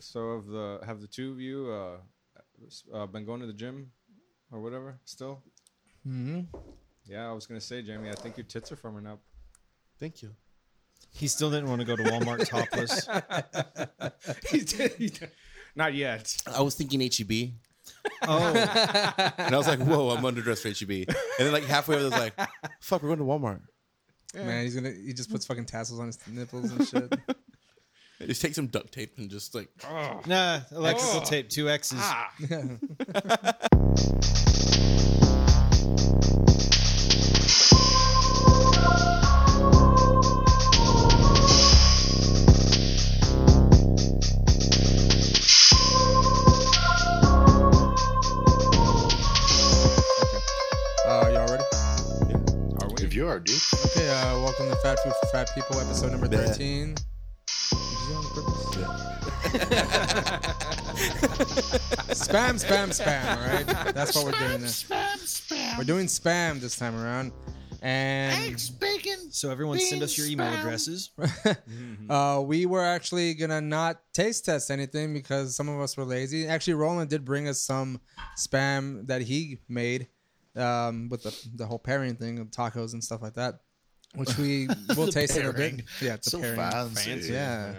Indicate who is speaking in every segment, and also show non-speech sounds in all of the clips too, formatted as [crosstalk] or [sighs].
Speaker 1: So have the have the two of you uh, uh, been going to the gym or whatever still?
Speaker 2: hmm
Speaker 1: Yeah, I was gonna say, Jamie, I think your tits are firming up.
Speaker 3: Thank you.
Speaker 2: He still didn't want to go to Walmart
Speaker 1: [laughs]
Speaker 2: topless.
Speaker 1: Not yet.
Speaker 3: I was thinking HEB,
Speaker 2: Oh,
Speaker 3: [laughs] and I was like, "Whoa, I'm underdressed for HEB." And then like halfway, over, I was like, "Fuck, we're going to Walmart."
Speaker 4: Man, he's gonna he just puts fucking tassels on his nipples and
Speaker 5: [laughs]
Speaker 4: shit.
Speaker 3: Just take some duct tape and just like
Speaker 4: Oh.
Speaker 2: nah. Alexis
Speaker 1: Oh.
Speaker 2: will tape two X's.
Speaker 1: Ah,
Speaker 4: Uh, y'all ready?
Speaker 1: Are we?
Speaker 5: If you are, dude.
Speaker 4: Okay, uh, welcome to Fat Food for Fat People, episode number
Speaker 3: Yeah.
Speaker 4: thirteen. spam, spam, spam. All right, that's what we're doing. This.
Speaker 5: Spam, spam.
Speaker 4: We're doing spam this time around, and
Speaker 5: eggs, bacon.
Speaker 2: So everyone, send us your email addresses.
Speaker 4: uh, we were actually gonna not taste test anything because some of us were lazy. Actually, Roland did bring us some spam that he made um, with the, the whole pairing thing of tacos and stuff like that, which we
Speaker 5: [laughs]
Speaker 4: will taste it a bit.
Speaker 5: pairing.
Speaker 4: Yeah, it's
Speaker 5: So
Speaker 4: a pairing.
Speaker 5: fancy.
Speaker 4: Yeah.
Speaker 1: Yeah.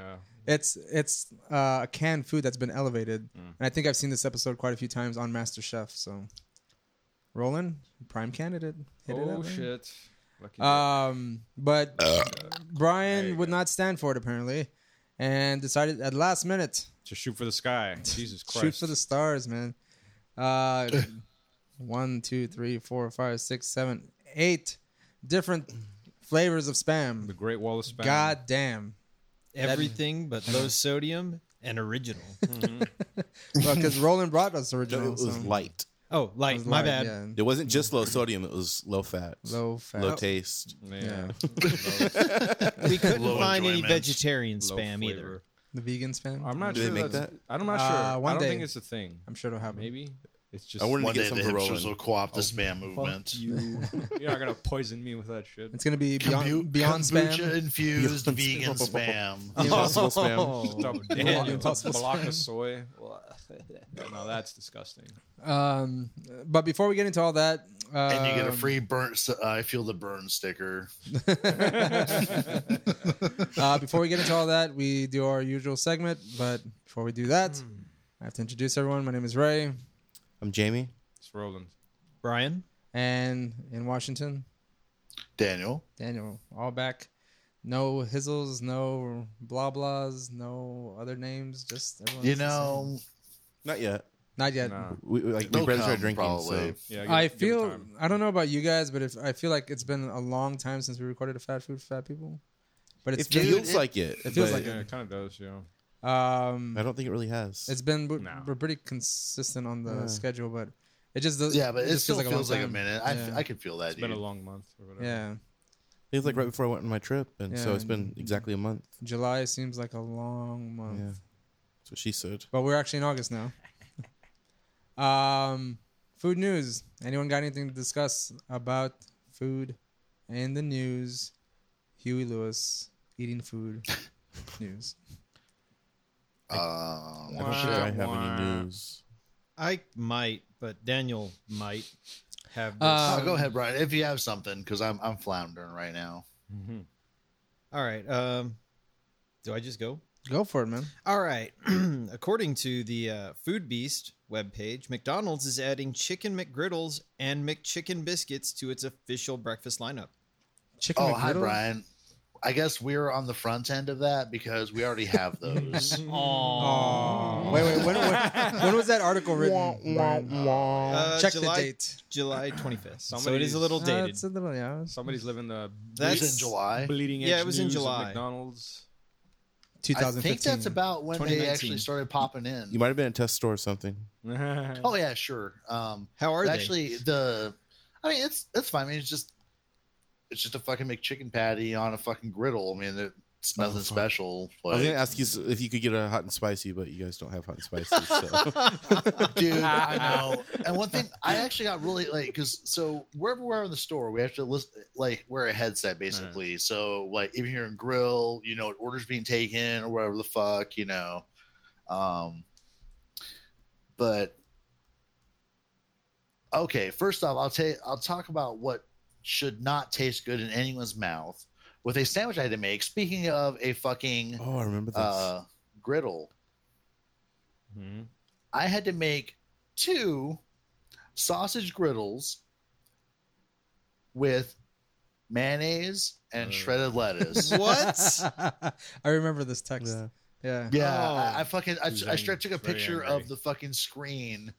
Speaker 4: It's it's uh, a canned food that's been elevated,
Speaker 1: Mm.
Speaker 4: and I think I've seen this episode quite a few times on Master Chef. So, Roland, prime candidate. Hit it
Speaker 1: Oh
Speaker 4: up, man.
Speaker 1: shit. Lucky
Speaker 4: Um, but
Speaker 1: There
Speaker 4: Brian
Speaker 1: you
Speaker 4: would
Speaker 1: go.
Speaker 4: not stand for it apparently, and decided at last minute
Speaker 1: to shoot for the sky. Jesus Christ.
Speaker 4: shoot for the stars, man. Uh, [laughs] one, two, three, four, five, six, seven, eight different flavors of
Speaker 1: The
Speaker 4: spam.
Speaker 1: Great Wall of Spam.
Speaker 4: God damn.
Speaker 2: Everything but low sodium and original.
Speaker 4: because Roland brought us
Speaker 3: no,
Speaker 4: original.
Speaker 3: it was
Speaker 4: so-
Speaker 3: light.
Speaker 2: Oh,
Speaker 4: it
Speaker 2: light.
Speaker 4: was
Speaker 2: My
Speaker 4: light,
Speaker 2: bad.
Speaker 4: yeah.
Speaker 3: It wasn't just low sodium; it was low fat,
Speaker 4: Low fat.
Speaker 3: low taste.
Speaker 1: Yeah.
Speaker 2: [laughs] We couldn't
Speaker 5: Low
Speaker 2: find any
Speaker 5: enjoyment.
Speaker 2: vegetarian
Speaker 1: Low
Speaker 2: spam either.
Speaker 1: flavor.
Speaker 4: the vegan spam. I'm,
Speaker 1: I'm not
Speaker 3: Do they
Speaker 1: sure.
Speaker 3: make
Speaker 1: that's-
Speaker 3: that?
Speaker 1: I'm not sure.
Speaker 4: Uh, one
Speaker 1: I don't
Speaker 4: day.
Speaker 1: think it's a thing.
Speaker 4: sure it'll happen.
Speaker 1: Maybe it's just.
Speaker 3: I wanted
Speaker 5: One
Speaker 3: to
Speaker 5: day
Speaker 3: get
Speaker 5: the
Speaker 3: some
Speaker 5: hipsters
Speaker 3: for
Speaker 5: will
Speaker 3: Roland.
Speaker 5: co-opt the spam movement.
Speaker 1: You're not gonna poison me with that shit.
Speaker 4: It's gonna be beyond
Speaker 5: Kombu-
Speaker 4: beyond
Speaker 5: kombucha
Speaker 4: spam. [laughs] Um,
Speaker 5: infused
Speaker 3: Beyond
Speaker 5: vegan spam.
Speaker 3: Impossible spam.
Speaker 4: [laughs]
Speaker 1: Stop
Speaker 2: Oh.
Speaker 1: damn,
Speaker 4: Yeah.
Speaker 1: a block of soy. no, that's disgusting.
Speaker 4: Um, but before we get into all that, um,
Speaker 5: and you get a free burn. s- I feel the burn sticker.
Speaker 4: uh, before we get into all that, we do our usual segment. But before we do that,
Speaker 5: Hmm.
Speaker 4: I have to introduce everyone. My name is Ray,
Speaker 3: I'm Jamie.
Speaker 1: It's Roland.
Speaker 2: Brian,
Speaker 4: and in Washington,
Speaker 5: Daniel,
Speaker 4: Daniel. All back. No hizzles, no blah blahs, no other names. Just everyone's
Speaker 5: you
Speaker 4: the same.
Speaker 5: know,
Speaker 3: Not yet.
Speaker 4: not yet.
Speaker 1: Nah.
Speaker 3: We we- like we
Speaker 5: They'll
Speaker 3: better start
Speaker 5: come,
Speaker 3: drinking.
Speaker 5: probably.
Speaker 3: So.
Speaker 1: Yeah,
Speaker 4: I
Speaker 1: give- give it
Speaker 4: feel
Speaker 1: time.
Speaker 4: I don't know about you guys, but if I feel like it's been a long time since we recorded a fat food for fat people. But
Speaker 3: It
Speaker 4: it's been,
Speaker 3: feels
Speaker 5: it-
Speaker 3: like it.
Speaker 4: it feels
Speaker 3: but
Speaker 4: like
Speaker 1: Yeah, it kind of does. Yeah.
Speaker 4: um
Speaker 3: I don't think it really has.
Speaker 4: it's been we're,
Speaker 1: No.
Speaker 4: we're pretty consistent on the
Speaker 3: Yeah.
Speaker 4: schedule, but it just does,
Speaker 5: yeah, but it,
Speaker 4: just
Speaker 5: still
Speaker 4: long
Speaker 5: feels like a
Speaker 4: time.
Speaker 5: minute. I, f-
Speaker 4: Yeah.
Speaker 5: I can feel that.
Speaker 1: It's been a
Speaker 5: dude.
Speaker 1: long month or whatever. [laughs]
Speaker 4: Yeah,
Speaker 3: it was like right before I went on my trip, and so
Speaker 4: Yeah.
Speaker 3: it's been exactly a month.
Speaker 4: July seems like a long
Speaker 3: Yeah,
Speaker 4: month,
Speaker 3: that's what she said.
Speaker 4: but we're actually in August
Speaker 1: [laughs]
Speaker 4: now. um, food news. Anyone got anything to discuss about food and the news? Huey Lewis eating
Speaker 5: [laughs]
Speaker 4: food news.
Speaker 5: Um,
Speaker 3: I don't think I have any news.
Speaker 2: I might, but Daniel might have this.
Speaker 4: Uh,
Speaker 5: oh, go ahead, Brian. If you have something, because I'm I'm floundering right now.
Speaker 1: Mhm.
Speaker 2: All right. Um, do I just go?
Speaker 4: Go for it, man.
Speaker 2: All right. [clears throat] According to the uh, Food Beast webpage, McDonald's is adding Chicken McGriddles and McChicken biscuits to its official breakfast lineup.
Speaker 4: Chicken
Speaker 5: Oh, hi,
Speaker 4: McGriddle?
Speaker 5: Brian. I guess we're on the front end of that because we already have those.
Speaker 4: Aw. Wait, wait. When, when, when was that article written? Brian?
Speaker 2: Uh,
Speaker 4: Check
Speaker 2: July,
Speaker 4: the date.
Speaker 2: July 25th. so it
Speaker 1: Somebody's-
Speaker 2: is a little
Speaker 4: Uh,
Speaker 2: dated.
Speaker 4: it's a little, yeah.
Speaker 1: Somebody's living the
Speaker 5: It
Speaker 2: That's-
Speaker 5: was in July.
Speaker 1: bleeding edge.
Speaker 2: Yeah, it was in
Speaker 1: news of
Speaker 2: July.
Speaker 1: McDonald's. [laughs]
Speaker 5: I
Speaker 4: 2015.
Speaker 5: think that's about when they
Speaker 2: 2019.
Speaker 5: actually started popping in.
Speaker 3: You might have been at a test store or something.
Speaker 5: oh yeah, sure. Um,
Speaker 2: How are they?
Speaker 5: actually the i mean it's it's fine I mean, it's just it's just a fucking mcchicken patty on a fucking griddle i mean there- it's
Speaker 3: Oh,
Speaker 5: nothing
Speaker 3: fuck.
Speaker 5: special
Speaker 3: I was
Speaker 5: but-
Speaker 3: gonna ask you s- if you could get a hot and spicy, but you guys don't have hot
Speaker 5: [laughs]
Speaker 3: and spicy. So.
Speaker 5: dude i know and one thing i actually got really like because so wherever we are in the store we have to listen like wear a headset basically so like if you're in grill you know orders being taken or whatever the fuck you know Um, but okay, first off, I'll take I'll talk about what should not taste good in anyone's mouth with a sandwich I had to make. Speaking of a fucking
Speaker 3: Oh, I remember this.
Speaker 5: uh, griddle,
Speaker 1: Mhm.
Speaker 5: I had to make two sausage griddles with mayonnaise and
Speaker 1: Uh.
Speaker 5: shredded
Speaker 2: [laughs]
Speaker 5: lettuce.
Speaker 2: What?
Speaker 4: [laughs] I remember this text.
Speaker 1: Yeah.
Speaker 4: Yeah.
Speaker 5: Yeah,
Speaker 2: Oh.
Speaker 5: I, I fucking I,
Speaker 1: She's
Speaker 5: I straight
Speaker 1: angry.
Speaker 5: took a
Speaker 1: Very
Speaker 5: picture
Speaker 1: angry.
Speaker 5: of the fucking screen.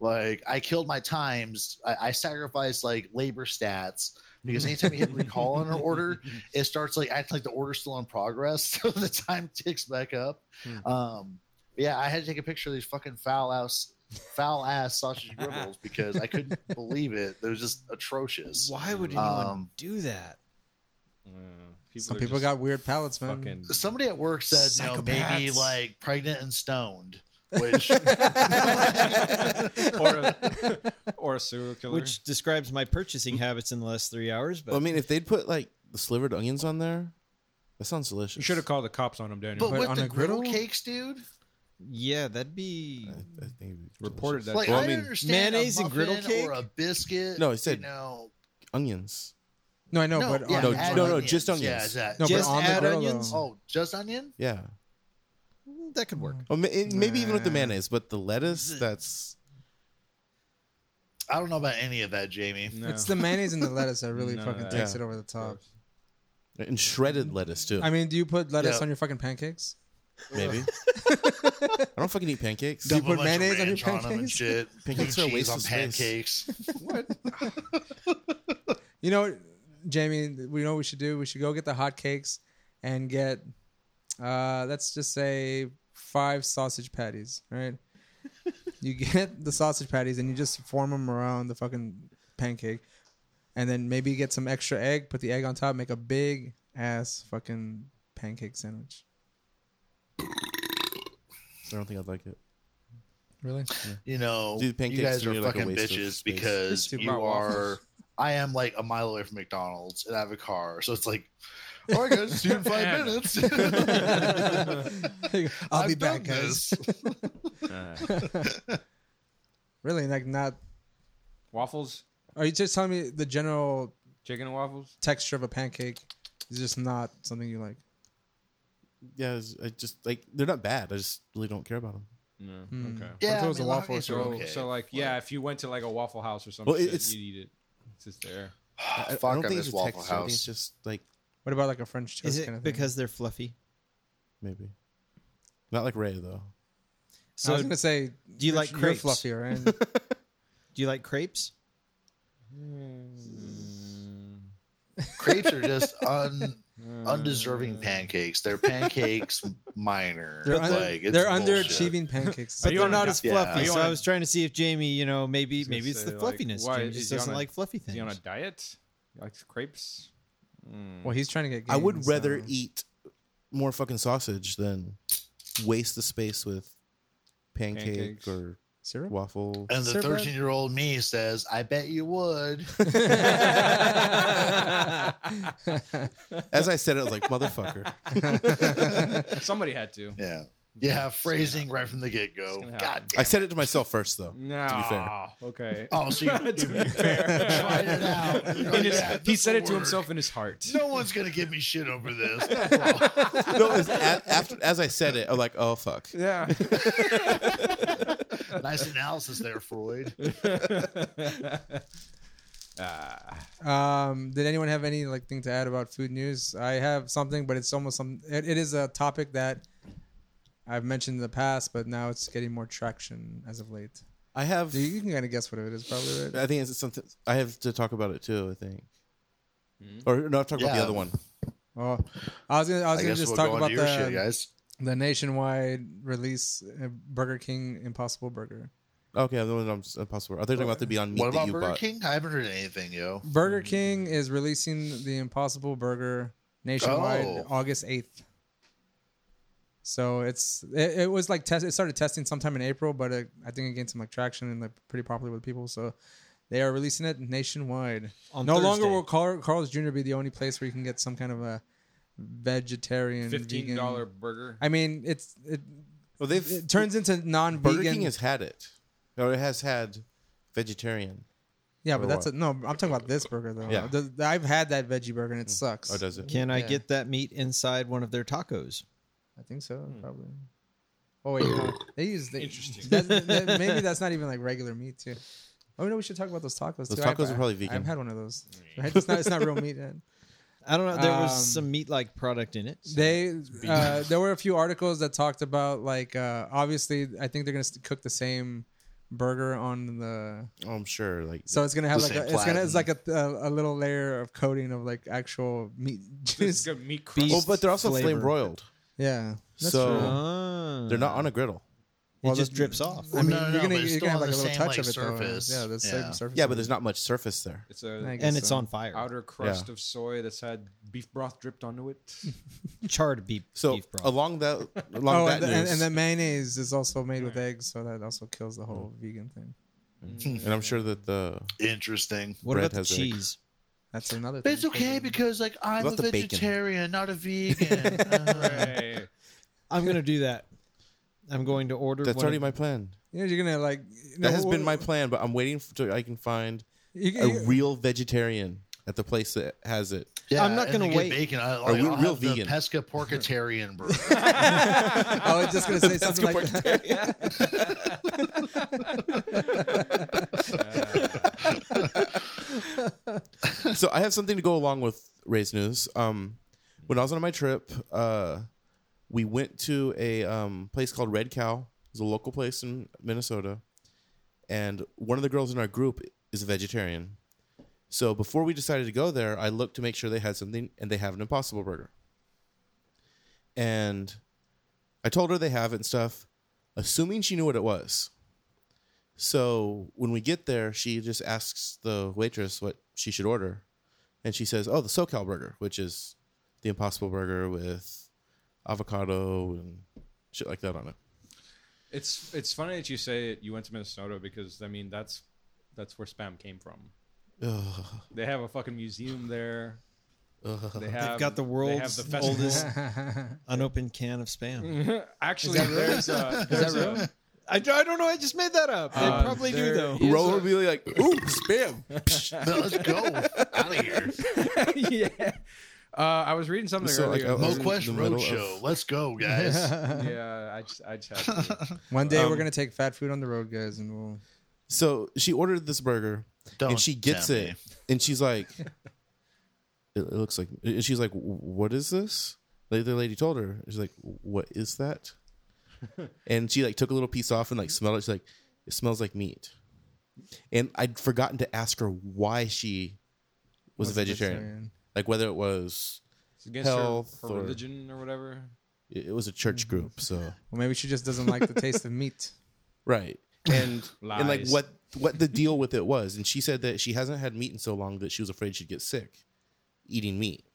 Speaker 5: Like I killed my times. I, I sacrificed like labor stats because anytime you hit recall on
Speaker 1: [laughs]
Speaker 5: an order, it starts like acting like the order's still in progress, [laughs] so the time ticks back up.
Speaker 1: Hmm.
Speaker 5: Um, yeah, I had to take a picture of these fucking foul ass, foul ass
Speaker 1: [laughs]
Speaker 5: sausage gribbles because I couldn't believe it. It was just atrocious.
Speaker 2: Why would anyone
Speaker 5: Um,
Speaker 2: do that?
Speaker 1: Yeah.
Speaker 4: Some
Speaker 1: are
Speaker 4: people
Speaker 1: just
Speaker 4: got weird palates, man.
Speaker 2: [laughs]
Speaker 1: fucking.
Speaker 5: Somebody at work said, "No, maybe
Speaker 2: Psychopaths.
Speaker 5: like pregnant and stoned," which.
Speaker 1: [laughs] or, a, [laughs] or a serial killer.
Speaker 2: Which describes my purchasing habits in the last three hours. But
Speaker 3: Well, I mean, if they'd put like slivered onions on there, that sounds delicious.
Speaker 1: you should have called the cops on him, Daniel.
Speaker 5: But,
Speaker 4: But
Speaker 5: with
Speaker 4: on
Speaker 5: the
Speaker 4: a
Speaker 5: griddle
Speaker 4: griddle?
Speaker 5: cakes, dude,
Speaker 2: yeah, that'd be.
Speaker 3: I, I think it'd be
Speaker 1: Reported
Speaker 3: delicious.
Speaker 1: that-
Speaker 5: like
Speaker 1: Well,
Speaker 5: I,
Speaker 1: I mean,
Speaker 5: didn't understand
Speaker 2: mayonnaise
Speaker 5: a
Speaker 2: and griddle
Speaker 5: muffin
Speaker 2: cake?
Speaker 5: or a biscuit.
Speaker 3: No, he said-
Speaker 5: you know,
Speaker 3: onions.
Speaker 4: No, I know, but
Speaker 5: yeah,
Speaker 4: on,
Speaker 3: No,
Speaker 4: on-
Speaker 5: add
Speaker 3: no, no, just
Speaker 5: Yeah,
Speaker 3: onions.
Speaker 5: exact-
Speaker 4: no,
Speaker 2: Just
Speaker 4: but on the
Speaker 2: add
Speaker 4: griddle,
Speaker 2: onions?
Speaker 4: though.
Speaker 5: Oh, just onion?
Speaker 3: Yeah.
Speaker 2: that could
Speaker 1: Mm,
Speaker 2: work.
Speaker 3: Oh, ma- it- maybe even with the
Speaker 4: Nah.
Speaker 3: mayonnaise, but the lettuce.
Speaker 5: Z-
Speaker 3: That's
Speaker 5: I don't know about any of that, Jamie.
Speaker 1: No.
Speaker 4: It's the mayonnaise and the lettuce that really
Speaker 1: None of
Speaker 4: fucking
Speaker 1: that.
Speaker 4: takes
Speaker 3: Yeah.
Speaker 4: it over the top.
Speaker 1: Gross.
Speaker 3: and shredded lettuce too.
Speaker 4: I mean, do you put lettuce
Speaker 5: Yeah.
Speaker 4: on your fucking pancakes?
Speaker 3: maybe.
Speaker 1: [laughs]
Speaker 3: I don't fucking eat pancakes.
Speaker 4: Double- put
Speaker 5: bunch of
Speaker 4: mayonnaise on your
Speaker 5: ranch 'em
Speaker 4: pancakes?
Speaker 5: shit.
Speaker 3: Pancakes
Speaker 5: Blue
Speaker 3: are a waste
Speaker 5: cheese on
Speaker 3: of space.
Speaker 5: pancakes.
Speaker 4: You know, Jamie, we know what we should do. We should go get the hot cakes and get, uh, let's just say, five sausage patties, right? you get the sausage patties and you just form them around the fucking pancake. And then maybe you get some extra egg, put the egg on top, make a big ass fucking pancake sandwich.
Speaker 3: I don't think I'd like it.
Speaker 4: Really? [laughs]
Speaker 5: [laughs] You know,
Speaker 3: Dude, pancakes
Speaker 5: you guys
Speaker 3: to
Speaker 5: are
Speaker 3: me are like a
Speaker 5: fucking
Speaker 3: waste of space.
Speaker 5: bitches because
Speaker 4: It's too
Speaker 5: you
Speaker 4: about waffles.
Speaker 5: are. I am like a mile away from McDonald's and I have a car, so it's like, all right, guys, see you
Speaker 1: [laughs]
Speaker 5: in five minutes.
Speaker 4: I'll
Speaker 5: [laughs] I've
Speaker 4: be back,
Speaker 5: done
Speaker 4: guys. [laughs]
Speaker 5: this.
Speaker 2: [laughs]
Speaker 1: Uh,
Speaker 4: Really? Like, not.
Speaker 1: waffles,
Speaker 4: Are you just telling me the general
Speaker 1: chicken and waffles.
Speaker 4: texture of a pancake is just not something you like?
Speaker 3: Yeah, it's- I just like they're not bad. I just really don't care about them.
Speaker 1: No.
Speaker 4: Mm.
Speaker 1: Okay.
Speaker 5: Yeah,
Speaker 4: if it was
Speaker 5: I mean,
Speaker 4: a waffle,
Speaker 5: latkes
Speaker 1: So,
Speaker 5: are Hmm. okay.
Speaker 1: so like, yeah, if you went to like a Waffle House or something,
Speaker 3: Well, it- it's-
Speaker 1: you'd eat it. It's just there.
Speaker 3: I, I
Speaker 5: Ah, Fuck, I
Speaker 3: don't think
Speaker 5: miss
Speaker 3: it's a
Speaker 5: Waffle
Speaker 3: texture. I think it's
Speaker 5: House.
Speaker 3: just like
Speaker 4: What about like a French toast
Speaker 2: Is it
Speaker 4: kind of thing?
Speaker 2: because they're fluffy?
Speaker 3: maybe not like Ray though.
Speaker 4: I
Speaker 2: So
Speaker 4: was gonna
Speaker 2: do
Speaker 4: say,
Speaker 2: you like
Speaker 4: you're
Speaker 2: crepes?
Speaker 4: fluffier, right?
Speaker 2: you like crepes?
Speaker 3: Hmm.
Speaker 5: crepes are just
Speaker 4: [laughs]
Speaker 5: un.
Speaker 1: Mm.
Speaker 3: Hmm.
Speaker 5: undeserving pancakes. They're pancakes minor.
Speaker 4: They're, un-
Speaker 5: like, it's
Speaker 4: they're
Speaker 5: bullshit.
Speaker 4: underachieving pancakes.
Speaker 1: Are
Speaker 2: But
Speaker 1: you
Speaker 2: they're
Speaker 1: on a
Speaker 2: not
Speaker 1: di-
Speaker 2: as
Speaker 5: yeah.
Speaker 2: fluffy.
Speaker 5: Are
Speaker 1: you
Speaker 2: So
Speaker 1: on
Speaker 2: I
Speaker 1: a-
Speaker 2: was trying to see if Jamie, you know, maybe
Speaker 1: was gonna
Speaker 2: maybe it's the
Speaker 1: say, like,
Speaker 2: fluffiness.
Speaker 1: why-
Speaker 2: Jamie
Speaker 1: is
Speaker 2: just
Speaker 1: he on
Speaker 2: doesn't
Speaker 1: a-
Speaker 2: like fluffy
Speaker 1: Is
Speaker 2: things.
Speaker 1: he on a diet? He likes crepes. Mm.
Speaker 4: [laughs]
Speaker 3: Hmm. [laughs]
Speaker 4: well, he's trying to get.
Speaker 3: I would
Speaker 4: gains,
Speaker 3: rather
Speaker 4: so-
Speaker 3: eat more fucking sausage than waste the space with pancake
Speaker 1: Pancakes.
Speaker 3: or
Speaker 4: syrup.
Speaker 5: [laughs]
Speaker 3: waffle.
Speaker 5: And the
Speaker 4: Sir, bud?
Speaker 5: 13 year old me says, I bet you would.
Speaker 3: As I said it, I was like,
Speaker 5: [laughs]
Speaker 1: [laughs]
Speaker 3: motherfucker.
Speaker 1: Somebody had to.
Speaker 5: Yeah. Yeah. Phrasing right from the get
Speaker 1: It's
Speaker 5: go.
Speaker 1: gonna
Speaker 5: God
Speaker 1: happen.
Speaker 3: I
Speaker 5: damn.
Speaker 3: said it to myself
Speaker 1: [laughs]
Speaker 3: first though.
Speaker 1: No.
Speaker 3: To be fair.
Speaker 1: Okay. [laughs]
Speaker 5: Oh, so [laughs] you,
Speaker 1: to
Speaker 5: you
Speaker 1: be fair.
Speaker 5: tried it out. You're like,
Speaker 1: In his-
Speaker 5: "Yeah,
Speaker 1: he
Speaker 5: this'll
Speaker 1: said it to
Speaker 5: work.
Speaker 1: himself in his heart. [laughs]
Speaker 5: No one's going to give me shit over [laughs] this.
Speaker 3: No, it was a- after as I said it, I'm like, oh fuck.
Speaker 1: Yeah.
Speaker 5: [laughs] nice analysis there, Freud.
Speaker 1: Uh, Ah.
Speaker 4: [laughs] Um, did anyone have any like thing to add about food news? I have something, but it's almost some. It, it is a topic that I've mentioned in the past, but now it's getting more traction as of late.
Speaker 3: I have.
Speaker 4: Do you, you can kind of guess what it is, probably. Right?
Speaker 3: I think it's something I have to talk about it too. I think. Or no, I've talked about the
Speaker 5: Yeah.
Speaker 3: other one.
Speaker 4: Oh, I was gonna. I was gonna
Speaker 5: I guess
Speaker 4: just
Speaker 5: we'll
Speaker 4: talk
Speaker 5: go
Speaker 4: about
Speaker 5: on to
Speaker 4: the
Speaker 5: your shit, guys.
Speaker 4: the nationwide release uh, Burger King Impossible Burger.
Speaker 3: Okay, the one I'm impossible. Are they talking about the Beyond Meat
Speaker 5: What
Speaker 3: that
Speaker 5: about
Speaker 3: you
Speaker 5: Burger
Speaker 3: bought?
Speaker 5: King? I haven't heard anything, yo.
Speaker 4: Burger King is releasing the Impossible Burger nationwide
Speaker 5: Oh.
Speaker 4: August 8th. So it's it, it was like test it started testing sometime in April, but it, I think it gained some like traction and like pretty popular with people. So they are releasing it nationwide.
Speaker 2: On
Speaker 4: no longer
Speaker 2: Thursday.
Speaker 4: will Carl, Carl's Jr. be the only place where you can get some kind of a vegetarian
Speaker 1: Fifteen
Speaker 4: vegan-
Speaker 1: dollar burger.
Speaker 4: I mean, it's it,
Speaker 3: Well, they've
Speaker 4: It turns into
Speaker 3: Burger
Speaker 4: non-vegan.
Speaker 3: King has had it, or it has had vegetarian.
Speaker 4: yeah,
Speaker 3: or
Speaker 4: but that's a,
Speaker 3: what?
Speaker 4: no. I'm talking about this burger though.
Speaker 3: Yeah.
Speaker 4: The- I've had that veggie burger and it sucks.
Speaker 3: Oh, does it?
Speaker 2: Can I
Speaker 4: Yeah.
Speaker 2: get that meat inside one of their tacos?
Speaker 4: I think so, probably. Oh wait, no. they use the,
Speaker 1: Interesting.
Speaker 4: That's, that- maybe that's not even like regular meat too. Oh no, we should talk about those tacos.
Speaker 3: Those
Speaker 4: too.
Speaker 3: tacos are probably vegan.
Speaker 4: I've had one of those. Right? It's not. It's not real meat. Ed.
Speaker 2: I don't know. There was
Speaker 4: Um,
Speaker 2: some meat-like product in it.
Speaker 4: They uh, there were a few articles that talked about like uh, obviously I think they're gonna st- cook the same burger on the
Speaker 3: Oh, I'm sure. Like
Speaker 4: so it's gonna have
Speaker 5: The
Speaker 4: like a,
Speaker 5: same
Speaker 4: it's gonna it's like
Speaker 5: platen.
Speaker 4: a, a a little layer of coating of like actual meat [laughs]
Speaker 1: This is
Speaker 4: juice.
Speaker 1: good meat crust.
Speaker 2: Beef.
Speaker 3: oh, but they're also
Speaker 2: flavor.
Speaker 3: flame broiled.
Speaker 4: Yeah, that's
Speaker 3: So-
Speaker 4: true.
Speaker 2: Ah.
Speaker 3: They're not on a griddle.
Speaker 2: It
Speaker 4: Well,
Speaker 2: just
Speaker 4: the-
Speaker 2: drips off.
Speaker 4: I
Speaker 5: Well,
Speaker 4: mean,
Speaker 5: no, no,
Speaker 4: you're
Speaker 5: no,
Speaker 4: gonna
Speaker 5: but it's
Speaker 4: you're
Speaker 5: still
Speaker 4: gonna have
Speaker 5: on
Speaker 4: like a
Speaker 5: the
Speaker 4: little
Speaker 5: same,
Speaker 4: touch
Speaker 5: like,
Speaker 4: of it
Speaker 5: surface.
Speaker 4: though. Yeah, the
Speaker 5: Yeah.
Speaker 4: same surface.
Speaker 3: Yeah, but there's not much surface there.
Speaker 1: It's a
Speaker 4: I guess
Speaker 2: and it's
Speaker 4: so.
Speaker 2: on fire.
Speaker 1: outer crust of soy that's had beef broth dripped onto
Speaker 3: [laughs]
Speaker 1: it.
Speaker 2: Charred beef,
Speaker 3: So
Speaker 2: beef broth.
Speaker 3: along that, along
Speaker 4: Oh,
Speaker 3: that
Speaker 4: and the, and,
Speaker 3: news,
Speaker 4: and the mayonnaise is also made with eggs, so that also kills the whole vegan thing.
Speaker 3: and I'm sure that the
Speaker 5: Interesting.
Speaker 2: what
Speaker 3: bread
Speaker 2: about the
Speaker 3: has egg.
Speaker 2: cheese?
Speaker 4: That's another.
Speaker 5: But
Speaker 4: thing.
Speaker 5: it's okay because like I'm
Speaker 3: What
Speaker 5: a
Speaker 3: about the bacon?
Speaker 5: vegetarian, not a [laughs] vegan. Uh,
Speaker 1: Hey,
Speaker 2: I'm gonna do that. I'm going to order.
Speaker 3: that's
Speaker 2: one
Speaker 3: already
Speaker 2: of-
Speaker 3: my plan.
Speaker 4: You know, you're gonna like. you know,
Speaker 3: That has
Speaker 4: wh-
Speaker 3: been my plan, but I'm waiting for I can find
Speaker 4: [laughs] You,
Speaker 3: a
Speaker 4: you-
Speaker 3: real vegetarian at the place that has it.
Speaker 5: yeah,
Speaker 2: I'm not
Speaker 5: and
Speaker 2: gonna
Speaker 5: you get
Speaker 2: wait.
Speaker 5: Bacon. I,
Speaker 3: Are
Speaker 5: like,
Speaker 3: we
Speaker 5: I'll
Speaker 3: real
Speaker 5: have the
Speaker 3: vegan?
Speaker 5: pesca porkatarian burger.
Speaker 4: [laughs]
Speaker 5: [laughs]
Speaker 4: I
Speaker 3: [laughs]
Speaker 4: was just gonna say something like that.
Speaker 3: [laughs] so I have something to go along with Ray's news. Um, when I was on my trip, uh, we went to a um, place called Red Cow. It's a local place in Minnesota, and one of the girls in our group is a vegetarian. So before we decided to go there, I looked to make sure they had something, and they have an Impossible Burger. And I told her they have it and stuff, assuming she knew what it was. So when we get there, she just asks the waitress what she should order. And she says, Oh, the SoCal burger, which is the impossible burger with avocado and shit like that on it.
Speaker 1: it's it's funny that you say it, you went to Minnesota because I mean that's that's where spam came from.
Speaker 3: Ugh.
Speaker 1: They have a fucking museum there. They have
Speaker 2: They've got the
Speaker 1: they have
Speaker 2: world's
Speaker 1: the festival.
Speaker 2: oldest unopened can of spam.
Speaker 1: [laughs] Actually, there's uh, a, there's a-
Speaker 2: I, I don't know. I just made that up. They
Speaker 1: Uh,
Speaker 2: probably do
Speaker 1: there
Speaker 2: though.
Speaker 1: is
Speaker 3: Roll
Speaker 1: a-
Speaker 3: would be like, Ooh, spam. [laughs]
Speaker 5: No, let's go out of here.
Speaker 1: [laughs] yeah. Uh, I was reading something
Speaker 3: So, like,
Speaker 1: earlier.
Speaker 3: I was-
Speaker 5: Mo Quest
Speaker 3: the middle
Speaker 5: Roadshow.
Speaker 3: of-
Speaker 5: Let's
Speaker 3: [laughs]
Speaker 5: go, guys.
Speaker 1: yeah, I just, I just had to.
Speaker 4: One day we're
Speaker 3: Um,
Speaker 4: gonna take fat food on the road, guys, and we'll.
Speaker 3: So she ordered this burger
Speaker 5: Don't
Speaker 3: and she gets
Speaker 5: tempt
Speaker 3: it.
Speaker 5: me.
Speaker 3: And she's like, it, it looks like, and she's like, What is this? The other lady told her, She's like, What is [laughs] that? and she like took a little piece off and like smelled it. She's like, It smells like meat. And I'd forgotten to ask her why she was, a vegetarian. Like whether it was,
Speaker 1: It's against her-
Speaker 3: Health
Speaker 1: her,
Speaker 3: or-
Speaker 1: religion or
Speaker 4: [laughs]
Speaker 1: whatever.
Speaker 3: it, it was a church
Speaker 1: Mm-hmm.
Speaker 3: group. So,
Speaker 1: [laughs]
Speaker 4: Well, maybe she just doesn't like the taste
Speaker 3: [laughs]
Speaker 4: of meat.
Speaker 3: right. And, and like
Speaker 1: Lies.
Speaker 3: what, what the deal with it was. And she said that she hasn't had meat in so long that she was afraid she'd get sick
Speaker 1: [laughs]
Speaker 3: eating meat.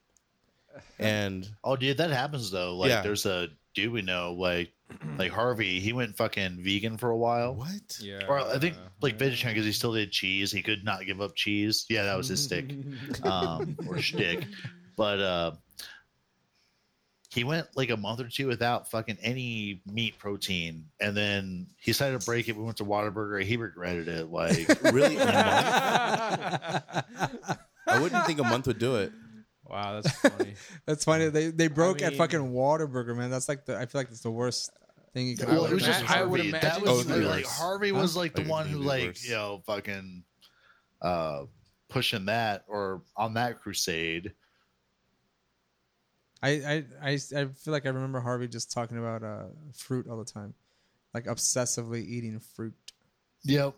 Speaker 3: And
Speaker 5: Oh, dude, that happens though. Like,
Speaker 3: Yeah.
Speaker 5: there's a dude we know, like, like Harvey. He went fucking vegan for a while.
Speaker 3: what?
Speaker 1: Yeah.
Speaker 5: Or I think like vegetarian because he still did cheese. He could not give up cheese. Yeah, that was his
Speaker 1: [laughs]
Speaker 5: stick um, or shtick. But uh, he went like a month or two without fucking any meat protein, and then he decided to break it. We went to Waterburger. He regretted
Speaker 3: [laughs]
Speaker 5: it. Like,
Speaker 3: Really? A month? I wouldn't think a month would do
Speaker 1: [laughs]
Speaker 3: it.
Speaker 1: [laughs] wow, that's
Speaker 4: [laughs]
Speaker 1: funny.
Speaker 4: That's funny. They they broke at
Speaker 1: mean-
Speaker 4: fucking Waterburger, man. That's like the. I feel like it's the worst thing you could.
Speaker 5: well,
Speaker 1: would
Speaker 5: it was just
Speaker 1: imagine- I would
Speaker 5: Harvey. That
Speaker 1: imagine
Speaker 5: was
Speaker 3: it would be
Speaker 5: like
Speaker 3: worse.
Speaker 5: Harvey was like the
Speaker 3: Like,
Speaker 5: one who
Speaker 3: it'd be
Speaker 5: like
Speaker 3: worse.
Speaker 5: you know fucking uh pushing that or on that crusade.
Speaker 4: I, I I I feel like I remember Harvey just talking about uh, fruit all the time, like obsessively eating fruit. [laughs]
Speaker 5: Yep.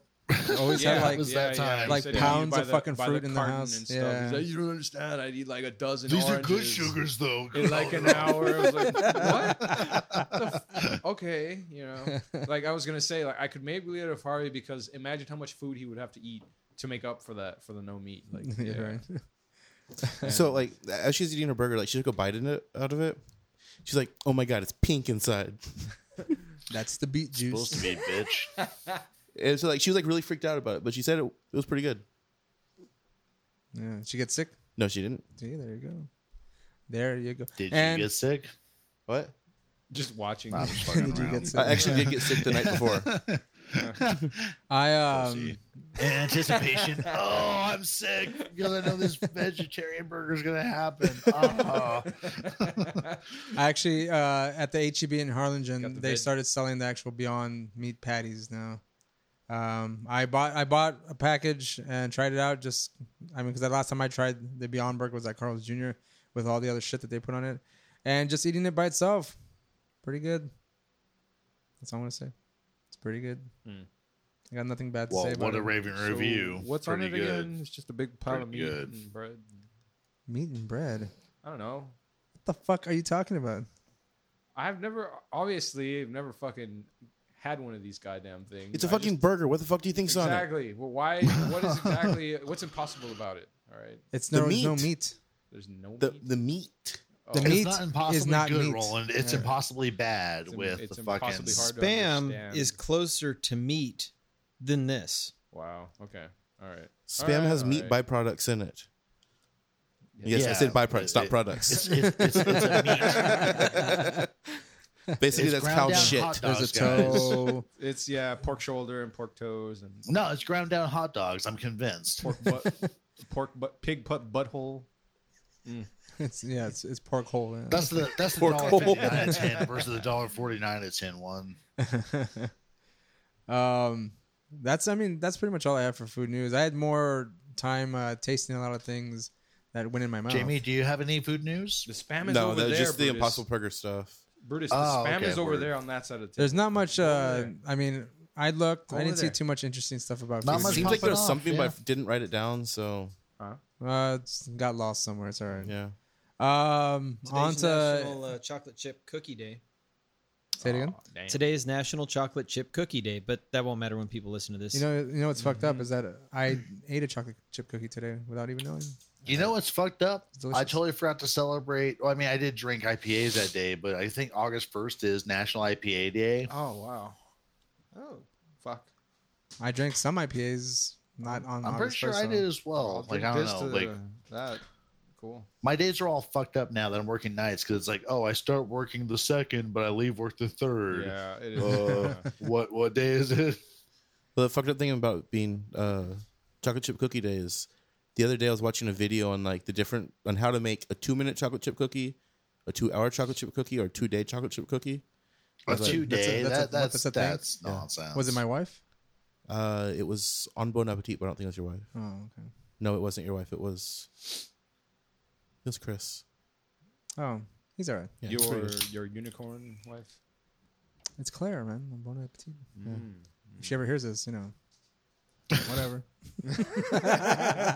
Speaker 4: Always had
Speaker 5: Yeah.
Speaker 4: like
Speaker 5: It was that time.
Speaker 1: he
Speaker 5: Like
Speaker 1: said, yeah,
Speaker 4: pounds
Speaker 1: by
Speaker 4: of fucking
Speaker 1: by
Speaker 4: fruit in the
Speaker 1: carton
Speaker 4: house.
Speaker 1: and stuff.
Speaker 4: Yeah.
Speaker 1: He's like, you don't understand. I eat like a dozen.
Speaker 5: These are good
Speaker 1: oranges
Speaker 5: sugars though.
Speaker 1: In
Speaker 5: [laughs]
Speaker 1: like an hour, I was like, "What? The f- [laughs] okay, you
Speaker 4: [laughs]
Speaker 1: know." Like I was gonna say, like I could maybe get it of Harvey because imagine how much food he would have to eat to make up for that for the no meat. Like,
Speaker 4: [laughs] Yeah,
Speaker 1: yeah.
Speaker 4: right.
Speaker 3: So like as she's eating her burger, like she took a bite in it out of it. She's like, "Oh my god, it's pink inside."
Speaker 4: That's the beet
Speaker 5: Supposed to
Speaker 4: juice.
Speaker 5: be, [laughs] bitch.
Speaker 3: And so like she was like really freaked out about it, but she said it, it was pretty good.
Speaker 4: Yeah. Did she get sick?
Speaker 3: No, she didn't.
Speaker 4: See, there you go. There you go. [laughs]
Speaker 5: Did you
Speaker 4: and
Speaker 5: get sick?
Speaker 3: What?
Speaker 1: just watching.
Speaker 5: Nah, I'm just fucking
Speaker 4: Did you
Speaker 5: around.
Speaker 4: get sick?
Speaker 3: I actually did get sick the night
Speaker 1: [laughs]
Speaker 3: before.
Speaker 5: [laughs]
Speaker 4: I
Speaker 5: see.
Speaker 4: um
Speaker 5: Anticipation. oh, I'm sick because I know this vegetarian burger is gonna happen. Uh-huh.
Speaker 1: [laughs]
Speaker 4: I actually uh at the HEB in
Speaker 1: Got
Speaker 4: Harlingen
Speaker 1: the
Speaker 4: they
Speaker 1: vid.
Speaker 4: started selling the actual Beyond Meat patties now. Um, I bought I bought a package and tried it out. Just I mean, because the last time I tried the Beyond Burger was at Carl's Jr. with all the other shit that they put on it, and just eating it by itself, pretty good. That's all I want to say. It's pretty good.
Speaker 1: Hmm.
Speaker 4: I got nothing bad to
Speaker 5: well,
Speaker 4: say about
Speaker 5: what
Speaker 4: it.
Speaker 5: a raving review.
Speaker 1: So what's
Speaker 5: Pretty
Speaker 1: on it again? It's just a big pile of meat
Speaker 5: Pretty good.
Speaker 1: and bread.
Speaker 4: Meat and bread. What
Speaker 1: I don't know.
Speaker 4: the fuck are you talking about?
Speaker 1: I've never, obviously, I've never fucking had one of these goddamn things.
Speaker 3: It's a
Speaker 1: I
Speaker 3: fucking burger. What the fuck do you think's
Speaker 1: just,
Speaker 3: on it?
Speaker 1: exactly. Well, why?
Speaker 3: [laughs]
Speaker 1: What is exactly? what's impossible about it? All right,
Speaker 4: It's
Speaker 3: The
Speaker 4: no, there's no
Speaker 3: meat.
Speaker 4: meat.
Speaker 1: there's no
Speaker 3: The
Speaker 1: meat.
Speaker 3: the meat.
Speaker 1: Oh,
Speaker 4: the
Speaker 5: It's
Speaker 4: meat is
Speaker 5: not impossibly
Speaker 4: not
Speaker 5: good,
Speaker 4: meat.
Speaker 5: Roland. It's
Speaker 4: Yeah.
Speaker 5: impossibly bad
Speaker 1: It's im-
Speaker 5: with
Speaker 1: it's
Speaker 5: the fucking.
Speaker 1: impossibly
Speaker 6: [laughs]
Speaker 1: hard. to
Speaker 2: Spam
Speaker 1: understand.
Speaker 2: is closer to meat than this.
Speaker 1: Wow. Okay. All right.
Speaker 3: Spam
Speaker 1: All right,
Speaker 3: has
Speaker 1: all
Speaker 3: meat
Speaker 1: right.
Speaker 3: byproducts in it.
Speaker 1: Yeah.
Speaker 3: Yes, I said byproducts,
Speaker 5: It-
Speaker 3: not
Speaker 5: it-
Speaker 3: products.
Speaker 5: It's, it's, it's, it's a meat.
Speaker 3: [laughs]
Speaker 4: [laughs]
Speaker 3: Basically,
Speaker 5: It's
Speaker 3: that's
Speaker 5: ground
Speaker 3: cow
Speaker 5: down
Speaker 3: shit.
Speaker 5: hot
Speaker 4: There's a
Speaker 5: dogs, [laughs] guys.
Speaker 4: toe.
Speaker 1: It's yeah, pork shoulder and pork toes and
Speaker 5: No, it's ground down hot dogs. I'm convinced.
Speaker 1: pork
Speaker 3: [laughs]
Speaker 1: butt, pork butt, pig butt butthole.
Speaker 4: it's, yeah, it's, it's pork hole. yeah.
Speaker 5: That's the that's the
Speaker 3: Pork
Speaker 5: dollar fifty nine at ten versus the dollar forty nine at ten one.
Speaker 4: [laughs] um, that's I mean that's pretty much all I have for food news. I had more time uh, tasting a lot of things that went in my mouth.
Speaker 5: Jamie, do you have any food news?
Speaker 1: The spam is
Speaker 3: No,
Speaker 1: over
Speaker 3: that's
Speaker 1: there.
Speaker 3: just the
Speaker 1: Brutus.
Speaker 3: Impossible Ah, Burger stuff.
Speaker 1: Brutus, the
Speaker 5: Oh,
Speaker 1: spam
Speaker 5: okay,
Speaker 1: is over
Speaker 5: word.
Speaker 1: there on that side of the table.
Speaker 4: there's not much. Uh,
Speaker 1: there.
Speaker 4: I mean, I looked. I
Speaker 1: Over
Speaker 4: didn't see
Speaker 1: there.
Speaker 4: too much interesting stuff about
Speaker 5: Not
Speaker 4: food.
Speaker 5: much
Speaker 3: Seems like
Speaker 5: popping
Speaker 3: there was
Speaker 5: off,
Speaker 3: something, but I
Speaker 5: yeah.
Speaker 3: didn't write it down. So
Speaker 4: Uh, it's got lost somewhere. It's all right.
Speaker 3: yeah,
Speaker 4: Um, on to
Speaker 2: uh, Chocolate Chip Cookie Day.
Speaker 4: say it again.
Speaker 1: Aw, damn.
Speaker 2: Today is National Chocolate Chip Cookie Day, but that won't matter when people listen to this.
Speaker 4: You know, you know what's fucked
Speaker 5: Mm-hmm.
Speaker 4: up is that I ate a chocolate chip cookie today without even knowing.
Speaker 5: You know what's fucked up?
Speaker 4: It's
Speaker 5: I
Speaker 4: delicious.
Speaker 5: totally forgot to celebrate. Well, I mean, I did drink IPAs that day, but I think August first is National IPA Day.
Speaker 1: Oh wow. Oh fuck.
Speaker 4: I drank some IPAs, not on.
Speaker 5: I'm pretty
Speaker 4: August
Speaker 5: sure
Speaker 4: 1st,
Speaker 5: I
Speaker 4: so-
Speaker 5: did as well.
Speaker 1: I'll
Speaker 5: Oh, Like
Speaker 1: drink
Speaker 5: I don't
Speaker 1: this
Speaker 5: know.
Speaker 1: to
Speaker 5: Like
Speaker 1: that. Cool.
Speaker 5: my days are all fucked up now that I'm working nights because it's like, oh, I start working the second, but I leave work the third.
Speaker 1: Yeah, it is.
Speaker 5: Uh,
Speaker 1: yeah.
Speaker 5: [laughs] what what day is it?
Speaker 3: the fucked up thing about being uh, chocolate chip cookie day is the other day I was watching a video on like the different on how to make a two minute chocolate chip cookie, a two hour chocolate chip cookie, or a two day chocolate chip cookie.
Speaker 5: A
Speaker 3: That's
Speaker 5: [laughs]
Speaker 3: a-
Speaker 5: two day.
Speaker 4: that's a-
Speaker 5: That,
Speaker 4: that's a-
Speaker 5: that's
Speaker 4: that's
Speaker 5: that's,
Speaker 4: a thing?
Speaker 3: Yeah.
Speaker 5: nonsense.
Speaker 4: Was it my wife?
Speaker 3: Uh, it was on Bon Appetit, but I don't think it was your wife.
Speaker 4: Oh, okay.
Speaker 3: No, it wasn't your wife. It was it was Chris.
Speaker 4: Oh, he's all right.
Speaker 3: Yeah, it's pretty
Speaker 1: Your [laughs]
Speaker 3: good.
Speaker 1: your unicorn wife.
Speaker 5: [laughs]
Speaker 4: It's Claire, man. Bon appetit.
Speaker 1: Mm.
Speaker 4: If she ever hears this, you know, [laughs] whatever.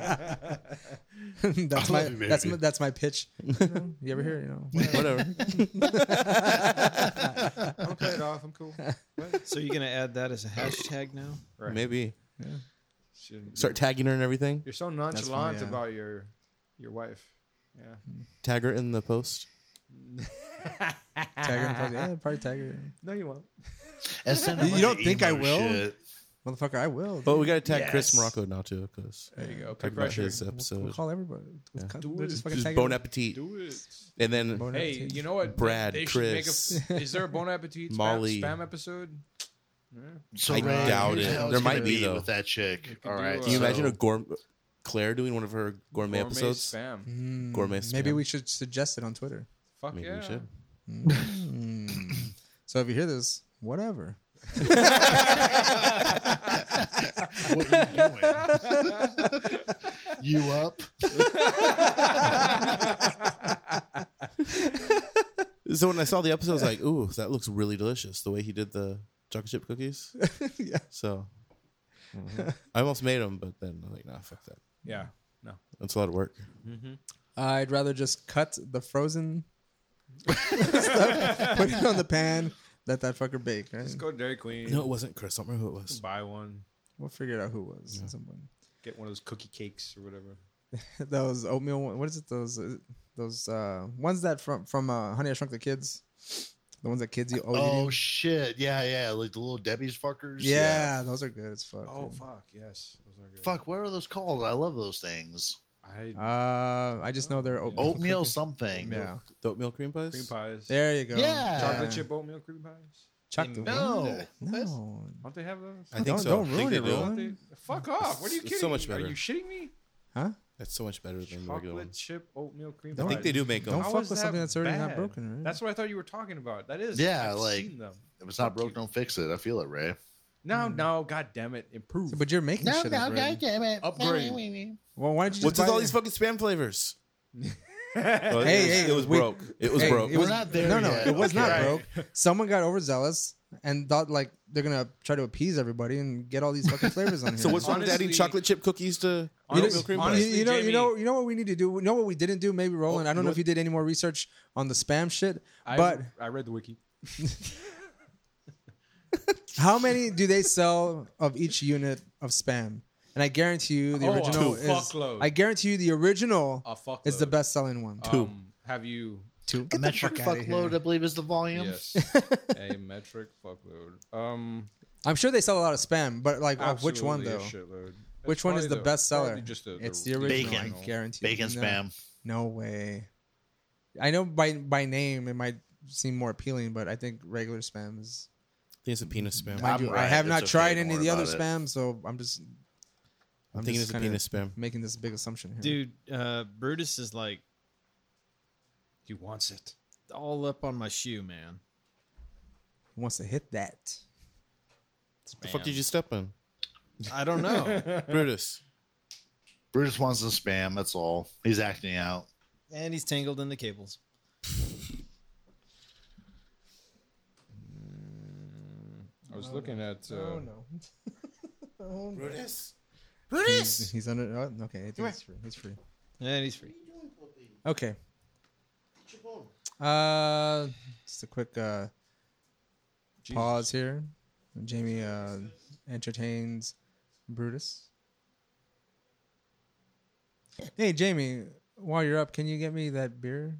Speaker 4: that's
Speaker 5: I
Speaker 4: my
Speaker 5: love you,
Speaker 4: that's
Speaker 5: baby.
Speaker 4: my, that's my pitch. [laughs] You, know, you ever hear? it, You know, whatever.
Speaker 3: whatever.
Speaker 1: I'm gonna play it off. I'm cool.
Speaker 5: [laughs]
Speaker 1: What?
Speaker 2: so you're gonna add that as a hashtag now?
Speaker 1: Right.
Speaker 3: Maybe
Speaker 1: Shouldn't-
Speaker 3: start tagging her and everything.
Speaker 1: You're so
Speaker 4: funny,
Speaker 1: nonchalant
Speaker 4: yeah.
Speaker 1: about your your wife. Yeah.
Speaker 3: Tag her in the post.
Speaker 4: [laughs] tag her. and probably- Yeah, probably tag her.
Speaker 1: No, you won't.
Speaker 5: And send a
Speaker 4: You
Speaker 5: bunch
Speaker 4: don't
Speaker 5: of
Speaker 4: think I
Speaker 5: emo
Speaker 4: will?
Speaker 5: shit.
Speaker 4: Motherfucker, I will.
Speaker 3: But we gotta tag Chris
Speaker 5: Yes.
Speaker 3: Morocco now too, because
Speaker 1: There you go. Peer
Speaker 3: talk about uh,
Speaker 1: pressure.
Speaker 3: his
Speaker 4: We'll,
Speaker 3: episode.
Speaker 4: we'll call everybody. We'll
Speaker 3: Yeah.
Speaker 4: cut-
Speaker 1: Do
Speaker 4: they'll
Speaker 1: it.
Speaker 4: just fucking
Speaker 3: Just
Speaker 4: tag
Speaker 3: Bon
Speaker 4: everybody.
Speaker 3: Appetit,
Speaker 1: Do it.
Speaker 3: and then
Speaker 4: Bon
Speaker 1: Hey,
Speaker 4: appetit.
Speaker 1: you know what?
Speaker 3: Brad,
Speaker 1: they should make a-
Speaker 3: Chris.
Speaker 1: is there a Bon
Speaker 3: [laughs]
Speaker 1: Appetit spam,
Speaker 3: Molly.
Speaker 1: spam episode? Yeah.
Speaker 5: So
Speaker 3: I
Speaker 5: Ray,
Speaker 3: doubt
Speaker 5: here's
Speaker 3: it.
Speaker 5: how
Speaker 3: There
Speaker 5: it's
Speaker 3: might
Speaker 5: gonna
Speaker 3: be, though.
Speaker 5: with that chick.
Speaker 1: could
Speaker 5: All
Speaker 1: do,
Speaker 5: right.
Speaker 1: uh,
Speaker 3: Can you imagine
Speaker 5: so-
Speaker 3: a gourmet Claire doing one of her gourmet, episodes?
Speaker 1: Spam.
Speaker 4: Mm,
Speaker 3: Gourmet
Speaker 4: Maybe
Speaker 3: spam.
Speaker 4: we should suggest it on Twitter.
Speaker 1: Fuck
Speaker 3: Maybe we
Speaker 1: yeah.
Speaker 3: should.
Speaker 4: Mm. so if you hear this, whatever.
Speaker 5: what are
Speaker 4: [laughs]
Speaker 5: you doing? you up?
Speaker 3: So when I saw the episode, I was like, "Ooh, that looks really delicious." The way he did the chocolate chip cookies.
Speaker 4: yeah.
Speaker 3: So I almost made them, but then I'm like, "Nah, fuck that.
Speaker 1: Yeah.
Speaker 3: That's a lot of work."
Speaker 4: I'd rather just cut the frozen [laughs] stuff, put it on the pan, let that fucker bake. Right?
Speaker 1: Just go to Dairy Queen.
Speaker 3: No, it wasn't Chris. I don't remember who it was.
Speaker 1: Buy one.
Speaker 4: We'll figure out who it was. at some point. [laughs]
Speaker 1: Get one of those cookie cakes or whatever.
Speaker 4: Those oatmeal. one- What is it? Those uh, those uh, ones that from from uh, Honey I Shrunk the Kids. The ones that kids eat. always
Speaker 5: Oh
Speaker 4: eat.
Speaker 5: shit! Yeah, yeah, like the little Debbie's fuckers.
Speaker 4: yeah, those are good as fuck.
Speaker 1: Oh
Speaker 4: dude.
Speaker 1: fuck yes. Those are good.
Speaker 5: Fuck, what are those called? I love those things.
Speaker 1: I
Speaker 4: Uh, I just know they're oatmeal. [laughs]
Speaker 5: Oatmeal
Speaker 4: cookies.
Speaker 5: something.
Speaker 4: Yeah.
Speaker 3: The oatmeal cream pies.
Speaker 1: cream pies.
Speaker 4: There you go.
Speaker 3: Um,
Speaker 5: Yeah.
Speaker 1: Chocolate chip oatmeal cream pies.
Speaker 4: Chocolate.
Speaker 5: No.
Speaker 4: No.
Speaker 1: Don't they have those?
Speaker 3: I think
Speaker 4: Don't-
Speaker 3: so.
Speaker 4: don't
Speaker 3: I think
Speaker 4: ruin
Speaker 3: they
Speaker 4: it,
Speaker 3: do.
Speaker 4: Roland.
Speaker 1: Don't they? Fuck off! What are you
Speaker 3: It's
Speaker 1: kidding?
Speaker 3: so much
Speaker 1: me?
Speaker 3: better.
Speaker 1: Are you shitting me?
Speaker 4: Huh?
Speaker 3: That's so much better than the regular
Speaker 1: Chocolate
Speaker 3: ones.
Speaker 1: chip oatmeal cream
Speaker 3: I
Speaker 1: pies.
Speaker 3: think they do make them.
Speaker 4: Don't
Speaker 1: How
Speaker 4: fuck
Speaker 1: is
Speaker 4: with
Speaker 1: that
Speaker 4: something that's already not
Speaker 1: bad?
Speaker 4: broken. Right?
Speaker 1: That's what I thought you were talking about. That is.
Speaker 5: Yeah,
Speaker 1: I've
Speaker 5: like-
Speaker 1: seen them.
Speaker 5: If it's not broke, don't fix it. I feel it, Ray.
Speaker 1: No, no, god damn it, improve. [laughs]
Speaker 4: So, Mm. but you're making shit up. right?
Speaker 5: damn it.
Speaker 1: Upgrade.
Speaker 4: Well, why don't you just
Speaker 3: What's with
Speaker 4: buy
Speaker 3: all
Speaker 4: the-
Speaker 3: these fucking spam flavors? Well,
Speaker 4: Hey,
Speaker 3: it was,
Speaker 4: hey,
Speaker 3: it was
Speaker 4: we-
Speaker 3: broke. It was
Speaker 4: Hey,
Speaker 3: broke.
Speaker 4: It was
Speaker 5: We're not there
Speaker 4: No, no,
Speaker 5: yet.
Speaker 4: it was not
Speaker 5: Okay.
Speaker 4: broke. Someone got overzealous and thought like they're gonna try to appease everybody and get all these fucking flavors on here.
Speaker 3: so what's wrong with adding
Speaker 1: Honestly-
Speaker 3: chocolate chip cookies to
Speaker 4: you know,
Speaker 1: Oatmeal cream
Speaker 4: you-
Speaker 1: pies.
Speaker 4: you know, you
Speaker 1: Jamie-
Speaker 4: know, you know what we need to do. You know what we didn't do. Maybe Roland. I don't know if you did any more research on the spam shit.
Speaker 1: I,
Speaker 4: but
Speaker 1: I read the wiki.
Speaker 4: how many do they sell of each unit of spam? And I guarantee you, the
Speaker 1: Oh, a
Speaker 4: original is.
Speaker 1: fuckload.
Speaker 4: I guarantee you, the original
Speaker 1: A fuck.
Speaker 4: is the best selling one.
Speaker 1: Um, have you?
Speaker 4: Two.
Speaker 5: A metric
Speaker 4: outta here.
Speaker 5: fuckload, I believe, is the volume.
Speaker 1: Yes.
Speaker 3: [laughs]
Speaker 1: a metric fuckload. Um,
Speaker 4: [laughs] I'm sure they sell a lot of spam, but like of Uh, which one
Speaker 1: absolutely
Speaker 4: though?
Speaker 1: a shitload. It's
Speaker 4: Which one is
Speaker 1: probably
Speaker 4: the best seller?
Speaker 1: probably Just the,
Speaker 4: it's the original.
Speaker 5: Bacon.
Speaker 4: I guarantee. you.
Speaker 5: Bacon
Speaker 4: No.
Speaker 5: spam.
Speaker 4: No way. I know by by name it might seem more appealing, but I think regular spam is.
Speaker 3: I think it's a penis spam.
Speaker 4: Mind
Speaker 5: I'm
Speaker 4: you, I
Speaker 5: right.
Speaker 4: have
Speaker 5: It's
Speaker 4: not
Speaker 5: okay,
Speaker 4: tried
Speaker 5: don't
Speaker 4: any of
Speaker 5: worry
Speaker 4: the other
Speaker 5: about it.
Speaker 4: spam, so I'm just
Speaker 3: I'm
Speaker 4: I'm
Speaker 3: thinking
Speaker 4: just
Speaker 3: it's a
Speaker 4: kinda-
Speaker 3: penis spam.
Speaker 4: making this big assumption here.
Speaker 2: Dude, uh, Brutus is like
Speaker 1: He wants it.
Speaker 2: all up on my shoe, man.
Speaker 4: He wants to hit that.
Speaker 3: The fuck did you step on,
Speaker 2: I don't know.
Speaker 3: [laughs] Brutus?
Speaker 5: Brutus wants to spam. That's all. He's acting out.
Speaker 2: and he's tangled in the cables.
Speaker 1: I was looking at. Uh,
Speaker 4: oh no. [laughs] oh, no.
Speaker 3: Brutus.
Speaker 4: He's, he's under. Oh, okay, I think he's free. He's free.
Speaker 2: And he's free.
Speaker 4: Okay. Uh, just a quick uh, pause here. Jamie uh, entertains Brutus. Hey, Jamie, while you're up, can you get me that beer?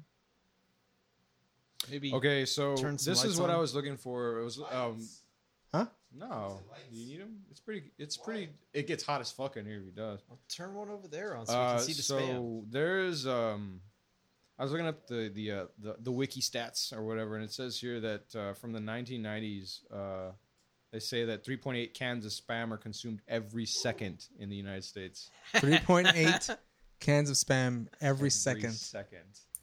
Speaker 2: Maybe
Speaker 1: Okay, so
Speaker 2: Turn some
Speaker 1: this is
Speaker 2: lights
Speaker 1: what
Speaker 2: on.
Speaker 1: I was looking for. It was um,
Speaker 4: Huh?
Speaker 1: No, you need them. It's pretty. It's pretty. It gets hot as fuck in here if it does.
Speaker 2: I'll turn one over there on so we
Speaker 1: Uh,
Speaker 2: can see the spam.
Speaker 1: so there's um, I was looking up the the, uh, the the wiki stats or whatever, and it says here that uh, from the 1990s, uh, they say that 3.8 cans of spam are consumed every second in the United States.
Speaker 4: 3.8 cans of spam every, second.
Speaker 1: Second.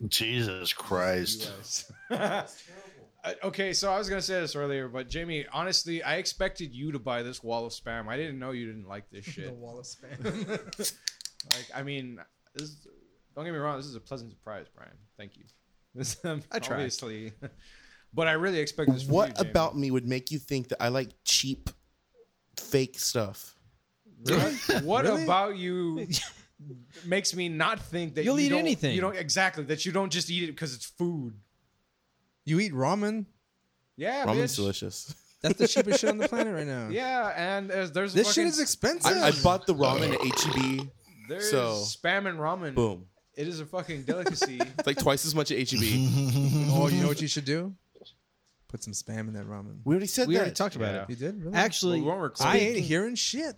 Speaker 5: Jesus
Speaker 1: uh,
Speaker 5: Christ.
Speaker 1: [laughs] US. Uh, okay, so I was gonna say this earlier, but Jamie, honestly, I expected you to buy this wall of spam. I didn't know you didn't like
Speaker 4: [laughs]
Speaker 1: this shit.
Speaker 4: wall of spam.
Speaker 1: [laughs] like, I mean, this is, don't get me wrong. This is a pleasant surprise, Brian. Thank you. [laughs] This, um,
Speaker 4: I tried.
Speaker 1: Obviously, [laughs] but I really expect this. From
Speaker 3: What
Speaker 1: you, Jamie.
Speaker 3: about me would make you think that I like cheap, fake stuff? [laughs]
Speaker 4: Really?
Speaker 1: what
Speaker 4: Really?
Speaker 1: about you? Makes me not think that
Speaker 2: You'll
Speaker 1: you
Speaker 2: eat
Speaker 1: don't-
Speaker 2: anything.
Speaker 1: You don't exactly that you don't just eat it because it's food.
Speaker 4: You eat ramen?
Speaker 1: Yeah,
Speaker 3: Ramen's
Speaker 1: bitch.
Speaker 4: [laughs]
Speaker 3: delicious.
Speaker 4: That's the cheapest shit on the planet right now.
Speaker 1: [laughs] Yeah, and there's, there's
Speaker 4: This
Speaker 1: fucking-
Speaker 4: shit is expensive.
Speaker 3: I, I bought the ramen at HEB.
Speaker 1: There's
Speaker 3: So-
Speaker 1: spam and ramen.
Speaker 3: Boom.
Speaker 1: It is a fucking
Speaker 3: [laughs]
Speaker 1: delicacy.
Speaker 3: It's like twice as much at E HEB.
Speaker 4: [laughs] oh, you know what you should do? Put some spam in that ramen.
Speaker 3: We already said
Speaker 2: we
Speaker 3: that.
Speaker 2: already talked about
Speaker 1: Yeah.
Speaker 2: it.
Speaker 4: You did? Really?
Speaker 2: Actually,
Speaker 1: Well, we weren't
Speaker 4: I
Speaker 1: recording.
Speaker 4: ain't hearing shit.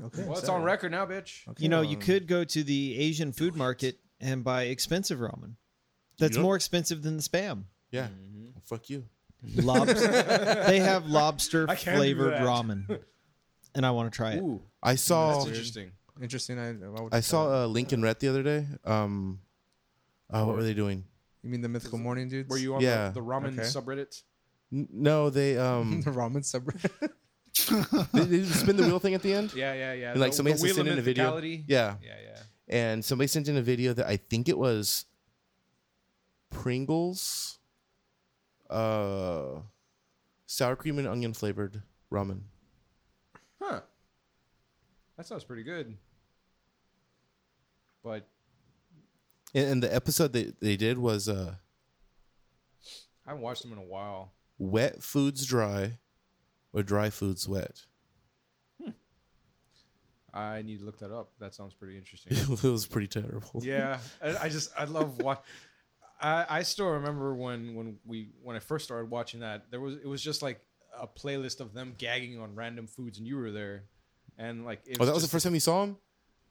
Speaker 4: Okay. Um,
Speaker 1: well, it's on record now, bitch.
Speaker 2: you know, you could go to the Asian food market and buy expensive ramen. That's
Speaker 3: Yep.
Speaker 2: more expensive than the [laughs] spam.
Speaker 3: yeah.
Speaker 4: Mm-hmm.
Speaker 3: Well, fuck you.
Speaker 2: Lobster. they have
Speaker 1: [laughs]
Speaker 2: lobster
Speaker 1: I can't do
Speaker 2: flavored
Speaker 1: that. [laughs]
Speaker 2: ramen, and I want to try it.
Speaker 1: Ooh,
Speaker 2: Oh,
Speaker 3: I
Speaker 1: that's
Speaker 3: saw.
Speaker 1: interesting.
Speaker 4: Interesting. I, I, would
Speaker 3: I
Speaker 1: um,
Speaker 3: saw uh, Lincoln Rhett the other day. Um, uh, what were they doing?
Speaker 4: You mean the mythical morning dudes?
Speaker 1: Were
Speaker 4: [laughs]
Speaker 1: you on
Speaker 3: Yeah.
Speaker 1: the, the ramen
Speaker 4: Okay.
Speaker 1: subreddit?
Speaker 3: N- no, they
Speaker 1: [laughs]
Speaker 4: the
Speaker 3: um,
Speaker 4: ramen subreddit?
Speaker 3: they, they spin the wheel thing at the end.
Speaker 1: Yeah, yeah, yeah.
Speaker 3: And, like
Speaker 1: The-
Speaker 3: somebody
Speaker 1: the
Speaker 3: has to
Speaker 1: Wheel of
Speaker 3: send in a video.
Speaker 1: Mythicality?
Speaker 3: Yeah.
Speaker 1: yeah, yeah.
Speaker 3: and somebody sent in a video that I think it was Pringles, uh, sour cream and onion flavored ramen.
Speaker 1: Huh. That sounds pretty good. But
Speaker 3: And, and the episode that they did was uh,
Speaker 1: I haven't watched them in a while.
Speaker 3: wet foods dry, or dry foods wet. [laughs]
Speaker 1: I need to look that up. That sounds pretty interesting.
Speaker 3: it was pretty terrible.
Speaker 1: yeah, I, I just I love what. I, I still remember when when we when I first started watching that there was it was just like a playlist of them gagging on random foods and you were there, and like it
Speaker 3: Oh, that was the
Speaker 1: just-
Speaker 3: first time you saw him.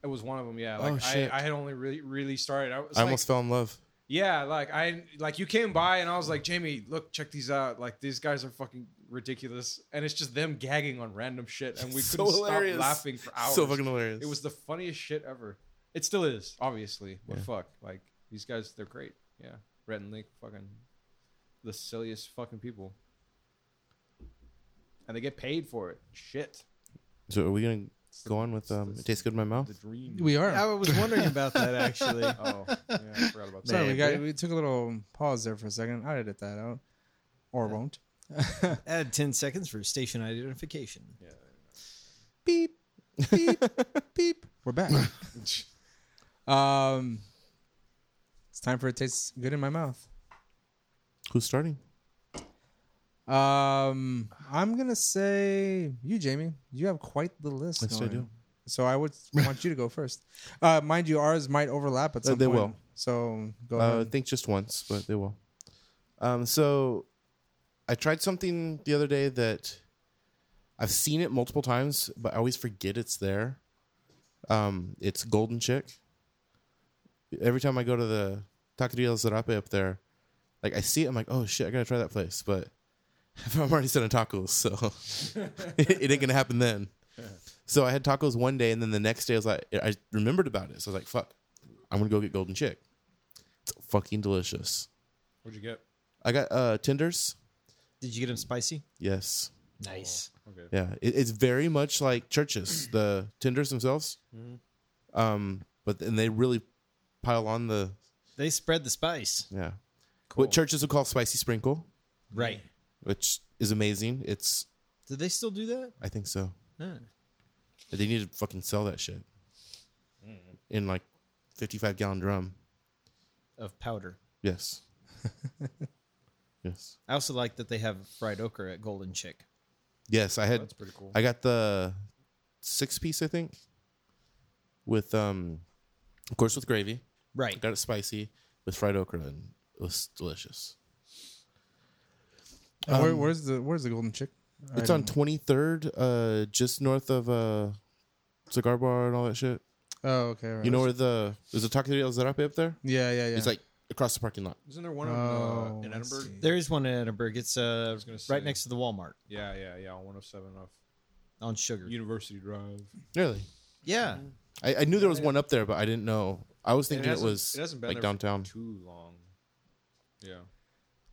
Speaker 1: It was one of them. Yeah.
Speaker 3: Oh,
Speaker 1: Like
Speaker 3: shit.
Speaker 1: I, I had only really really started. I was
Speaker 3: I
Speaker 1: like,
Speaker 3: almost fell in love.
Speaker 1: yeah, like I like you came by and I was like, Jamie, look, check these out. Like these guys are fucking ridiculous, and it's just them gagging on random shit, and we
Speaker 3: So
Speaker 1: couldn't
Speaker 3: hilarious.
Speaker 1: stop laughing for hours.
Speaker 3: So fucking hilarious.
Speaker 1: it was the funniest shit ever. It still is, obviously. But
Speaker 3: Yeah.
Speaker 1: fuck, like these guys, they're great. Yeah, Rhett and Link, fucking the silliest fucking people, and they get paid for it. Shit,
Speaker 3: So are we gonna
Speaker 1: It's the-
Speaker 3: go on with
Speaker 1: it's
Speaker 3: um?
Speaker 1: the-
Speaker 3: It tastes good in my mouth.
Speaker 1: The dream.
Speaker 4: [laughs] We are.
Speaker 2: I was wondering about that actually.
Speaker 1: Oh, yeah, I forgot about
Speaker 4: [laughs] Sorry,
Speaker 1: that.
Speaker 4: we got we took a little pause there for a second. I'll edit that out, or won't.
Speaker 2: Add 10 seconds for station identification.
Speaker 1: Yeah.
Speaker 4: beep, [laughs] beep, beep. We're [laughs] back. um, it's time for it tastes good in my mouth.
Speaker 3: Who's starting?
Speaker 4: Um, I'm gonna say you, Jamie. You have quite the list.
Speaker 3: Yes, I
Speaker 4: going.
Speaker 3: do.
Speaker 4: So I would want you to go first. Uh, mind you, ours might overlap at
Speaker 3: Uh,
Speaker 4: some
Speaker 3: they
Speaker 4: point.
Speaker 3: will.
Speaker 4: So go
Speaker 3: Uh, I
Speaker 4: ahead.
Speaker 3: think just once, but they will. Um, so I tried something the other day that I've seen it multiple times, but I always forget it's there. Um, it's Golden Chick. Every time I go to the Taqueria El Zarape up there, like I see it, I'm like, oh shit, I gotta try that place. But [laughs] I'm already sending tacos, so [laughs] it ain't gonna happen then. So I had tacos one day, and then the next day I was like, I remembered about it, so I was like, fuck, I'm gonna go get Golden Chick fucking delicious.
Speaker 1: What'd you get?
Speaker 3: I got uh tenders.
Speaker 2: Did you get them spicy? Oh.
Speaker 3: Yes.
Speaker 2: Nice.
Speaker 1: Okay.
Speaker 3: Yeah. It, it's very much like churches, [clears throat] the tenders themselves. Um, but and they really pile on the
Speaker 2: They spread the spice.
Speaker 3: yeah.
Speaker 1: Cool.
Speaker 3: What churches would call spicy sprinkle,
Speaker 2: Right.
Speaker 3: which is amazing. It's
Speaker 2: Do they still do that?
Speaker 3: I think so.
Speaker 2: No.
Speaker 3: They need to fucking sell that shit. In like fifty five gallon drum.
Speaker 2: Of powder.
Speaker 3: Yes. yes.
Speaker 2: I also like that they have fried okra at Golden Chick.
Speaker 3: Yes, I had
Speaker 1: That's pretty cool.
Speaker 3: I got the six piece, I think, with um, of course, with gravy.
Speaker 2: Right.
Speaker 3: Got it spicy with fried okra, and it was delicious.
Speaker 4: And Where, where's the Where's the golden chick? I
Speaker 3: um, It's on
Speaker 4: don't-
Speaker 3: twenty third, uh, just north of uh, cigar bar and all that shit.
Speaker 4: Oh, okay. Right.
Speaker 3: You know where the there's a taqueria El Zarape up there.
Speaker 4: Yeah, yeah, yeah.
Speaker 3: It's like across the parking lot.
Speaker 1: Isn't there one
Speaker 4: Oh,
Speaker 1: in, uh, in
Speaker 4: I
Speaker 1: Edinburgh?
Speaker 4: see.
Speaker 2: There is one in Edinburgh. It's uh,
Speaker 1: was gonna say.
Speaker 2: right next to the Walmart
Speaker 1: Yeah, yeah, yeah. On 107 off
Speaker 2: on Sugar.
Speaker 1: University Drive.
Speaker 3: Really,
Speaker 2: yeah.
Speaker 3: I, I knew there was one up there, but I didn't know. I was
Speaker 1: And
Speaker 3: thinking it,
Speaker 1: hasn't-
Speaker 3: was
Speaker 1: it hasn't been
Speaker 3: like
Speaker 1: there for
Speaker 3: downtown.
Speaker 1: Too long. Yeah.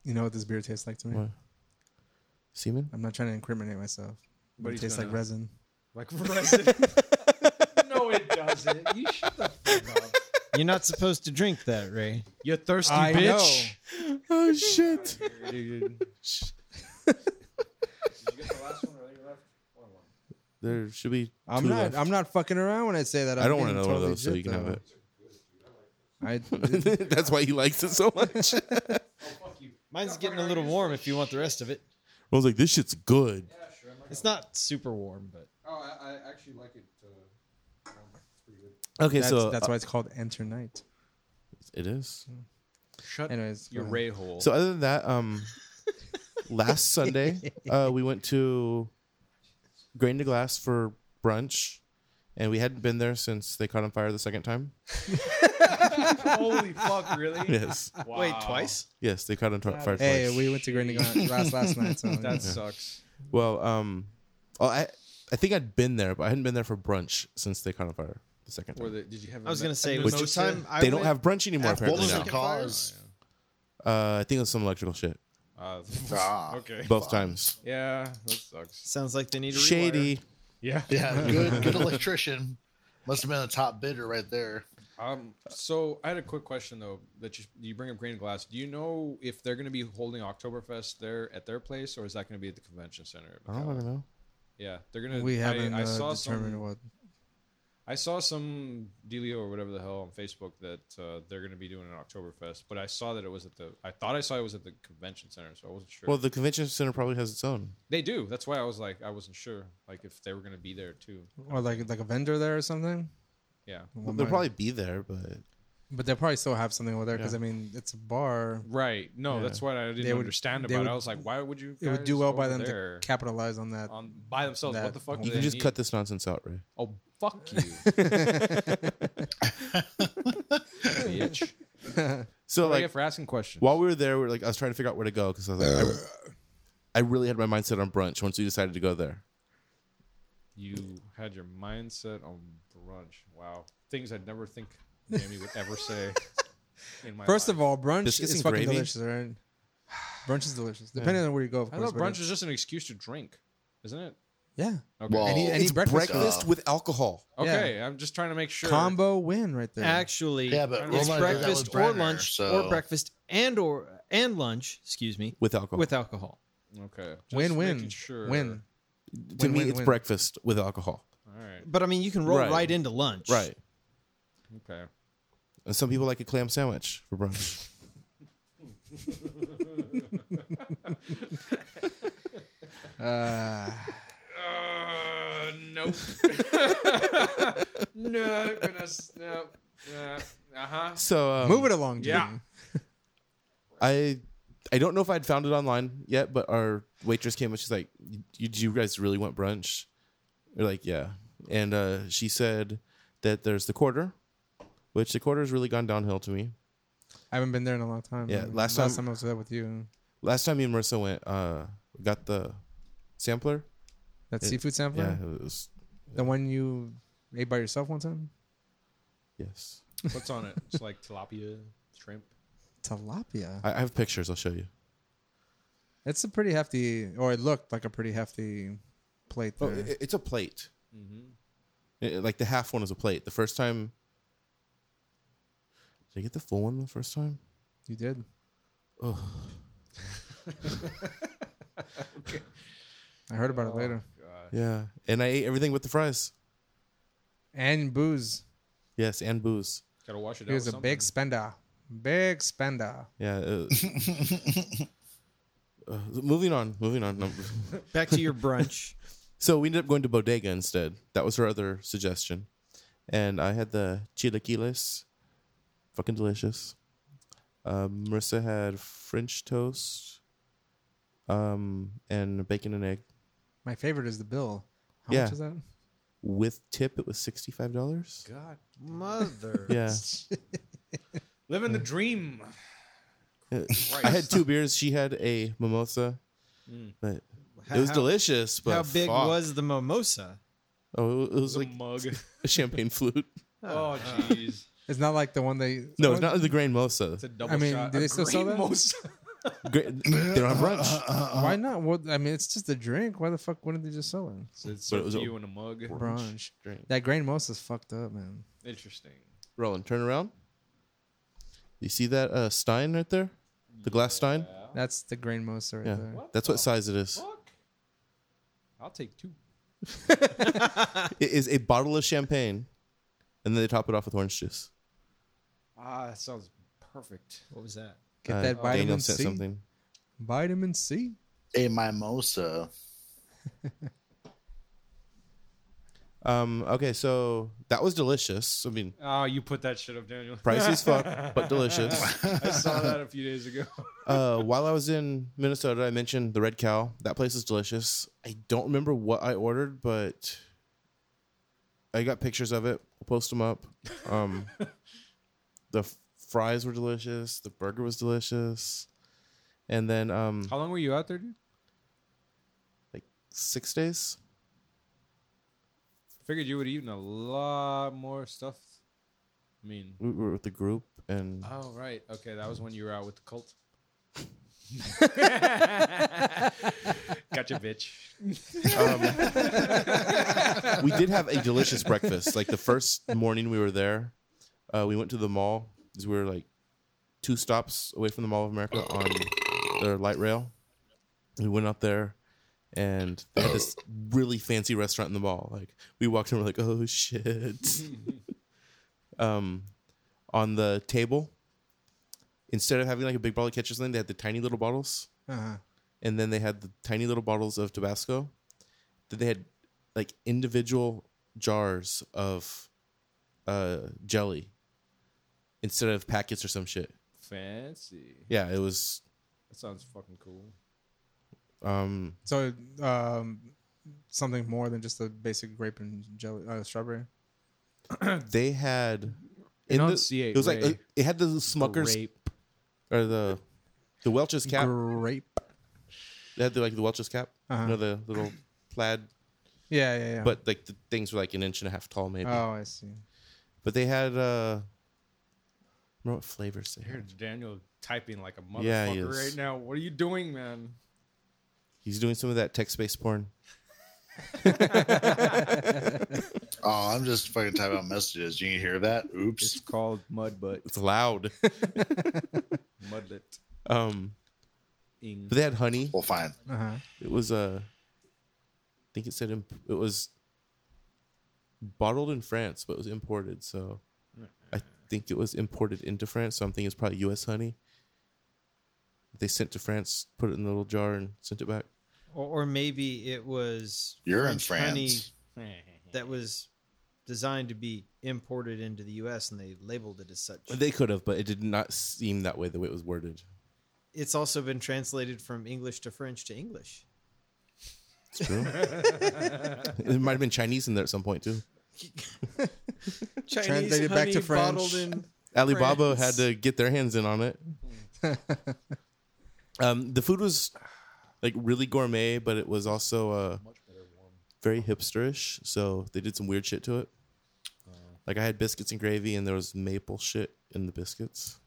Speaker 4: you know what this beer tastes like to me.
Speaker 3: What? Seaman.
Speaker 4: I'm not trying to incriminate myself.
Speaker 1: But
Speaker 4: But it
Speaker 1: he's
Speaker 4: tastes like
Speaker 1: gonna-
Speaker 4: resin.
Speaker 1: Like [laughs] resin.
Speaker 3: [laughs]
Speaker 1: no, it doesn't. You shut the fuck up.
Speaker 2: You're not supposed to drink that, Ray.
Speaker 1: You thirsty
Speaker 4: I
Speaker 1: bitch.
Speaker 3: Oh shit!
Speaker 1: Dude. Did you get the last one or you left? One one.
Speaker 3: There should be.
Speaker 4: I'm
Speaker 3: two
Speaker 4: not.
Speaker 3: left.
Speaker 4: I'm not fucking around when I say that. I'm
Speaker 3: I don't want
Speaker 4: being
Speaker 3: another one of
Speaker 4: totally
Speaker 3: those, so
Speaker 4: legit,
Speaker 3: you can have
Speaker 4: though.
Speaker 3: it.
Speaker 4: I,
Speaker 3: [laughs] That's why he likes it so much. [laughs] I
Speaker 1: Fuck you.
Speaker 2: Mine's getting a little warm if you want the rest of it.
Speaker 3: was like, this shit's good.
Speaker 1: Yeah, sure. I'm not
Speaker 2: It's not super warm, but
Speaker 1: gonna- oh, I, I actually like it. Uh, warm. It's pretty good.
Speaker 3: Okay,
Speaker 4: that's,
Speaker 3: so uh,
Speaker 4: that's why it's called Enter Night.
Speaker 3: it is.
Speaker 1: Shut
Speaker 4: Anyways,
Speaker 1: your
Speaker 4: go ahead.
Speaker 1: ray hole.
Speaker 3: So other than that, um, last Sunday uh, we went to Grain to Glass for brunch, and we hadn't been there since they caught on fire the second time.
Speaker 1: Holy fuck,
Speaker 4: [laughs]
Speaker 1: really?
Speaker 3: Yes,
Speaker 1: Wow.
Speaker 2: wait, twice?
Speaker 3: [laughs] yes, they caught on tw- fire
Speaker 4: Hey,
Speaker 3: twice.
Speaker 4: we went
Speaker 1: [laughs]
Speaker 4: to Grinding last last night. So
Speaker 1: That sucks.
Speaker 3: Well, um, oh, I I think I'd been there, but I hadn't been there for brunch since they caught on fire the second
Speaker 1: Or
Speaker 3: time.
Speaker 1: the, did you have?
Speaker 2: I was gonna say,
Speaker 1: which
Speaker 2: was the time I
Speaker 3: they don't
Speaker 2: went-
Speaker 3: have brunch anymore
Speaker 2: At
Speaker 3: apparently.
Speaker 5: What was
Speaker 3: Now.
Speaker 5: the cause?
Speaker 3: Uh, I think it was some electrical shit.
Speaker 1: Uh,
Speaker 4: [laughs]
Speaker 1: [laughs]
Speaker 5: Ah.
Speaker 1: okay.
Speaker 3: Both times.
Speaker 1: Yeah, that sucks.
Speaker 2: Sounds like they need a
Speaker 3: Shady.
Speaker 1: Yeah.
Speaker 5: Yeah,
Speaker 2: [laughs]
Speaker 5: good, good electrician. Must have been the top bidder right there.
Speaker 1: Um. So I had a quick question though. That you you bring up Green Glass. Do you know if they're going to be holding Oktoberfest there at their place, or is that going to be at the convention center?
Speaker 3: I don't even know.
Speaker 1: Yeah, they're gonna.
Speaker 4: we
Speaker 1: I-
Speaker 4: haven't
Speaker 1: I,
Speaker 4: uh,
Speaker 1: saw
Speaker 4: determined
Speaker 1: some.
Speaker 4: what.
Speaker 1: I saw some dealio or whatever the hell on Facebook that uh, they're going to be doing an Oktoberfest, but I saw that it was at the. I thought I saw it was at the convention center, so I wasn't sure.
Speaker 3: Well, the convention center probably has its own.
Speaker 1: they do. That's why I was like, I wasn't sure, like if they were going to be there too.
Speaker 4: Or like like a vendor there or something.
Speaker 1: Yeah.
Speaker 4: Well,
Speaker 3: They'll
Speaker 4: my-
Speaker 3: probably be there, but
Speaker 4: But they'll probably still have something over there because
Speaker 3: Yeah.
Speaker 4: I mean it's a bar.
Speaker 1: Right. No,
Speaker 3: Yeah.
Speaker 1: that's what I didn't
Speaker 4: They would-
Speaker 1: understand about.
Speaker 4: they
Speaker 1: it.
Speaker 4: would-
Speaker 1: I was like, why would you?
Speaker 4: It would do
Speaker 1: guys
Speaker 4: well
Speaker 1: go
Speaker 4: by
Speaker 1: over
Speaker 4: them
Speaker 1: there
Speaker 4: to capitalize on that.
Speaker 1: on by themselves.
Speaker 4: that
Speaker 1: What the fuck?
Speaker 4: whole
Speaker 1: do
Speaker 3: You can
Speaker 1: they
Speaker 3: just
Speaker 1: need?
Speaker 3: cut this nonsense out, Ray.
Speaker 1: Oh fuck
Speaker 4: [laughs]
Speaker 1: you, bitch!
Speaker 3: So
Speaker 1: What do I
Speaker 3: like
Speaker 1: get for asking questions?
Speaker 3: while we were there, we are like I was trying to figure out where to go because I was like, I, I really had my mindset on brunch once we decided to go there.
Speaker 1: you had your mindset on brunch. Wow, things I'd never think Jamie would ever
Speaker 4: [laughs]
Speaker 1: say. in my
Speaker 4: First
Speaker 1: life.
Speaker 4: of all, brunch
Speaker 3: Biscuits
Speaker 4: is
Speaker 3: and
Speaker 4: fucking
Speaker 3: gravy?
Speaker 4: delicious, right? [sighs] Brunch is delicious, depending on where you go. Of
Speaker 1: I
Speaker 4: course,
Speaker 1: thought
Speaker 4: but
Speaker 1: brunch
Speaker 4: it-
Speaker 1: is just an excuse to drink, isn't it?
Speaker 4: yeah,
Speaker 1: Okay.
Speaker 5: Well,
Speaker 4: any any
Speaker 3: It's
Speaker 4: breakfast,
Speaker 3: breakfast,
Speaker 5: stuff.
Speaker 3: with alcohol.
Speaker 1: okay, I'm just trying to make sure.
Speaker 4: combo win right there.
Speaker 2: Actually,
Speaker 5: Yeah, but
Speaker 1: It's
Speaker 5: Roma did that with
Speaker 2: breakfast or
Speaker 5: Brenner,
Speaker 2: lunch
Speaker 5: so-
Speaker 2: or breakfast and or and lunch, excuse me,
Speaker 3: With alcohol.
Speaker 2: with alcohol.
Speaker 1: Okay. just
Speaker 4: win win
Speaker 1: making Sure.
Speaker 4: win.
Speaker 3: to
Speaker 4: win,
Speaker 3: me,
Speaker 4: win,
Speaker 3: it's
Speaker 4: win.
Speaker 3: breakfast with alcohol.
Speaker 1: All right.
Speaker 2: But I mean, you can roll
Speaker 3: Right.
Speaker 2: right, into lunch.
Speaker 3: Right.
Speaker 1: Okay.
Speaker 3: And some people like a clam sandwich for brunch. [laughs] [laughs]
Speaker 4: Uh,
Speaker 1: Uh, [laughs] nope. no, goodness, no. Uh huh.
Speaker 3: So um,
Speaker 4: move it along, Jimmy.
Speaker 1: yeah.
Speaker 3: I I don't know if I'd found it online yet, but our waitress came and she's like, "You, you guys really want brunch?" We're like, "Yeah," and uh, she said that there's the quarter, which the quarter's really gone downhill to me.
Speaker 4: I haven't been there in a long time.
Speaker 3: Yeah, last
Speaker 4: last
Speaker 3: time-
Speaker 4: time I was there with you.
Speaker 3: Last time me and Marissa went, uh, we got the sampler.
Speaker 4: That
Speaker 3: It-
Speaker 4: seafood sampler,
Speaker 3: Yeah, it was
Speaker 4: the one you ate by yourself one time.
Speaker 3: yes.
Speaker 1: What's on it? It's like tilapia, shrimp.
Speaker 4: Tilapia.
Speaker 3: I, I have pictures. I'll show you.
Speaker 4: It's a pretty hefty, or it looked like a pretty hefty plate
Speaker 3: Oh,
Speaker 4: there.
Speaker 3: it- it's a plate.
Speaker 1: Mm-hmm.
Speaker 3: It- like the half one is a plate. The first time, did I get the full one the first time?
Speaker 4: you did.
Speaker 3: Ugh.
Speaker 4: I heard about it later.
Speaker 3: Yeah, and I ate everything with the fries.
Speaker 4: And booze.
Speaker 3: Yes, and booze.
Speaker 1: Gotta wash it
Speaker 4: He
Speaker 1: out.
Speaker 4: was a
Speaker 1: with
Speaker 4: big
Speaker 1: something.
Speaker 4: spender. Big spender.
Speaker 3: Yeah. uh,
Speaker 2: [laughs]
Speaker 3: uh, moving on, moving on. No.
Speaker 2: Back to your brunch.
Speaker 3: [laughs] So we ended up going to Bodega instead. That was her other suggestion, and I had the chilaquiles, fucking delicious. Um, Marissa had French toast, um, and bacon and egg.
Speaker 4: My favorite is the bill. How
Speaker 3: Yeah.
Speaker 4: much is that?
Speaker 3: With tip, it was sixty five dollars.
Speaker 1: God.
Speaker 2: Mother.
Speaker 3: Yeah,
Speaker 1: Living
Speaker 4: Mm.
Speaker 1: the dream.
Speaker 3: Uh,
Speaker 1: Christ.
Speaker 3: I had two beers. She had a mimosa,
Speaker 1: Mm.
Speaker 3: but
Speaker 2: How-
Speaker 3: it was
Speaker 2: how-
Speaker 3: delicious. But
Speaker 2: How big
Speaker 3: fuck.
Speaker 2: was Mm. the mimosa?
Speaker 3: Oh, it was
Speaker 1: a
Speaker 3: like
Speaker 1: mug.
Speaker 3: [laughs] a champagne flute. [laughs]
Speaker 1: Oh jeez.
Speaker 4: It's not like the one they.
Speaker 3: No, it's not the Grand Mosa.
Speaker 1: It's a double
Speaker 4: I mean,
Speaker 1: shot.
Speaker 4: do
Speaker 1: A
Speaker 4: they still sell
Speaker 1: green
Speaker 4: that?
Speaker 1: mimosa.
Speaker 3: Gra- they
Speaker 1: [laughs]
Speaker 3: don't have
Speaker 1: Uh,
Speaker 3: brunch.
Speaker 4: Why not? What I mean, it's just a drink. Why the fuck wouldn't they just sell it?
Speaker 1: So it's
Speaker 3: But it was
Speaker 1: a
Speaker 3: a-
Speaker 1: you in a mug.
Speaker 4: Brunch.
Speaker 3: Drink.
Speaker 4: That grain mosa's fucked up, man.
Speaker 1: Interesting.
Speaker 3: Roland, turn around. You see that uh, Stein right there? The glass Stein?
Speaker 4: That's the grain mosa right
Speaker 3: Yeah.
Speaker 4: there.
Speaker 1: What
Speaker 3: That's
Speaker 1: the
Speaker 3: what size it is.
Speaker 1: Fuck. I'll take two.
Speaker 3: It is a bottle of champagne, and then they top it off with orange juice.
Speaker 1: Ah, that sounds perfect.
Speaker 2: What was that?
Speaker 4: Get
Speaker 3: Uh,
Speaker 4: that vitamin
Speaker 3: Daniel sent
Speaker 4: C.
Speaker 3: something.
Speaker 4: Vitamin C.
Speaker 5: a mimosa.
Speaker 3: Um, okay, so that was delicious. I mean,
Speaker 1: Oh, you put that shit up, Daniel.
Speaker 3: pricey as fuck, but delicious.
Speaker 1: [laughs] I saw that a few days
Speaker 4: [laughs]
Speaker 1: ago.
Speaker 3: Uh, while I was in Minnesota, I mentioned the Red Cow. That place is delicious. I don't remember what I ordered, but I got pictures of it. I'll post them up. Um, the f- fries were delicious. The burger was delicious. And then um,
Speaker 1: How long were you out there, dude?
Speaker 3: six days.
Speaker 1: Figured you would have eaten a lot more stuff. I mean,
Speaker 3: We were with the group, and
Speaker 1: oh right, okay, that was when you were out with the cult.
Speaker 4: [laughs]
Speaker 1: [laughs] gotcha, bitch.
Speaker 3: we did have a delicious breakfast. Like the first morning we were there, uh, we went to the mall. 'cause We were like two stops away from the Mall of America on the light rail. We went out there, and they had this really fancy restaurant in the mall. Like we walked in, we're like, oh shit. um, on the table, instead of having like a big bottle of ketchup, or something, they had the tiny little bottles
Speaker 4: Uh-huh.
Speaker 3: and then they had the tiny little bottles of Tabasco. Then they had like individual jars of uh, jelly, instead of packets or some shit.
Speaker 1: Fancy.
Speaker 3: Yeah, it was.
Speaker 1: That sounds fucking cool.
Speaker 3: Um,
Speaker 4: So um, something more than just a basic grape and jelly, uh, strawberry.
Speaker 3: they had
Speaker 1: Enunciate,
Speaker 3: it was like
Speaker 1: Ray.
Speaker 3: it had the Smuckers
Speaker 1: Grape.
Speaker 3: or the the Welch's cap.
Speaker 4: Grape.
Speaker 3: They had the, like the Welch's cap,
Speaker 4: Uh-huh.
Speaker 3: you know, the little plaid.
Speaker 4: Yeah, yeah, yeah.
Speaker 3: But like the things were like an inch and a half tall, maybe.
Speaker 4: oh, I see.
Speaker 3: But they had uh, remember what flavors they
Speaker 1: I heard
Speaker 3: had?
Speaker 1: Daniel typing like a motherfucker
Speaker 3: Yeah, he is.
Speaker 1: right now. What are you doing, man?
Speaker 3: He's doing some of that text-based porn.
Speaker 5: Oh, I'm just fucking typing out messages. You can hear that? Oops.
Speaker 1: called mud butt,
Speaker 3: It's
Speaker 4: [laughs]
Speaker 3: loud.
Speaker 1: mudlet.
Speaker 3: um,
Speaker 1: Ing.
Speaker 3: but they had honey.
Speaker 5: Well, fine.
Speaker 4: Uh-huh.
Speaker 3: It was uh, I think it said imp- it was bottled in France, but it was imported. So I think it was imported into France. So I'm thinking it's probably U.S. honey. They sent to France, put it in a little jar, and sent it back.
Speaker 2: Or, or maybe it was
Speaker 5: You're in
Speaker 2: French honey
Speaker 5: France.
Speaker 2: that was designed to be imported into the U.S. and they labeled it as such.
Speaker 3: They could have, but it did not seem that way the way it was worded.
Speaker 2: it's also been translated from English to French to English.
Speaker 3: It's true. [laughs] it might have been Chinese in there at some point too.
Speaker 2: Chinese
Speaker 4: Translated back to French.
Speaker 2: bottled in
Speaker 3: Alibaba had
Speaker 2: France.
Speaker 3: to get their hands in on it. um, the food was like really gourmet, but it was also uh, very hipsterish. So they did some weird shit to it. Like I had biscuits and gravy, and there was maple shit in the biscuits.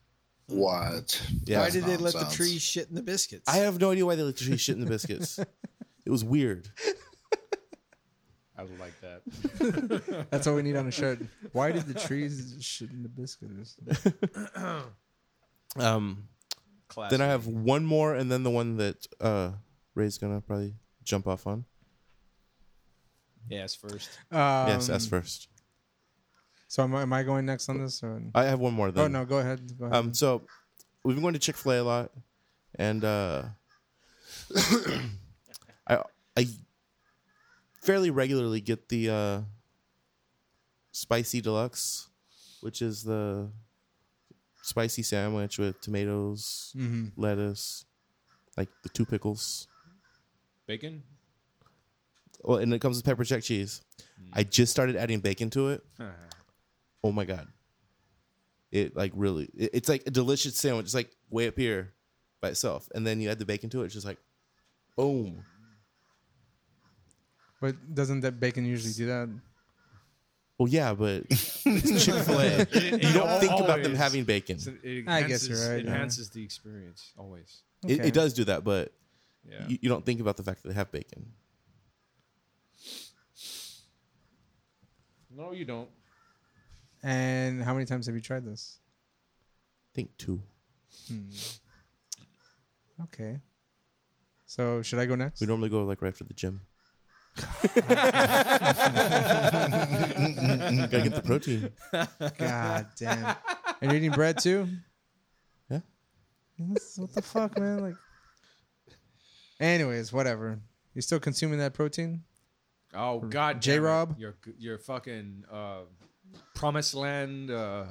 Speaker 5: What?
Speaker 3: Yeah.
Speaker 2: Why did they let the
Speaker 5: Nonsense.
Speaker 2: tree shit in the biscuits?
Speaker 3: I have no idea why they let you shit in the biscuits. [laughs] it was weird.
Speaker 1: [laughs] I would like that.
Speaker 4: [laughs] That's all we need on a shirt. Why did the trees shit in the biscuits?
Speaker 3: Um,
Speaker 1: Class.
Speaker 3: then I have one more, and then the one that uh, Ray's gonna probably jump off on.
Speaker 1: yes first.
Speaker 3: [laughs]
Speaker 4: Um,
Speaker 3: yes, S first.
Speaker 4: So am I, am I going next on this? Or?
Speaker 3: I have one more. Then.
Speaker 4: Oh no, go ahead. Go ahead.
Speaker 3: Um, so we've been going to Chick Fil A a lot, and uh, [coughs] I I fairly regularly get the uh, spicy deluxe, which is the spicy sandwich with tomatoes,
Speaker 4: Mhm.
Speaker 3: lettuce, like the two pickles.
Speaker 1: [laughs] Bacon?
Speaker 3: Well, and it comes with pepper jack cheese. I just started adding bacon to it. Oh my god! It like really, it- it's like a delicious sandwich. It's like way up here by itself, and then you add the bacon to it. It's just like, boom!
Speaker 4: But doesn't that bacon usually do that?
Speaker 3: Well, yeah, but Chick Fil A. You don't think about them
Speaker 1: Always.
Speaker 3: having bacon.
Speaker 1: So it
Speaker 4: I guess you're
Speaker 1: enhances-
Speaker 4: right,
Speaker 1: It
Speaker 4: yeah.
Speaker 1: enhances the experience always.
Speaker 3: It,
Speaker 4: Okay.
Speaker 3: it does do that, but
Speaker 1: Yeah.
Speaker 3: you, you don't think about the fact that they have bacon.
Speaker 1: no, you don't.
Speaker 4: And how many times have you tried this?
Speaker 3: I think two.
Speaker 4: Okay. So should I go next?
Speaker 3: We normally go like right after
Speaker 1: [laughs]
Speaker 3: the gym. Gotta get the protein.
Speaker 4: God damn. And you're eating bread too?
Speaker 3: Yeah.
Speaker 4: That's- What the fuck, man? Like. Anyways, whatever. You still consuming that protein?
Speaker 1: Oh God, damn it.
Speaker 4: J-Rob?
Speaker 1: your your fucking uh, promised land. Uh,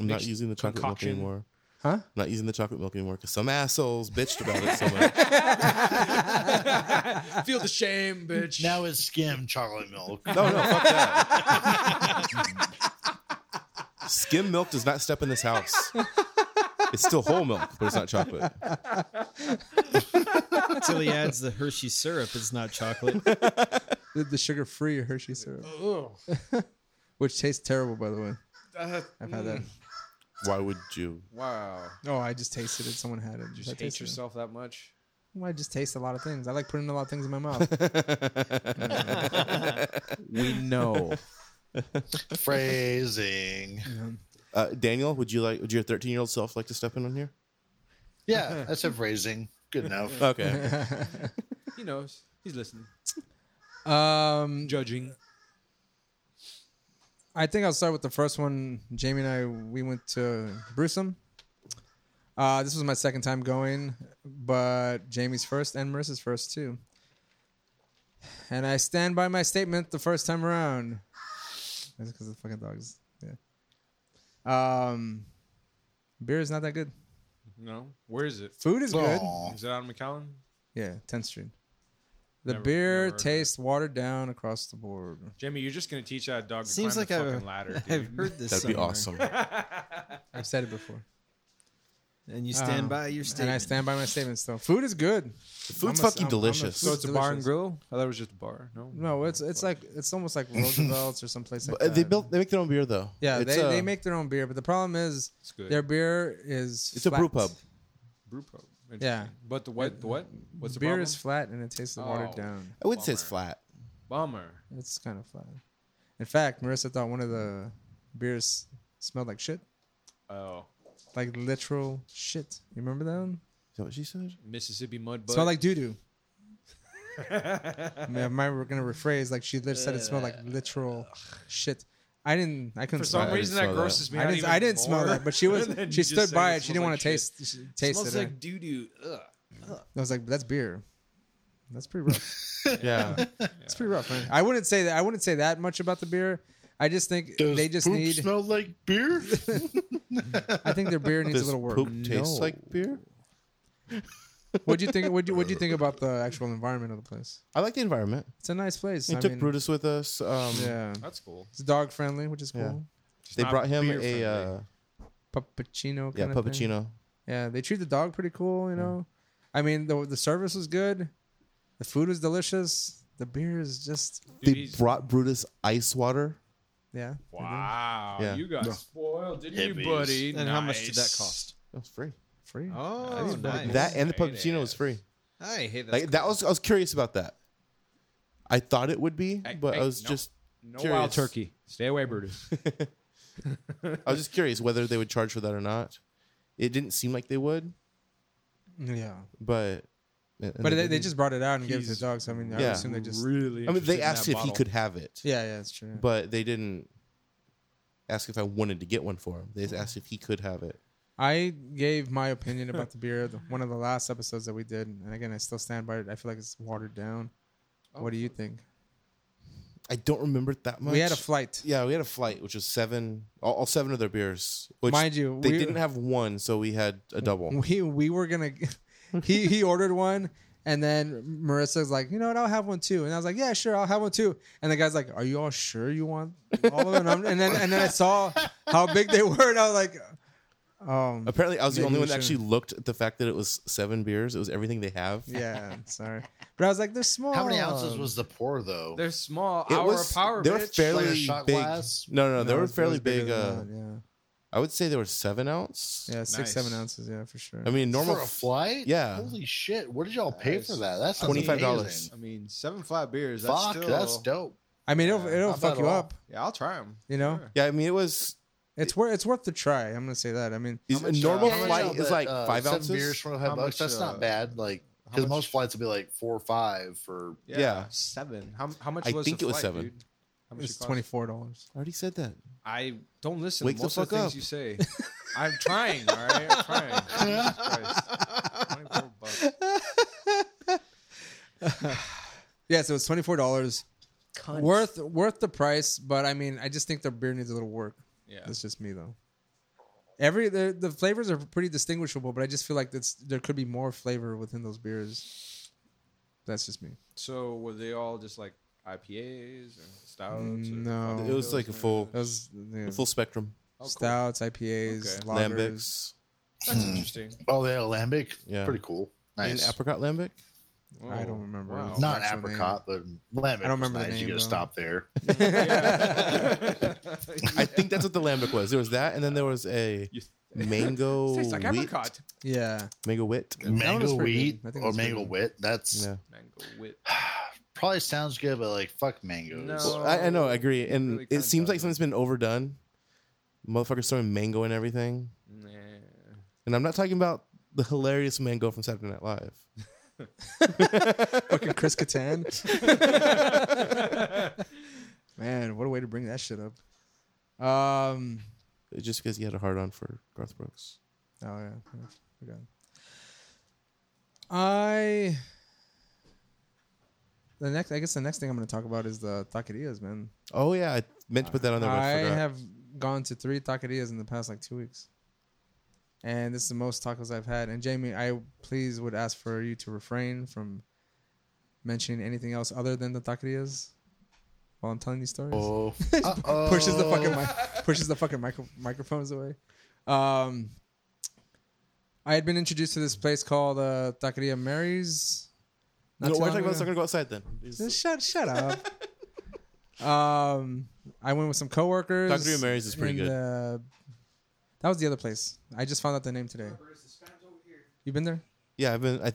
Speaker 3: I'm not
Speaker 1: Mixed
Speaker 3: using the chocolate
Speaker 1: concoction.
Speaker 3: milk anymore.
Speaker 4: Huh?
Speaker 3: I'm not using the chocolate milk anymore because some assholes bitched about it so much.
Speaker 1: feel the
Speaker 4: [laughs]
Speaker 1: shame, bitch.
Speaker 5: Now it's skim chocolate milk.
Speaker 3: No, no, fuck that. [laughs] Skim milk does not step in this house. It's still whole milk, but it's not chocolate.
Speaker 2: Until he adds the Hershey syrup, it's not chocolate.
Speaker 4: The, the sugar-free Hershey syrup,
Speaker 1: Ugh. [laughs]
Speaker 4: which tastes terrible, by the way.
Speaker 1: Uh,
Speaker 4: I've had that.
Speaker 3: Why would you?
Speaker 1: wow,
Speaker 4: Oh, I just tasted it. Someone had it.
Speaker 1: just
Speaker 4: I
Speaker 1: hate
Speaker 4: tasted it.
Speaker 1: yourself that much.
Speaker 4: I just taste a lot of things. I like putting a lot of things in my mouth.
Speaker 1: We know.
Speaker 4: [laughs]
Speaker 5: Phrasing.
Speaker 3: Uh, Daniel, would you like? Would your 13 year old self like to step in on here?
Speaker 5: Yeah, that's a phrasing. Good enough.
Speaker 4: Uh,
Speaker 3: Okay.
Speaker 4: [laughs]
Speaker 1: he knows. He's listening,
Speaker 4: um,
Speaker 1: judging.
Speaker 4: I think I'll start with the first one. Jamie and I we went to Brewsome. Uh, this was my second time going, but Jamie's first and Marissa's first too. And I stand by my statement the first time around. That's because the fucking dogs. Yeah. Um, beer is not that good.
Speaker 1: No, where is it?
Speaker 4: Food is good.
Speaker 5: Aw.
Speaker 1: Is it on McAllen?
Speaker 4: Yeah, 10th Street. The
Speaker 1: Never-
Speaker 4: beer
Speaker 1: never heard of
Speaker 4: tastes watered down across the board.
Speaker 1: Jamie, you're just gonna teach that dog to
Speaker 2: Seems
Speaker 1: climb
Speaker 2: like
Speaker 1: the
Speaker 2: I've-
Speaker 1: fucking
Speaker 4: [laughs]
Speaker 1: ladder.
Speaker 2: I've
Speaker 1: dude.
Speaker 2: heard this.
Speaker 3: That'd be
Speaker 2: somewhere.
Speaker 3: awesome.
Speaker 4: I've said it before.
Speaker 2: And you stand
Speaker 4: Um,
Speaker 2: by your statement.
Speaker 4: And I stand by my statements though. Food is good.
Speaker 3: The food's
Speaker 4: I'm a-
Speaker 3: fucking
Speaker 4: I'm- I'm a-
Speaker 3: delicious.
Speaker 1: so it's a bar and
Speaker 4: Delicious.
Speaker 1: grill. I thought it was just a bar. No,
Speaker 4: No, it's it's like it's
Speaker 3: [laughs]
Speaker 4: almost like Roosevelt's or someplace like
Speaker 3: But, uh,
Speaker 4: that.
Speaker 3: they built. They make their own beer though.
Speaker 4: Yeah,
Speaker 3: It's,
Speaker 4: they,
Speaker 3: uh,
Speaker 4: they make their own beer, but the problem is
Speaker 1: it's good.
Speaker 4: their beer is
Speaker 3: It's a brew
Speaker 4: flat.
Speaker 3: pub.
Speaker 1: brew pub.
Speaker 4: Yeah.
Speaker 1: but the what? The what? What's the
Speaker 4: beer
Speaker 1: problem?
Speaker 4: is flat and it tastes watered
Speaker 1: Oh.
Speaker 4: down.
Speaker 3: I would say it's
Speaker 1: Bummer.
Speaker 3: flat.
Speaker 1: Bummer.
Speaker 4: It's kind of flat. In fact, Marissa thought one of the beers smelled like shit,
Speaker 1: Oh,
Speaker 4: like literal shit. You remember that one?
Speaker 3: Is that what she said?
Speaker 1: Mississippi mud. Butt.
Speaker 4: smelled like
Speaker 1: [laughs]
Speaker 4: doo doo. I mean, am I going to rephrase? Like she lit- said, it smelled like literal shit. I didn't. I
Speaker 1: For
Speaker 4: couldn't.
Speaker 1: some
Speaker 4: smell
Speaker 3: I
Speaker 4: it.
Speaker 3: didn't
Speaker 1: reason that
Speaker 3: smell that.
Speaker 1: grosses me
Speaker 4: I
Speaker 1: out.
Speaker 4: didn't.
Speaker 1: even
Speaker 4: I didn't smell
Speaker 1: more
Speaker 4: that,
Speaker 1: [laughs]
Speaker 4: but she was.
Speaker 1: than
Speaker 4: she
Speaker 1: you
Speaker 4: stood
Speaker 1: just
Speaker 4: by
Speaker 1: saying
Speaker 4: it. She
Speaker 1: smells
Speaker 4: didn't want
Speaker 1: like
Speaker 4: to
Speaker 1: shit.
Speaker 4: taste. Taste
Speaker 1: smells
Speaker 4: it.
Speaker 1: like doo doo.
Speaker 4: I was like, that's beer. That's pretty rough.
Speaker 3: Yeah.
Speaker 4: [laughs] It's pretty rough, man. I wouldn't say that. I wouldn't say that much about the beer. I just think
Speaker 5: Does
Speaker 4: they just
Speaker 5: poop
Speaker 4: need.
Speaker 5: smell like beer?
Speaker 4: I think
Speaker 3: [laughs]
Speaker 4: their beer needs
Speaker 3: Does
Speaker 4: a little work.
Speaker 3: poop tastes
Speaker 2: No.
Speaker 4: [laughs]
Speaker 3: like beer?
Speaker 4: What do you think? What do
Speaker 3: [laughs]
Speaker 4: you, what do you think about the actual environment of the place?
Speaker 3: I like the environment.
Speaker 4: It's a nice place.
Speaker 3: We
Speaker 4: I
Speaker 3: took
Speaker 4: mean,
Speaker 3: Brutus with us. Um,
Speaker 4: yeah,
Speaker 1: That's cool.
Speaker 4: it's dog friendly, which is
Speaker 3: Yeah.
Speaker 4: cool.
Speaker 1: It's
Speaker 3: They
Speaker 1: not
Speaker 3: brought him
Speaker 1: beer
Speaker 3: a
Speaker 1: friendly.
Speaker 3: uh,
Speaker 4: Puppuccino.
Speaker 3: yeah
Speaker 4: kind of thing.
Speaker 3: puppuccino.
Speaker 4: Yeah, they treat the dog pretty cool. You know, I mean, the the service was good. The food was delicious. The beer is just
Speaker 1: Dude,
Speaker 3: they
Speaker 1: he's-
Speaker 3: brought Brutus ice water.
Speaker 4: yeah.
Speaker 1: Wow,
Speaker 3: Yeah.
Speaker 1: you got
Speaker 2: Yeah.
Speaker 1: spoiled, didn't you,
Speaker 5: Hippies.
Speaker 1: buddy?
Speaker 2: And how much did that
Speaker 1: Nice.
Speaker 2: cost?
Speaker 3: That was free.
Speaker 4: Free.
Speaker 2: Oh, nice.
Speaker 3: That and the
Speaker 1: Right
Speaker 3: puppuccino was
Speaker 1: ass.
Speaker 3: free.
Speaker 2: I hate that.
Speaker 3: like that was I was curious about that. I thought it would be,
Speaker 1: Hey,
Speaker 3: but
Speaker 1: hey,
Speaker 3: I was
Speaker 1: no.
Speaker 3: just
Speaker 1: No
Speaker 3: Curious.
Speaker 1: wild turkey. Stay away, Brutus.
Speaker 3: I was just curious whether they would charge for that or not. It didn't seem like they would,
Speaker 4: Yeah,
Speaker 3: but and
Speaker 4: but they, they
Speaker 3: didn't.
Speaker 4: just brought it out and gave it to the
Speaker 1: He's
Speaker 4: dogs. I mean,
Speaker 3: [laughs]
Speaker 4: I
Speaker 3: Yeah.
Speaker 4: assume they just.
Speaker 1: really.
Speaker 3: I mean
Speaker 1: interested
Speaker 3: they
Speaker 1: in
Speaker 3: asked
Speaker 1: that
Speaker 3: if
Speaker 1: bottle.
Speaker 3: he could have it,
Speaker 4: Yeah, yeah, it's true.
Speaker 3: but they didn't ask if I wanted to get one for him. They just asked if he could have it.
Speaker 4: I gave my opinion about the beer the, one of the last episodes that we did, and again, I still stand by it. I feel like it's watered down. What do you think?
Speaker 3: I don't remember it that much.
Speaker 4: We had a flight.
Speaker 3: yeah, we had a flight, which was seven, all, all seven of their beers. Which
Speaker 4: Mind you,
Speaker 3: they
Speaker 4: we-
Speaker 3: didn't have one, so we had a double.
Speaker 4: We we were gonna. [laughs] He he ordered one, and then Marissa's like, you know what? I'll have one too. And I was like, yeah, sure, I'll have one too. And the guy's like, are you all sure you want all of them? And I'm- And then and then I saw how big they [laughs] were, and I was like, um,
Speaker 3: Apparently, I was the
Speaker 4: Maybe
Speaker 3: only
Speaker 4: we
Speaker 3: one that
Speaker 4: should've-
Speaker 3: actually looked at the fact that it was seven beers. It was everything they have.
Speaker 4: yeah, sorry. But I was like, they're small.
Speaker 5: [laughs] How many ounces was the pour though?
Speaker 1: They're small.
Speaker 3: It
Speaker 1: Our
Speaker 3: was-
Speaker 1: power.
Speaker 3: they were
Speaker 1: bitch.
Speaker 3: fairly
Speaker 5: Like a shot
Speaker 3: big.
Speaker 5: glass?
Speaker 3: No, no,
Speaker 4: No,
Speaker 3: they
Speaker 4: it
Speaker 3: were
Speaker 4: was- it
Speaker 3: fairly
Speaker 4: was bigger
Speaker 3: big. Uh,
Speaker 4: than that,
Speaker 3: I would say they were seven ounce.
Speaker 4: yeah, yeah, six
Speaker 1: Nice.
Speaker 4: seven ounces. Yeah, for sure.
Speaker 3: I mean, normal.
Speaker 5: for a flight?
Speaker 3: yeah.
Speaker 5: Holy shit! What did y'all pay
Speaker 1: Nice.
Speaker 5: for that? That's
Speaker 3: $25.
Speaker 1: I mean, seven flat beers. That's
Speaker 5: Fuck,
Speaker 1: still,
Speaker 5: that's dope.
Speaker 4: I mean, it'll
Speaker 1: Yeah,
Speaker 4: it'll
Speaker 5: not
Speaker 4: fuck
Speaker 5: bad
Speaker 4: you
Speaker 5: at all.
Speaker 4: up.
Speaker 1: Yeah, I'll try them.
Speaker 4: You know,
Speaker 1: Sure.
Speaker 3: yeah, I mean, it was
Speaker 4: it's worth it's worth the try. I'm gonna say that. I mean,
Speaker 3: is-
Speaker 1: much,
Speaker 3: a normal
Speaker 1: uh, how much
Speaker 3: flight
Speaker 5: that,
Speaker 3: is like
Speaker 5: uh,
Speaker 3: five
Speaker 5: seven
Speaker 3: ounces.
Speaker 5: beers, twenty five
Speaker 1: How
Speaker 5: bucks.
Speaker 1: much,
Speaker 5: That's
Speaker 1: uh,
Speaker 5: not bad. Like
Speaker 1: how
Speaker 5: because
Speaker 1: much-
Speaker 5: most flights would be like four or five for.
Speaker 1: Yeah,
Speaker 3: Yeah.
Speaker 1: seven. How, how much?
Speaker 3: I
Speaker 1: was
Speaker 3: think
Speaker 1: the
Speaker 3: it was
Speaker 1: flight,
Speaker 3: seven.
Speaker 1: Dude? How much
Speaker 4: it's
Speaker 1: it cost?
Speaker 4: twenty four dollars.
Speaker 3: I already said that.
Speaker 1: I don't listen
Speaker 3: Wake
Speaker 1: to
Speaker 3: the
Speaker 1: most of the
Speaker 3: fuck
Speaker 1: things
Speaker 3: up.
Speaker 1: you say. I'm trying, all right? I'm trying.
Speaker 3: [laughs]
Speaker 1: Jesus Christ. 24 bucks.
Speaker 4: Yeah, so it's twenty four dollars. Worth worth the price, but I mean, I just think their beer needs a little work.
Speaker 1: Yeah.
Speaker 4: That's just me though. Every the the flavors are pretty distinguishable, but I just feel like that's there could be more flavor within those beers. That's just me.
Speaker 1: So were they all just like IPAs or stouts? or
Speaker 4: No.
Speaker 1: fucking
Speaker 3: It was like a full-
Speaker 4: That was yeah,
Speaker 3: The full spectrum.
Speaker 1: Oh, cool.
Speaker 4: stouts, IPAs,
Speaker 1: Okay.
Speaker 4: lagers.
Speaker 3: Lambics.
Speaker 1: That's interesting.
Speaker 5: Oh, they had alembic.
Speaker 3: Yeah.
Speaker 5: pretty cool.
Speaker 3: Nice.
Speaker 5: Nice.
Speaker 3: apricot lambic.
Speaker 4: I don't
Speaker 1: Whoa.
Speaker 4: remember.
Speaker 1: Wow.
Speaker 4: It's
Speaker 5: Not
Speaker 4: actual name.
Speaker 5: apricot, but alembic.
Speaker 4: I don't remember
Speaker 5: was
Speaker 4: the
Speaker 5: nice.
Speaker 4: name,
Speaker 5: You gotta
Speaker 4: though.
Speaker 5: stop there.
Speaker 1: [laughs] Yeah.
Speaker 3: I think that's what the lambic was. There was that, and then there was a
Speaker 1: You-
Speaker 3: mango
Speaker 1: Tastes like
Speaker 3: wheat.
Speaker 1: apricot.
Speaker 4: Yeah.
Speaker 3: Mango wit.
Speaker 5: mango
Speaker 4: pretty
Speaker 5: wheat
Speaker 4: good. I think
Speaker 5: or
Speaker 4: that's pretty
Speaker 5: mango
Speaker 4: good.
Speaker 5: wit. That's
Speaker 3: Yeah.
Speaker 1: Mango wit.
Speaker 5: [sighs] probably sounds good, but like fuck mangoes.
Speaker 1: No.
Speaker 3: I, I know, I agree. And
Speaker 1: really
Speaker 3: it
Speaker 1: kinda
Speaker 3: seems like
Speaker 1: doesn't.
Speaker 3: something's been overdone. Motherfuckers throwing mango and everything.
Speaker 1: Nah.
Speaker 3: And I'm not talking about the hilarious mango from Saturday Night Live.
Speaker 4: Fucking Chris
Speaker 1: [laughs]
Speaker 4: Kattan. Man, what a way to bring that shit up. Um.
Speaker 3: Just because he had a hard on for Garth Brooks.
Speaker 4: Oh yeah. yeah, forgot. I. The next, I guess, the next thing I'm going to talk about is the taquerias, man.
Speaker 3: Oh yeah, I meant to put that on there. But I,
Speaker 4: I
Speaker 3: forgot.
Speaker 4: have gone to three taquerias in the past like two weeks, and this is the most tacos I've had. And Jamie, I please would ask for you to refrain from mentioning anything else other than the taquerias while I'm telling these stories.
Speaker 5: Oh,
Speaker 4: pushes the fucking
Speaker 3: Oh.
Speaker 4: mic, pushes the fucking micro- microphones away. Um, I had been introduced to this place called uh, Taqueria Mary's.
Speaker 3: No,
Speaker 4: Not too
Speaker 3: why are you talking
Speaker 4: long
Speaker 3: about this?
Speaker 4: ago.
Speaker 3: I'm gonna go outside then. These-
Speaker 4: Just shut shut up. [laughs] um, I went with some coworkers.
Speaker 3: Dr. Mary's is pretty
Speaker 4: and,
Speaker 3: good.
Speaker 4: uh, that was the other place. I just found out the name today. You been there?
Speaker 3: Yeah, I've been. I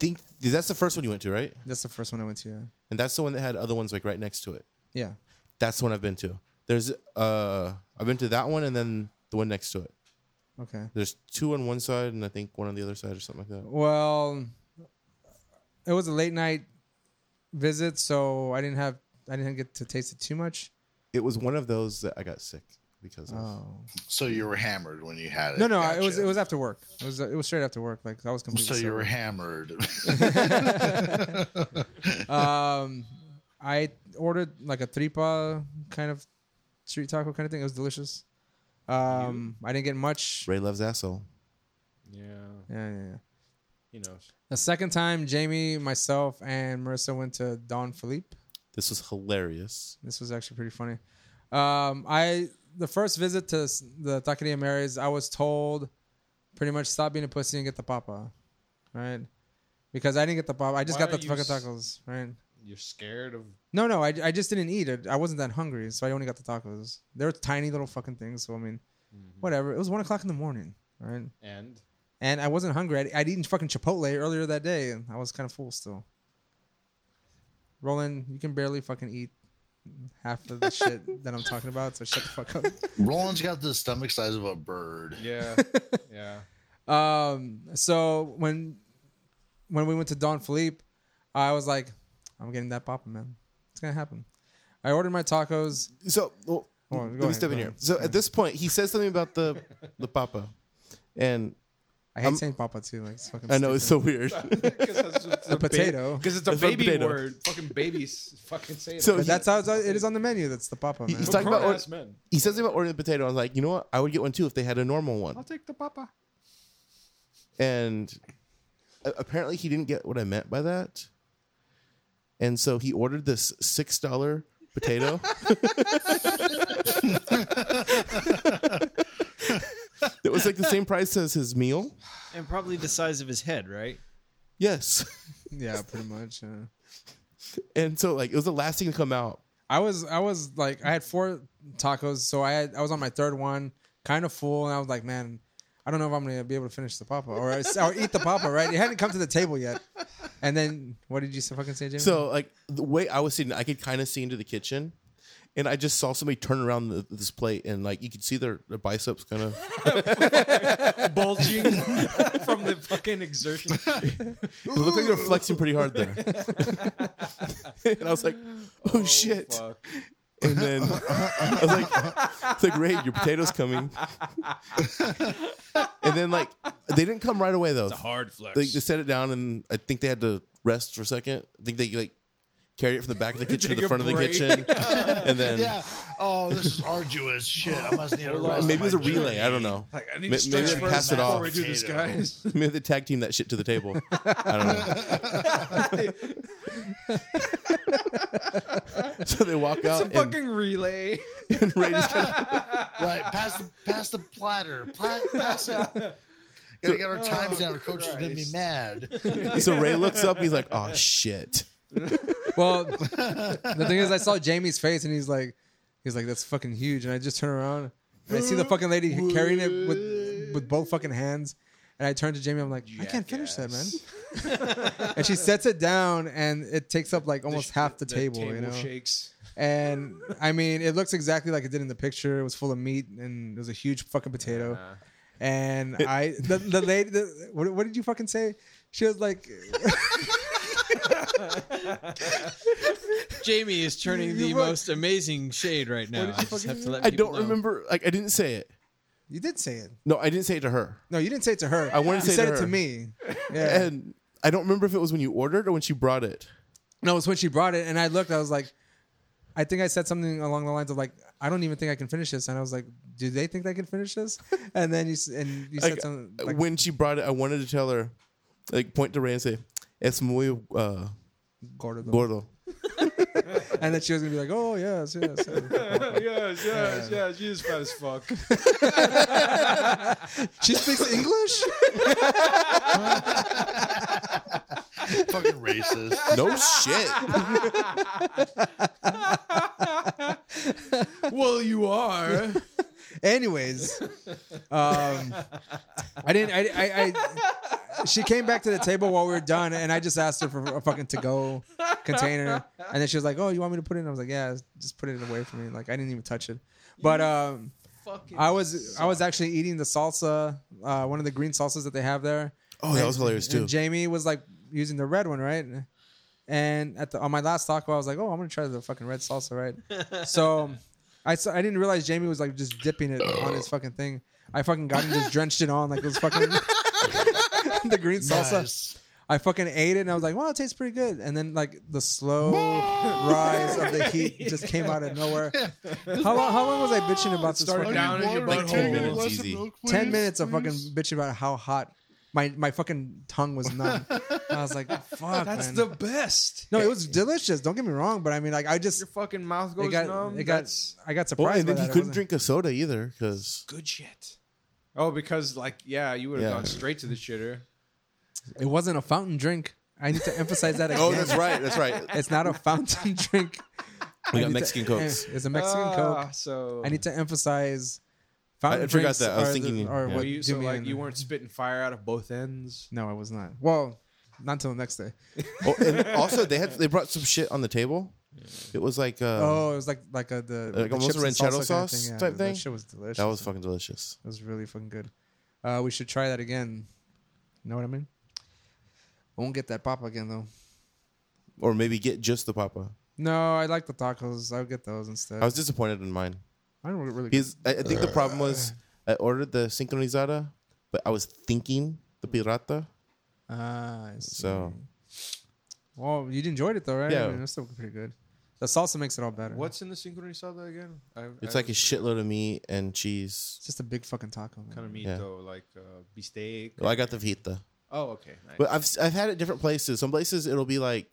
Speaker 3: think that's the first one you went to, right?
Speaker 4: That's the first one I went to. Yeah.
Speaker 3: And that's the one that had other ones like right next to it.
Speaker 4: yeah.
Speaker 3: That's the one I've been to. There's uh, I've been to that one and then the one next to it.
Speaker 4: Okay.
Speaker 3: There's two on one side and I think one on the other side or something like that.
Speaker 4: Well, it was a late night visit, so I didn't have I didn't get to taste it too much.
Speaker 3: It was one of those that I got sick because of.
Speaker 4: Oh
Speaker 5: so you were hammered when you had it.
Speaker 4: no, no, I- it
Speaker 5: Gotcha.
Speaker 4: was it was after work. It was it was straight after work. Like I was
Speaker 5: So
Speaker 4: completely.
Speaker 5: you were
Speaker 4: sober. [laughs]
Speaker 5: hammered. [laughs]
Speaker 4: um, I ordered like a tripa kind of street taco kind of thing. It was delicious. Um, I didn't get much.
Speaker 3: Ray loves asshole.
Speaker 1: Yeah,
Speaker 4: Yeah, yeah, yeah.
Speaker 1: he knows.
Speaker 4: The second time, Jamie, myself, and Marissa went to Don Philippe.
Speaker 3: This was hilarious.
Speaker 4: This was actually pretty funny. Um, I the first visit to s- the Taqueria Mary's, I was told pretty much stop being a pussy and get the papa, right? Because I didn't get the papa. I just
Speaker 1: Why
Speaker 4: got the
Speaker 1: are you
Speaker 4: fucking
Speaker 1: s-
Speaker 4: tacos, right?
Speaker 1: You're scared of
Speaker 4: No, no, I, I just didn't eat it. I wasn't that hungry, so I only got the tacos. They were tiny little fucking things, so I mean,
Speaker 1: Mm-hmm.
Speaker 4: whatever. It was one o'clock in the morning, right?
Speaker 1: and
Speaker 4: And I wasn't hungry. I'd, I'd eaten fucking Chipotle earlier that day, and I was kind of full still. Roland, you can barely fucking eat half of the
Speaker 3: [laughs]
Speaker 4: shit that I'm talking about, so shut the fuck up.
Speaker 5: Roland's got the stomach size of a bird.
Speaker 1: yeah, [laughs] yeah.
Speaker 4: Um, so when when we went to Don Philippe, I was like, I'm getting that papa, man. It's gonna happen. I ordered my tacos.
Speaker 3: So well,
Speaker 4: Hold on,
Speaker 3: let me
Speaker 4: go ahead,
Speaker 3: step
Speaker 4: go
Speaker 3: in here.
Speaker 4: ahead.
Speaker 3: So at this point, he says something about the the papa, and
Speaker 4: I hate
Speaker 3: I'm-
Speaker 4: saying papa too. Like it's fucking
Speaker 3: Um, I know it's
Speaker 4: [laughs] stupid.
Speaker 3: so weird.
Speaker 1: Because
Speaker 4: a potato.
Speaker 1: Because it's a
Speaker 3: It's not
Speaker 1: baby
Speaker 3: potato.
Speaker 1: word. Fucking babies fucking say it.
Speaker 3: So
Speaker 4: But
Speaker 3: he- [laughs]
Speaker 4: that's how it's, it is on the menu. That's the papa,
Speaker 3: He-
Speaker 4: man.
Speaker 3: he's talking about
Speaker 1: Grown-ass men.
Speaker 3: he says something about ordering the potato. I was like, you know what? I would get one too if they had a normal one.
Speaker 1: I'll take the papa.
Speaker 3: and a- apparently he didn't get what I meant by that, and so he ordered this six dollar
Speaker 4: [laughs]
Speaker 3: potato. [laughs] It was like the same price as his meal.
Speaker 6: and probably the size of his head, right?
Speaker 3: Yes, [laughs]
Speaker 4: yeah, pretty much. Yeah.
Speaker 3: and so like it was the last thing to come out.
Speaker 4: I was I was like I had four tacos, so I had I was on my third one, kind of full, and I was like, man, I don't know if I'm gonna be able to finish the papa or, or eat the papa. Right? It hadn't come to the table yet. And then what did you say- fucking say, Jamie?
Speaker 3: So like the way I was sitting, I could kind of see into the kitchen. And I just saw somebody turn around the, this plate, and like you could see their, their biceps kind of. [laughs]
Speaker 1: Bulging from the fucking exertion.
Speaker 3: It looked like they were flexing pretty hard there. [laughs] and I was like, "Oh, [laughs] shit!"
Speaker 1: Fuck.
Speaker 3: And then I was like, it's like, Ray, your potato's coming. and then, like, they didn't come right away, though.
Speaker 1: Hard flex.
Speaker 3: They just set it down, and I think they had to rest for a second. I think they, like, carried it from the back of the kitchen to
Speaker 1: [laughs] Take
Speaker 3: the
Speaker 1: a
Speaker 3: front of the
Speaker 1: break.
Speaker 3: kitchen. and then
Speaker 5: Yeah. Oh, this is arduous shit. I must need a rest.
Speaker 3: maybe it was a
Speaker 5: on my
Speaker 3: relay.
Speaker 5: journey.
Speaker 3: I don't
Speaker 1: [laughs]
Speaker 3: know.
Speaker 1: like, I need
Speaker 3: may-
Speaker 1: to stretch
Speaker 3: maybe
Speaker 1: first
Speaker 3: pass it
Speaker 1: before
Speaker 3: off.
Speaker 1: we do this,
Speaker 3: [laughs]
Speaker 1: guys. [laughs]
Speaker 3: Maybe they tag team that shit to the table. I don't know. [laughs] so they walk out, and,
Speaker 1: fucking relay.
Speaker 3: and Ray just kind of
Speaker 5: Right. Pass the pass the platter. Pla-
Speaker 4: [laughs]
Speaker 5: pass it. Gotta get our times
Speaker 4: Oh,
Speaker 5: down. Our coach is gonna be
Speaker 1: Christ.
Speaker 4: [laughs]
Speaker 5: mad.
Speaker 3: So Ray looks up. He's like, "Oh shit!"
Speaker 4: [laughs] well, the thing is, I saw Jamie's face, and he's like, he's like, that's fucking huge. And I just turn around, and I see the fucking lady carrying it with with both fucking hands. And I turn to Jamie, I'm like, I can't finish that, man. [laughs] and she sets it down, and it takes up like almost half the, table, you know.
Speaker 1: shakes.
Speaker 3: [laughs]
Speaker 4: And I mean, it looks exactly like it did in the picture. It was full of meat, and it was a huge fucking potato. And I, the, the lady, the, what, what did you fucking say? She was like,
Speaker 6: Jamie is turning the
Speaker 4: You look-
Speaker 6: most amazing shade right now. I just have to let
Speaker 3: I
Speaker 6: people
Speaker 3: don't
Speaker 6: know.
Speaker 3: remember. Like, I didn't say it.
Speaker 4: you did say it.
Speaker 3: No, I didn't say it to her.
Speaker 4: No, you didn't say it to her.
Speaker 3: I wanted to
Speaker 4: you
Speaker 3: say it
Speaker 4: said
Speaker 3: to
Speaker 4: it
Speaker 3: her.
Speaker 4: to me. Yeah.
Speaker 3: [laughs] And I don't remember if it was when you ordered or when she brought it.
Speaker 4: no, it's when she brought it, and I looked. I was like, I think I said something along the lines of like, I don't even think I can finish this, and I was like, Do they think they can finish
Speaker 3: [laughs]
Speaker 4: this? And then you s- and you said
Speaker 3: Like, uh,
Speaker 4: something like,
Speaker 3: when she brought it, I wanted to tell her, like, point to Ray and say, "Es muy uh,
Speaker 4: Gordo.
Speaker 3: gordo."
Speaker 4: and then she was gonna be like, Oh yes, yes.
Speaker 1: [laughs]
Speaker 3: [laughs]
Speaker 1: yes, yes, yes. She is fat as fuck.
Speaker 4: she speaks English.
Speaker 5: Fucking racist.
Speaker 3: [laughs] No shit.
Speaker 1: well, you are.
Speaker 4: [laughs] Anyways, um, I didn't. I, I, I. She came back to the table while we were done, and I just asked her for a fucking to-go container, and then she was like, "Oh, you want me to put it?" in? I was like, "Yeah, just put it away from me." Like I didn't even touch it, but um,
Speaker 1: Fucking
Speaker 4: I was I was actually eating the salsa, uh, one of the green salsas that they have there.
Speaker 3: Oh, that was hilarious too.
Speaker 4: And Jamie was like using the red one, right? And at the, on my last taco, I was like, "Oh, I'm gonna try the fucking red salsa, right?" so I saw, I didn't realize Jamie was like just dipping it on his fucking thing. I fucking got and just drenched it on like it was fucking [laughs] the green salsa.
Speaker 5: Nice.
Speaker 4: I fucking ate it and I was like, "Wow, it tastes pretty good." And then like the slow rise of the heat just came out of nowhere. How long? How long was I bitching about this?
Speaker 1: Started
Speaker 4: fucking-
Speaker 1: down in your
Speaker 3: Like
Speaker 1: butthole.
Speaker 3: 10 minutes easy.
Speaker 4: 10 minutes of fucking bitching about how hot my, my fucking tongue was numb. I
Speaker 1: [laughs]
Speaker 4: was like,
Speaker 1: [laughs]
Speaker 4: fuck.
Speaker 1: That's
Speaker 4: man.
Speaker 1: the best.
Speaker 4: No, it was delicious. Don't get me wrong, but I mean, like, I just.
Speaker 1: Your fucking mouth goes
Speaker 4: It got,
Speaker 1: numb.
Speaker 4: it got,
Speaker 1: That's
Speaker 4: I got
Speaker 3: Well,
Speaker 4: surprised.
Speaker 3: and then
Speaker 4: by
Speaker 3: he
Speaker 4: that. It
Speaker 3: couldn't
Speaker 4: wasn't-
Speaker 3: drink a soda either because
Speaker 1: good shit. Oh, because like yeah, you would have
Speaker 3: Yeah.
Speaker 1: gone straight to the shitter.
Speaker 4: It wasn't a fountain drink. I need to
Speaker 1: [laughs]
Speaker 4: emphasize that
Speaker 3: [laughs]
Speaker 4: again.
Speaker 3: oh, that's right, that's right.
Speaker 4: It's not a fountain [laughs] drink.
Speaker 3: We
Speaker 4: I
Speaker 3: got
Speaker 4: need to-
Speaker 3: Mexican cokes.
Speaker 4: [laughs] It's a Mexican
Speaker 1: Ah,
Speaker 4: Coke.
Speaker 1: So
Speaker 4: I need to emphasize fountain
Speaker 3: I forgot
Speaker 4: drinks
Speaker 3: that. I was
Speaker 4: are the-
Speaker 3: thinking-
Speaker 4: are
Speaker 3: yeah.
Speaker 1: Were
Speaker 4: what
Speaker 1: you,
Speaker 4: do
Speaker 1: so
Speaker 4: me
Speaker 1: like
Speaker 4: in.
Speaker 1: you weren't spitting fire out of both ends.
Speaker 4: No, I was not. Well, not until next day.
Speaker 3: Oh, and also they had they brought some shit on the table. It was like uh,
Speaker 4: Oh, it was like like a the
Speaker 3: Like
Speaker 4: the
Speaker 3: almost
Speaker 4: chips
Speaker 3: a
Speaker 4: and
Speaker 3: ranchero
Speaker 4: salsa kind of
Speaker 3: sauce
Speaker 4: Yeah,
Speaker 3: type thing?
Speaker 4: That shit was delicious.
Speaker 3: that was fucking delicious.
Speaker 4: It was really fucking good. Uh, we should try that again. Know what I mean? I won't get that pop again though.
Speaker 3: Or maybe get just the papa.
Speaker 4: No, I like the tacos. I'll get those instead.
Speaker 3: I was disappointed in mine.
Speaker 4: I don't really.
Speaker 3: Because I, I think the problem was I ordered the sincronizada, but I was thinking the pirata.
Speaker 4: Ah, I see.
Speaker 3: So
Speaker 4: well, you enjoyed it though, right?
Speaker 3: Yeah.
Speaker 4: I mean, it was still pretty good. The salsa makes it all better.
Speaker 1: What's in the sincronizada again? I,
Speaker 3: it's like a shitload of meat and cheese.
Speaker 4: It's just a big fucking taco. Man.
Speaker 1: kind of meat
Speaker 3: Yeah.
Speaker 1: though, like uh, beefsteak.
Speaker 3: Well, I got the fajita.
Speaker 1: Oh, okay. Nice.
Speaker 3: But I've I've had it different places. Some places it'll be like,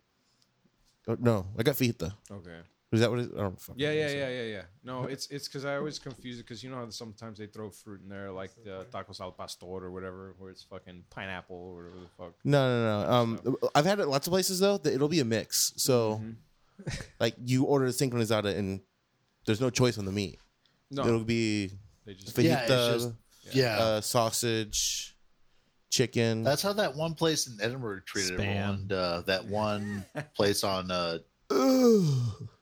Speaker 3: oh, no, I got fajita.
Speaker 1: okay.
Speaker 3: Is that what it, I don't fucking
Speaker 1: Yeah,
Speaker 3: know,
Speaker 1: yeah,
Speaker 3: so.
Speaker 1: yeah, yeah, yeah. No,
Speaker 4: [laughs]
Speaker 1: it's it's because I always confuse it because you know how sometimes they throw fruit in there, like the tacos al pastor or whatever, where it's fucking pineapple or whatever the fuck.
Speaker 3: No, no, no. Um, I've had it lots of places though. That it'll be a mix. So,
Speaker 4: Mm-hmm.
Speaker 3: like you order a sincronizada and there's no choice on the meat. It'll
Speaker 1: No,
Speaker 3: be
Speaker 1: they just
Speaker 3: fajita,
Speaker 5: Yeah, it's just- Yeah.
Speaker 3: uh, sausage, chicken.
Speaker 1: Mm-hmm.
Speaker 5: That's how that one place in Edinburgh treated
Speaker 6: Spam.
Speaker 5: everyone. Uh,
Speaker 1: [laughs]
Speaker 5: that one place on uh,
Speaker 3: Ugh.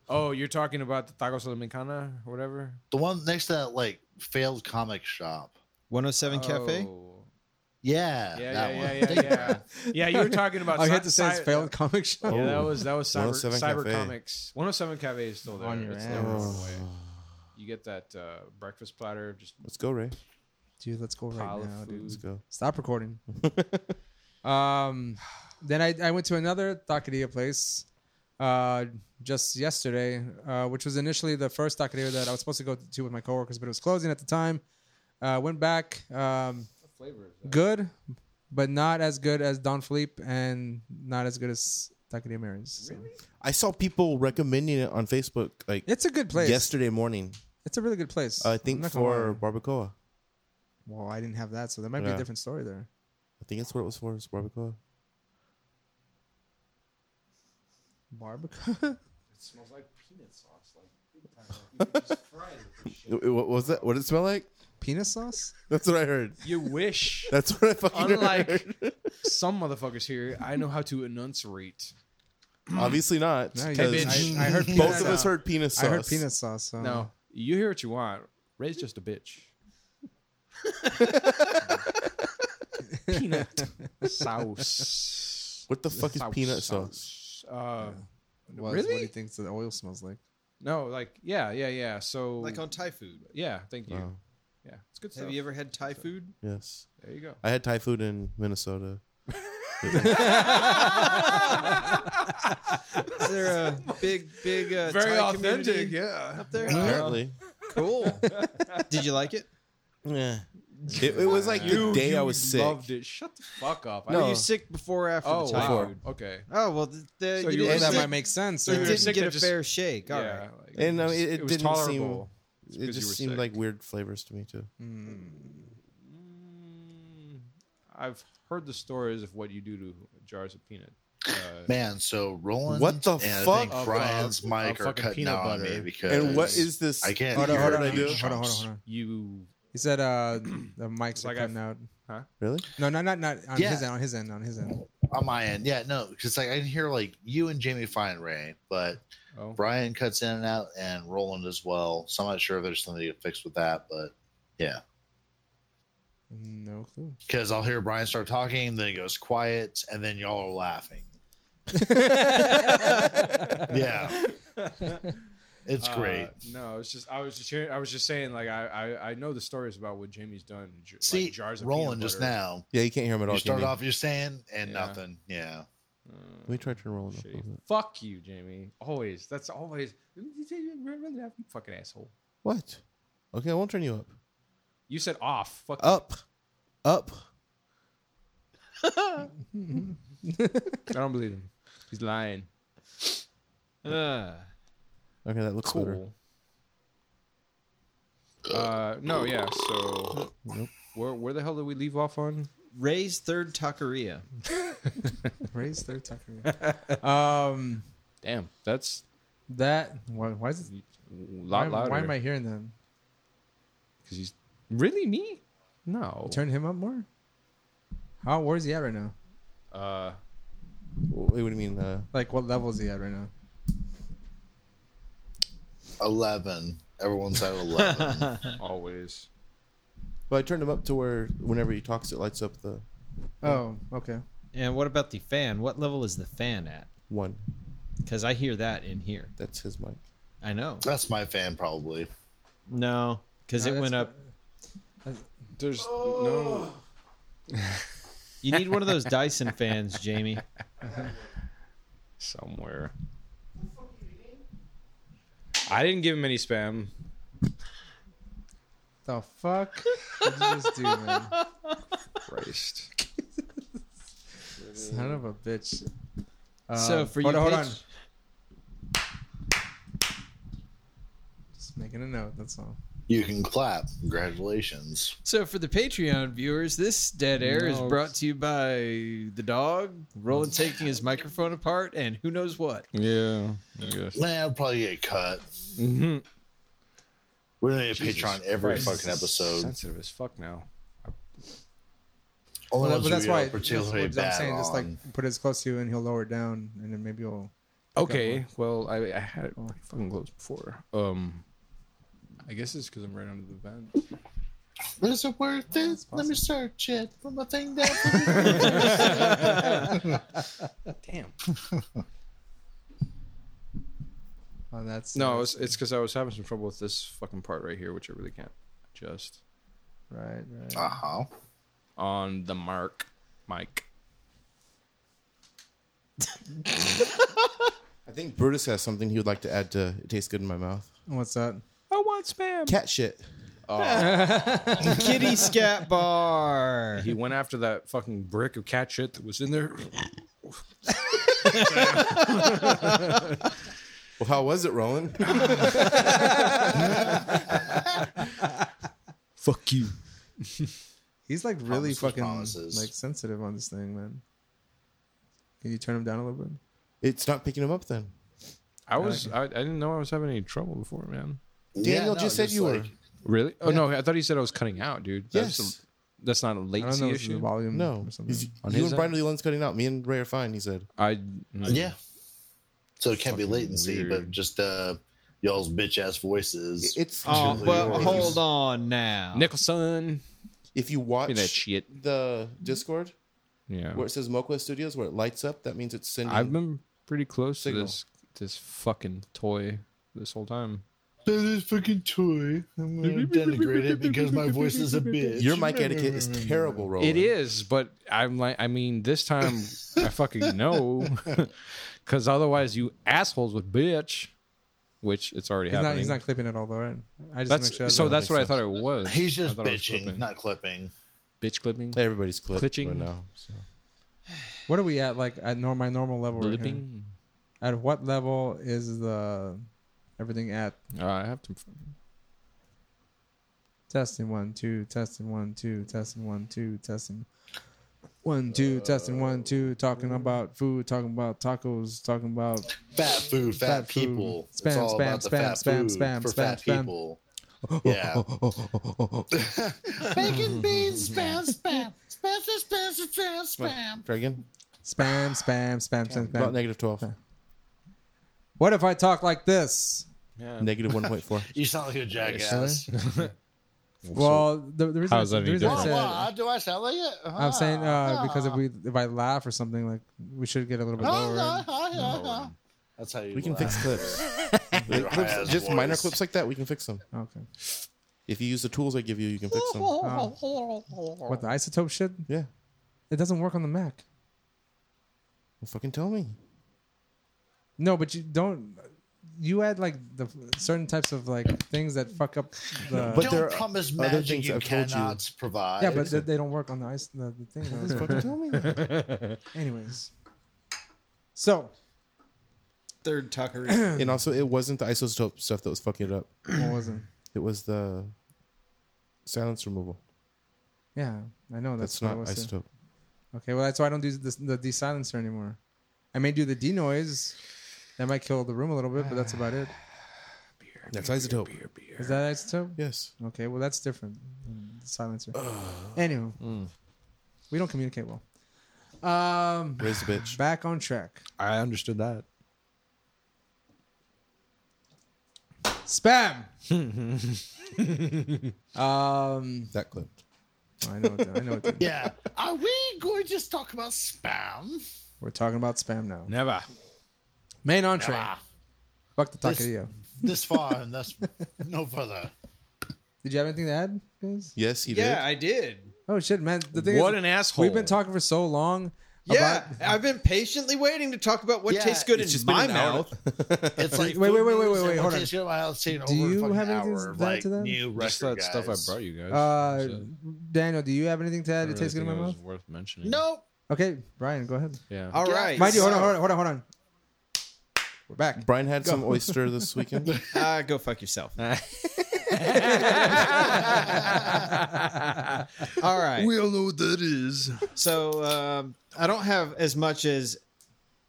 Speaker 1: Oh, you're talking about the tacos a la mexicana or whatever?
Speaker 5: the one next to that like failed comic shop.
Speaker 6: 107 Cafe.
Speaker 1: Oh.
Speaker 5: Yeah,
Speaker 1: Yeah,
Speaker 5: that
Speaker 1: yeah,
Speaker 5: one.
Speaker 1: yeah, yeah, yeah.
Speaker 4: [laughs]
Speaker 1: Yeah, you were talking about.
Speaker 4: I
Speaker 1: cy-
Speaker 4: had to say it's
Speaker 1: cy-
Speaker 4: failed comic [laughs] shop.
Speaker 1: Yeah, that
Speaker 3: Oh.
Speaker 1: was that was cyber,
Speaker 3: 107
Speaker 1: cyber
Speaker 3: Cafe.
Speaker 1: comics. 107 Cafe is still there.
Speaker 4: On your
Speaker 1: it's never
Speaker 4: ass.
Speaker 3: Oh,
Speaker 1: going away. You get that uh, breakfast platter, of just
Speaker 3: Let's go, Ray.
Speaker 4: Dude, let's go right
Speaker 1: pile of
Speaker 4: now, dude.
Speaker 1: food.
Speaker 3: Let's go. [laughs]
Speaker 4: Stop recording. um, then I, I went to another taqueria place uh, just yesterday, uh, which was initially the first taqueria that I was supposed to go to with my coworkers, but it was closing at the time. Uh, went back, um,
Speaker 1: flavor. is that?
Speaker 4: good, but not as good as Don Felipe and not as good as Taqueria Mary's. So.
Speaker 3: I saw people recommending it on Facebook like
Speaker 4: It's a good place.
Speaker 3: yesterday morning.
Speaker 4: It's a really good place.
Speaker 3: I
Speaker 4: I'm
Speaker 3: think
Speaker 4: not gonna
Speaker 3: for
Speaker 4: lie.
Speaker 3: barbacoa.
Speaker 4: Well, I didn't have that, so there might be
Speaker 3: Yeah.
Speaker 4: a different story there.
Speaker 3: I think that's what it was for. Is barbacoa.
Speaker 4: Barbecue?
Speaker 1: It smells like peanut sauce. Like, big time, like you could just fry it with this shit.
Speaker 3: It- it- What was that? What did it smell like?
Speaker 4: [laughs]
Speaker 3: [laughs]
Speaker 4: Peanut sauce?
Speaker 3: That's what I heard.
Speaker 1: you
Speaker 3: [laughs]
Speaker 1: wish.
Speaker 3: That's what I fucking heard.
Speaker 1: Unlike some motherfuckers here, I know how to enunciate.
Speaker 3: [laughs] Obviously not.
Speaker 4: No, you-
Speaker 3: 'cause
Speaker 1: bitch.
Speaker 4: I, I
Speaker 3: [laughs]
Speaker 4: heard
Speaker 3: both of
Speaker 4: peanut-
Speaker 3: us heard penis sauce.
Speaker 4: I heard peanut sauce.
Speaker 3: Uh-huh.
Speaker 4: So.
Speaker 1: No, you hear what you want. Ray's just a
Speaker 3: [laughs]
Speaker 1: bitch.
Speaker 3: [laughs]
Speaker 1: peanut sauce.
Speaker 3: What the fuck is
Speaker 1: Sauce,
Speaker 3: peanut sauce?
Speaker 1: sauce. Uh,
Speaker 4: was
Speaker 1: Really?
Speaker 4: what he thinks the oil smells like.
Speaker 1: no, like yeah, yeah, yeah. So
Speaker 6: Like on Thai food.
Speaker 1: yeah, thank you.
Speaker 3: Wow.
Speaker 1: Yeah, it's good stuff.
Speaker 6: Have you ever had Thai food?
Speaker 3: Oh, Yes.
Speaker 1: there you go.
Speaker 3: I had Thai food in Minnesota.
Speaker 2: Is
Speaker 3: [laughs]
Speaker 2: there a big, big uh,
Speaker 1: Very
Speaker 2: Thai
Speaker 1: authentic,
Speaker 2: community
Speaker 1: yeah.
Speaker 2: up there?
Speaker 3: Apparently,
Speaker 2: Oh, [laughs] Cool. Did you like it?
Speaker 3: yeah. It, it was like the day I was sick.
Speaker 1: Loved it. Shut the fuck up. I
Speaker 2: Were
Speaker 3: No.
Speaker 2: you sick before or after
Speaker 1: Oh
Speaker 2: the Thai
Speaker 1: wow.
Speaker 2: food?
Speaker 1: Okay.
Speaker 2: Oh well, th- the,
Speaker 1: So
Speaker 2: you,
Speaker 1: you
Speaker 2: didn't,
Speaker 1: were
Speaker 4: Well, that
Speaker 2: get-
Speaker 4: might make sense.
Speaker 2: you
Speaker 1: you were
Speaker 4: or-
Speaker 2: didn't
Speaker 1: sick
Speaker 2: get a
Speaker 1: of just-
Speaker 2: fair shake. All right. [laughs]
Speaker 1: yeah. like,
Speaker 3: And, um,
Speaker 1: was-
Speaker 3: it- it
Speaker 1: was
Speaker 3: didn't seem-
Speaker 1: tolerable. It's
Speaker 3: It
Speaker 1: 'cause you
Speaker 3: just
Speaker 1: were
Speaker 3: seemed
Speaker 1: sick.
Speaker 3: like weird flavors to me too.
Speaker 1: Mm, I've heard the stories of what you do to jars of peanut. Uh,
Speaker 5: [laughs] Man, so Roland
Speaker 3: What the
Speaker 5: and I
Speaker 3: fuck?
Speaker 5: think
Speaker 1: Of,
Speaker 5: Brian's
Speaker 1: uh,
Speaker 5: mic
Speaker 1: of
Speaker 5: are
Speaker 1: fucking
Speaker 5: cutting
Speaker 1: peanut
Speaker 5: out on
Speaker 1: butter.
Speaker 5: me because
Speaker 3: And what is this?
Speaker 5: I can't
Speaker 3: Hold on,
Speaker 5: hear
Speaker 3: hold on,
Speaker 5: you.
Speaker 3: I do.
Speaker 5: Hold
Speaker 4: Hold on, hold on, hold on.
Speaker 1: you
Speaker 4: He said uh, the mics
Speaker 1: Like
Speaker 4: are
Speaker 1: I-
Speaker 4: cutting out.
Speaker 3: Really?
Speaker 4: No, not not not on
Speaker 5: Yeah.
Speaker 4: his end. On his end. On his end.
Speaker 5: on my end? Yeah, no, because like I can hear like you and Jamie fine, Ray, but
Speaker 1: oh.
Speaker 5: Brian cuts in and out, and Roland as well. So I'm not sure if there's something to fix with that, but
Speaker 4: No clue.
Speaker 5: because I'll hear Brian start talking, then it goes quiet, and then y'all are laughing. Yeah,
Speaker 1: [laughs]
Speaker 5: it's
Speaker 1: Uh,
Speaker 5: great.
Speaker 1: No, it's just I was just hearing, I was just saying like I, I I know the stories about what Jamie's done. j- like,
Speaker 5: See,
Speaker 1: jars of
Speaker 5: Roland
Speaker 1: peanut
Speaker 5: just
Speaker 1: butter.
Speaker 5: now,
Speaker 3: Yeah, you can't hear him at all.
Speaker 5: you start
Speaker 3: can
Speaker 5: off, you're saying, and
Speaker 1: Yeah.
Speaker 5: nothing. Yeah.
Speaker 1: Uh,
Speaker 3: Let me try to turn Roland up. a
Speaker 1: shitty.
Speaker 3: little bit.
Speaker 1: Fuck you, Jamie. Always. That's always. You fucking asshole.
Speaker 3: What? Okay, I won't turn you up.
Speaker 1: You said off. Fuck you.
Speaker 3: Up, up.
Speaker 1: I don't believe him. He's lying. Ah,
Speaker 3: Okay, that looks better.
Speaker 1: cool. Uh, no, yeah. So,
Speaker 3: Nope.
Speaker 1: where where the hell did we leave off on?
Speaker 2: Ray's third taqueria.
Speaker 4: Raise their tucker. Um,
Speaker 1: Damn, that's
Speaker 4: that why, why is it?
Speaker 1: a
Speaker 4: Why,
Speaker 1: lot louder.
Speaker 4: why am I hearing them?
Speaker 1: Because he's really me. No.
Speaker 4: Turn him up more. How? Where's he at right now?
Speaker 1: Uh,
Speaker 3: Wait, what do you mean? Uh,
Speaker 4: Like, what level is he at right now?
Speaker 5: 11. Everyone's at 11.
Speaker 1: always.
Speaker 3: well, I turned him up to where whenever he talks, it lights up the
Speaker 4: Oh, okay.
Speaker 2: And what about the fan? What level is the fan at?
Speaker 3: one.
Speaker 2: Because I hear that in here.
Speaker 3: That's his mic.
Speaker 2: I know.
Speaker 5: That's my fan, probably.
Speaker 2: No, because
Speaker 4: No,
Speaker 2: it
Speaker 4: that's
Speaker 2: went
Speaker 4: what-
Speaker 2: up.
Speaker 1: There's
Speaker 2: You need one of those Dyson fans, Jamie.
Speaker 1: no somewhere. I didn't give him any spam.
Speaker 4: The fuck? What did you just do, man? [laughs]
Speaker 1: Christ.
Speaker 4: Son of a bitch.
Speaker 2: so
Speaker 4: Um,
Speaker 2: for
Speaker 4: hold
Speaker 2: you,
Speaker 4: on, hold on.
Speaker 2: Paige-
Speaker 4: Just making a note. That's all.
Speaker 5: You can clap. Congratulations.
Speaker 2: So for the Patreon viewers, this dead air is
Speaker 4: No.
Speaker 2: brought to you by the dog Roland taking his microphone apart and who knows what.
Speaker 1: Yeah. I guess.
Speaker 5: Nah, I'll probably get cut.
Speaker 1: Mm-hmm.
Speaker 5: We're going to get Patreon every fucking episode.
Speaker 1: Sensitive as fuck now.
Speaker 4: Well,
Speaker 5: Only ones
Speaker 4: but that's
Speaker 5: we are
Speaker 4: why. That's what
Speaker 5: particularly
Speaker 4: I'm
Speaker 5: bad
Speaker 4: saying. Just like
Speaker 5: on.
Speaker 4: put it as close to you, and he'll lower it down, and then maybe you'll.
Speaker 1: Okay, well, I, I had it pretty fucking close before. Um, I guess it's because I'm right under the vent.
Speaker 5: Is it worth it? Let me search it from a thing down.
Speaker 1: Damn.
Speaker 4: Oh, that's
Speaker 1: No, it's it's because I was having some trouble with this fucking part right here, which I really can't adjust
Speaker 4: right, right.
Speaker 5: uh huh.
Speaker 1: on the mark, Mike.
Speaker 3: I think Brutus has something he would like to add to "It Tastes Good in My Mouth."
Speaker 4: What's that?
Speaker 1: I want spam.
Speaker 3: Cat shit.
Speaker 2: Kitty Scat Bar.
Speaker 1: [laughs] He went after that fucking brick of cat shit that was in there.
Speaker 3: Well, how was it, Roland?
Speaker 1: Fuck you.
Speaker 4: He's like really
Speaker 5: Promises,
Speaker 4: fucking
Speaker 5: promises.
Speaker 4: like sensitive on this thing, man. Can you turn him down a little bit?
Speaker 3: [laughs] it's not picking him up then.
Speaker 1: I was I, I didn't know I was having any trouble before, man.
Speaker 3: Daniel just mm, said you were.
Speaker 1: Really? Oh no, I thought he said I was cutting out, dude. That's
Speaker 3: Yes.
Speaker 1: a- that's not a
Speaker 4: I don't know
Speaker 1: latency
Speaker 4: if it's the
Speaker 1: issue.
Speaker 4: volume
Speaker 3: No.
Speaker 4: or something.
Speaker 3: He's-
Speaker 1: On
Speaker 3: You
Speaker 1: his
Speaker 3: and Brian
Speaker 1: end?
Speaker 3: are the ones cutting out. Me and Ray are fine. He said.
Speaker 1: I
Speaker 5: Yeah. So it can't be
Speaker 1: Fucking
Speaker 5: latency, but
Speaker 1: weird.
Speaker 5: just uh, y'all's bitch ass voices.
Speaker 3: It's
Speaker 2: Oh,
Speaker 5: Really
Speaker 2: but
Speaker 5: yours.
Speaker 2: hold on now.
Speaker 1: mm. Nicholson.
Speaker 3: if you watch
Speaker 1: Give me that shit.
Speaker 3: the Discord
Speaker 1: Yeah.
Speaker 3: where it says Moquest Studios, where it lights up, that means it's sending.
Speaker 1: I've been pretty close
Speaker 3: Signal.
Speaker 1: to this this fucking toy this whole time.
Speaker 5: That is fucking toy. I'm gonna denigrate it because my voice is a bitch.
Speaker 3: Your mic etiquette is terrible, Roland.
Speaker 1: [laughs] It is, but I'm like, I mean, this time I fucking know, because otherwise you assholes would bitch, which it's already
Speaker 4: He's
Speaker 1: happening.
Speaker 4: not, he's not clipping at all though, right? I just
Speaker 1: that's,
Speaker 4: make sure
Speaker 1: so
Speaker 4: that-
Speaker 1: that's what I thought it was.
Speaker 5: He's
Speaker 1: I
Speaker 5: just
Speaker 1: thought it was
Speaker 5: bitching,
Speaker 1: clipping.
Speaker 5: not clipping.
Speaker 1: bitch clipping,
Speaker 3: Everybody's clipped
Speaker 1: Glitching.
Speaker 3: right now. so.
Speaker 4: what are we at like at norm, my normal level right here?
Speaker 1: blipping.
Speaker 4: At what level is the everything at?
Speaker 1: Uh, I have to.
Speaker 4: Testing one, two, testing one, two, testing one, two, testing one, two, testing one, two, talking about food, talking about tacos, talking about
Speaker 5: Fat food, fat,
Speaker 4: Fat food.
Speaker 5: people. it's
Speaker 4: Spam,
Speaker 5: all
Speaker 4: spam,
Speaker 5: about the
Speaker 4: spam,
Speaker 5: fat
Speaker 4: spam,
Speaker 5: food
Speaker 4: spam,
Speaker 5: for
Speaker 4: spam,
Speaker 5: fat
Speaker 4: spam.
Speaker 5: people. Yeah. Bacon, beans, spam, spam, spam, spam, spam, spam, spam.
Speaker 3: Try again.
Speaker 4: spam, spam, spam, spam,
Speaker 3: About
Speaker 4: spam.
Speaker 3: negative 12.
Speaker 4: What if I talk like this?
Speaker 1: Yeah.
Speaker 3: Negative 1.4.
Speaker 5: You sound like a jackass.
Speaker 4: Well, the, the reason,
Speaker 1: How is that
Speaker 4: the
Speaker 1: any
Speaker 4: reason I
Speaker 5: Wah,
Speaker 1: different?
Speaker 4: said,
Speaker 5: wah, do I sound like it?
Speaker 4: I'm saying uh, because if
Speaker 5: Ah.
Speaker 4: we if I laugh or something like we should get a little bit lower.
Speaker 5: Ah, ah, ah, ah. That's how you.
Speaker 3: We can fix clips.
Speaker 5: that.
Speaker 3: Like clips- just minor clips like that, we can fix them.
Speaker 4: Okay.
Speaker 3: If you use the tools I give you, you can fix them.
Speaker 4: Uh, what the isotope shit?
Speaker 3: Yeah.
Speaker 4: It doesn't work on the Mac.
Speaker 3: Well, fucking tell me.
Speaker 4: No, but you don't. You add like the certain types of like things that fuck up the.
Speaker 3: But
Speaker 5: Don't
Speaker 3: there are
Speaker 5: promise
Speaker 3: other
Speaker 5: magic
Speaker 3: things
Speaker 5: you
Speaker 3: I've told you.
Speaker 5: cannot provide.
Speaker 4: yeah, but they, they don't work on the ice. The, the thing.
Speaker 3: Just fucking tell me.
Speaker 4: [laughs] Anyways,
Speaker 3: [clears throat]
Speaker 4: so
Speaker 2: Third Tucker.
Speaker 3: and also, it wasn't the isotope stuff that was fucking it up.
Speaker 4: what was it?
Speaker 3: It was the silence removal.
Speaker 4: Yeah, I know that's,
Speaker 3: That's,
Speaker 4: what
Speaker 3: not
Speaker 4: I was saying.
Speaker 3: isotope.
Speaker 4: Okay, well that's why I don't do this, the de silencer anymore. I may do the denoise. That might kill the room a little bit, but
Speaker 3: [sighs]
Speaker 4: that's about it.
Speaker 3: That's isotope.
Speaker 4: Is that isotope?
Speaker 3: Yes.
Speaker 4: Okay, well that's different. than
Speaker 3: [sighs]
Speaker 4: the Silencer. Anywho,
Speaker 3: Hmm.
Speaker 4: we don't communicate well. Um,
Speaker 3: Raise the bitch.
Speaker 4: back on track.
Speaker 1: I understood that.
Speaker 3: [laughs]
Speaker 4: Spam. um,
Speaker 3: That clip.
Speaker 4: I know. It did. I know. It did.
Speaker 5: Yeah. Are we going to just talk about spam?
Speaker 4: We're talking about spam now.
Speaker 1: Never.
Speaker 4: Main entree.
Speaker 5: Ah,
Speaker 4: Fuck the
Speaker 5: This-
Speaker 4: taqueria.
Speaker 5: this far and thus no further.
Speaker 4: Did you have anything to add, guys?
Speaker 3: Yes, he
Speaker 6: yeah,
Speaker 3: did.
Speaker 6: I did.
Speaker 4: Oh shit, man. The thing
Speaker 1: What
Speaker 4: is,
Speaker 1: an asshole.
Speaker 4: we've been talking for so long.
Speaker 6: Yeah,
Speaker 4: About,
Speaker 6: I've been patiently waiting to talk about what
Speaker 5: Yeah,
Speaker 6: tastes good in
Speaker 3: It's just been
Speaker 6: my
Speaker 3: an hour.
Speaker 6: mouth.
Speaker 5: It's
Speaker 4: wait,
Speaker 5: like food
Speaker 4: wait, wait, wait, wait,
Speaker 5: news and
Speaker 4: wait, hold
Speaker 5: what
Speaker 4: on.
Speaker 5: tastes good, I'll say it over
Speaker 4: Do
Speaker 5: a
Speaker 4: you
Speaker 5: fucking
Speaker 4: have anything
Speaker 5: hour
Speaker 4: to
Speaker 5: of,
Speaker 4: add
Speaker 5: like,
Speaker 4: to that?
Speaker 5: New record
Speaker 1: Just that stuff I
Speaker 5: guys.
Speaker 1: brought you guys.
Speaker 4: uh,
Speaker 1: So,
Speaker 4: Daniel, do you have anything to
Speaker 1: I
Speaker 4: add?
Speaker 1: don't
Speaker 4: It tastes good in
Speaker 1: really
Speaker 4: my
Speaker 1: think it
Speaker 4: mouth.
Speaker 1: was Worth mentioning.
Speaker 5: Nope.
Speaker 4: Okay, Brian, go ahead.
Speaker 1: Yeah.
Speaker 6: [laughs] All
Speaker 5: Yeah.
Speaker 6: right,
Speaker 4: Mind you, hold
Speaker 6: so-
Speaker 4: on, hold on, hold on, hold on. We're back.
Speaker 3: Brian had some oyster this weekend.
Speaker 6: Ah, go fuck yourself.
Speaker 5: [laughs] Uh,
Speaker 1: [laughs]
Speaker 6: All right.
Speaker 1: all know what that is.
Speaker 6: So um, I don't have as much as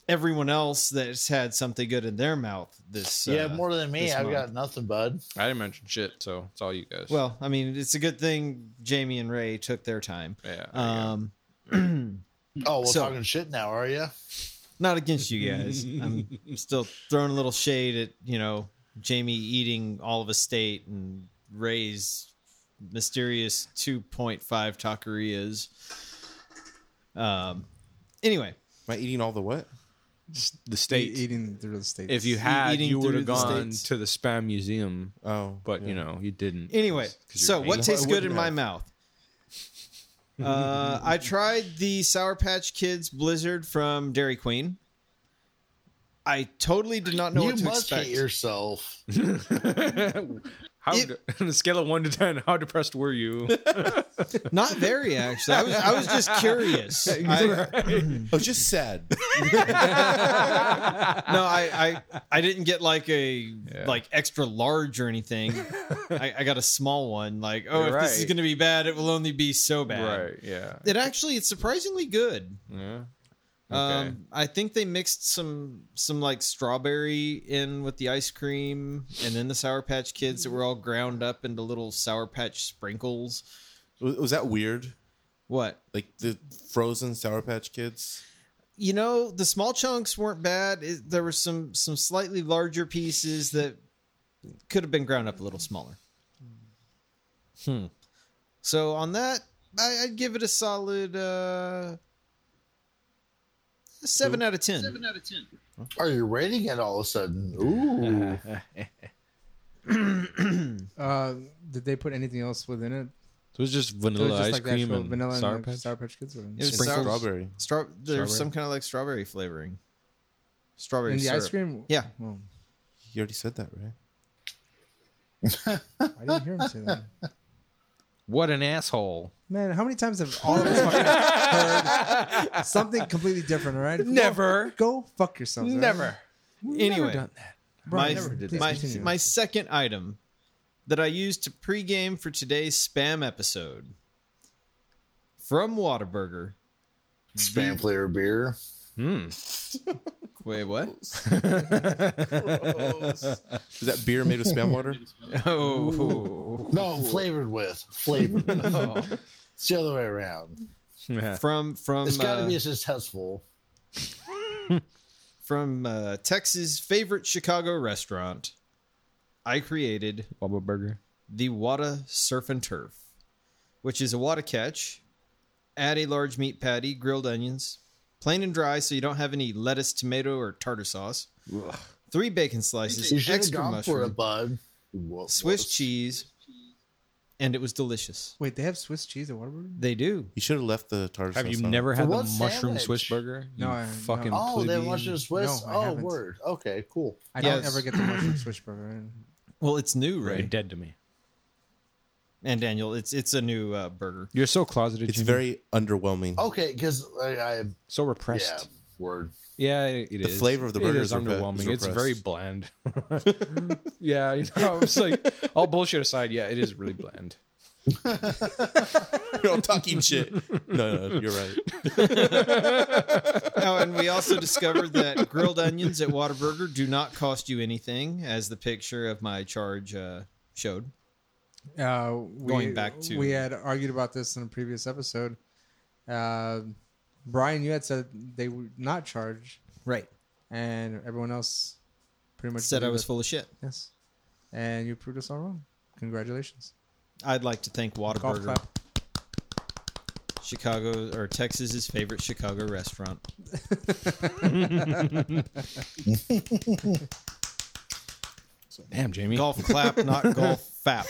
Speaker 6: everyone else that's had something good in their mouth this.
Speaker 5: yeah,
Speaker 6: uh,
Speaker 5: more than me.
Speaker 6: this
Speaker 5: I've
Speaker 6: month.
Speaker 5: got nothing, bud.
Speaker 1: I didn't mention shit, so it's all you guys.
Speaker 6: Well, I mean, it's a good thing Jamie and Ray took their time.
Speaker 1: yeah.
Speaker 6: Um,
Speaker 5: Oh, we're
Speaker 6: So-
Speaker 5: talking shit now, are you?
Speaker 6: not against you guys. I'm
Speaker 5: [laughs]
Speaker 6: still throwing a little shade at you know Jamie eating all of a state and Ray's mysterious 2.5 taquerias. Um. Anyway,
Speaker 3: Am I eating all the what?
Speaker 1: the state.
Speaker 4: E-, eating through the states.
Speaker 1: if you had,
Speaker 6: eating
Speaker 1: you would
Speaker 6: through
Speaker 1: have
Speaker 6: the
Speaker 1: gone
Speaker 6: states.
Speaker 1: to the spam museum,
Speaker 3: Oh,
Speaker 1: but
Speaker 3: yeah.
Speaker 1: you know you didn't.
Speaker 6: Anyway,
Speaker 1: 'Cause you're
Speaker 6: so what
Speaker 1: anal.
Speaker 7: [laughs]
Speaker 6: tastes
Speaker 3: I
Speaker 6: good in
Speaker 3: wouldn't
Speaker 6: my
Speaker 3: have.
Speaker 6: mouth? Uh, I tried the Sour Patch Kids Blizzard from Dairy Queen. I totally did not know
Speaker 5: you
Speaker 6: what to
Speaker 5: must
Speaker 6: expect.
Speaker 5: hate yourself.
Speaker 1: How
Speaker 6: It-
Speaker 7: [laughs]
Speaker 1: de- on a scale of one to ten, how depressed were you?
Speaker 6: Not very actually. I was I was just
Speaker 5: [laughs]
Speaker 6: curious. I,
Speaker 3: I was just sad.
Speaker 6: no, I, I I didn't get like a
Speaker 1: Yeah.
Speaker 6: like extra large or anything. I, I got a small one. Like, oh, if this is
Speaker 1: Right.
Speaker 6: gonna be bad, it will only be so bad.
Speaker 1: right? Yeah.
Speaker 6: It actually it's surprisingly good.
Speaker 1: Yeah. Okay.
Speaker 6: Um, I think they mixed some some like strawberry in with the ice cream, and then the Sour Patch Kids that were all ground up into little Sour Patch sprinkles.
Speaker 3: was, was that weird?
Speaker 6: What?
Speaker 3: Like the frozen Sour Patch Kids?
Speaker 6: You know, the small chunks weren't bad. It, there were some some slightly larger pieces that could have been ground up a little smaller. Hmm. So on that, I, I'd give it a solid uh, seven out of ten.
Speaker 4: Uh-huh.
Speaker 5: Are you rating it all of a sudden? Ooh.
Speaker 4: Uh, did they put anything else within it?
Speaker 7: [laughs] So it's just
Speaker 4: It was
Speaker 7: vanilla
Speaker 4: just
Speaker 7: ice
Speaker 4: like the
Speaker 7: cream
Speaker 4: actual
Speaker 7: and
Speaker 4: vanilla
Speaker 7: sour
Speaker 4: and like,
Speaker 7: patch.
Speaker 4: Sour Patch Kids. or-
Speaker 6: It was
Speaker 3: Spring
Speaker 6: sour-
Speaker 3: strawberry.
Speaker 6: Stra- there's
Speaker 7: Strawberry.
Speaker 6: some kind of like strawberry flavoring. Strawberry
Speaker 4: In the
Speaker 6: syrup.
Speaker 4: ice cream?
Speaker 6: Yeah.
Speaker 4: Well,
Speaker 3: You already said that, right?
Speaker 4: I didn't hear him say that.
Speaker 7: What an asshole!
Speaker 4: Man, how many times have all of us fucking heard something completely different, all right?
Speaker 7: Never.
Speaker 4: Go, go fuck yourselves. all right?
Speaker 6: Anyway,
Speaker 4: Brian,
Speaker 6: my,
Speaker 4: please
Speaker 6: my,
Speaker 4: continue.
Speaker 6: my second item that I used to pregame for today's spam episode from Whataburger.
Speaker 5: Spam flavor beer.
Speaker 7: Hmm.
Speaker 6: Wait, what?
Speaker 1: [laughs]
Speaker 3: Is that beer made with spam water?
Speaker 7: Oh,
Speaker 5: No, flavored with.
Speaker 4: [laughs]
Speaker 5: Flavored with.
Speaker 4: Oh.
Speaker 5: It's the other way around.
Speaker 6: [laughs] From from
Speaker 5: It's got to
Speaker 6: uh,
Speaker 5: be successful.
Speaker 6: from uh, Texas' favorite Chicago restaurant. I created
Speaker 7: Bubba Burger.
Speaker 6: the Wada Surf and Turf, which is a Wada catch. Add a large meat patty, grilled onions, plain and dry, so you don't have any lettuce, tomato, or tartar sauce. Three bacon slices,
Speaker 5: You should have
Speaker 6: extra
Speaker 5: gone for it, bud.
Speaker 6: mushroom,
Speaker 5: Whoa,
Speaker 6: Swiss
Speaker 5: whoa.
Speaker 6: cheese, and it was delicious.
Speaker 4: Wait, they have Swiss cheese at Waterburger?
Speaker 6: They do.
Speaker 3: You should have left the tartar
Speaker 7: Have
Speaker 3: sauce
Speaker 7: you
Speaker 3: out.
Speaker 7: never had the
Speaker 5: what
Speaker 7: mushroom
Speaker 5: sandwich?
Speaker 7: Swiss burger?
Speaker 4: No,
Speaker 7: You
Speaker 4: I- no.
Speaker 7: fucking.
Speaker 5: Oh, they
Speaker 7: plebeian.
Speaker 5: watched the Swiss.
Speaker 4: No, I
Speaker 5: oh,
Speaker 4: haven't.
Speaker 5: word. Okay, cool.
Speaker 4: I
Speaker 6: Yes.
Speaker 4: don't ever [clears throat] get the mushroom Swiss burger.
Speaker 6: Well, it's new,
Speaker 7: You're
Speaker 6: right?
Speaker 7: dead to me.
Speaker 6: And Daniel, it's it's a new uh, burger.
Speaker 7: You're so closeted.
Speaker 3: It's
Speaker 7: Jimmy.
Speaker 3: very underwhelming. [laughs]
Speaker 5: Okay, because I, I
Speaker 7: so
Speaker 5: yeah,
Speaker 7: repressed.
Speaker 6: [laughs]
Speaker 5: word.
Speaker 7: Yeah, it is.
Speaker 3: The flavor of the burger
Speaker 7: it is
Speaker 3: is repre-
Speaker 7: underwhelming.
Speaker 3: is
Speaker 7: It's very
Speaker 3: repressed.
Speaker 7: bland. [laughs] yeah, you know, it's like all bullshit aside. Yeah, it is really bland.
Speaker 3: You're all talking shit. [laughs] No, no, you're right.
Speaker 6: Oh, and we also discovered that grilled onions at Whataburger do not cost you anything, as the picture of my charge uh, showed.
Speaker 4: Uh, we,
Speaker 6: Going back to-
Speaker 4: we had argued about this in a previous episode. Uh, Brian, you had said they would not charge,
Speaker 6: Right.
Speaker 4: and everyone else pretty much
Speaker 6: Said I
Speaker 4: believed
Speaker 6: was
Speaker 4: it.
Speaker 6: full of shit.
Speaker 4: Yes, and you proved us all wrong. Congratulations.
Speaker 6: I'd like to thank
Speaker 4: Golf
Speaker 6: Whataburger,
Speaker 4: clap.
Speaker 6: Chicago or Texas's favorite Chicago
Speaker 7: [laughs]
Speaker 6: restaurant.
Speaker 7: Damn, Jamie.
Speaker 6: Golf clap, not golf fap.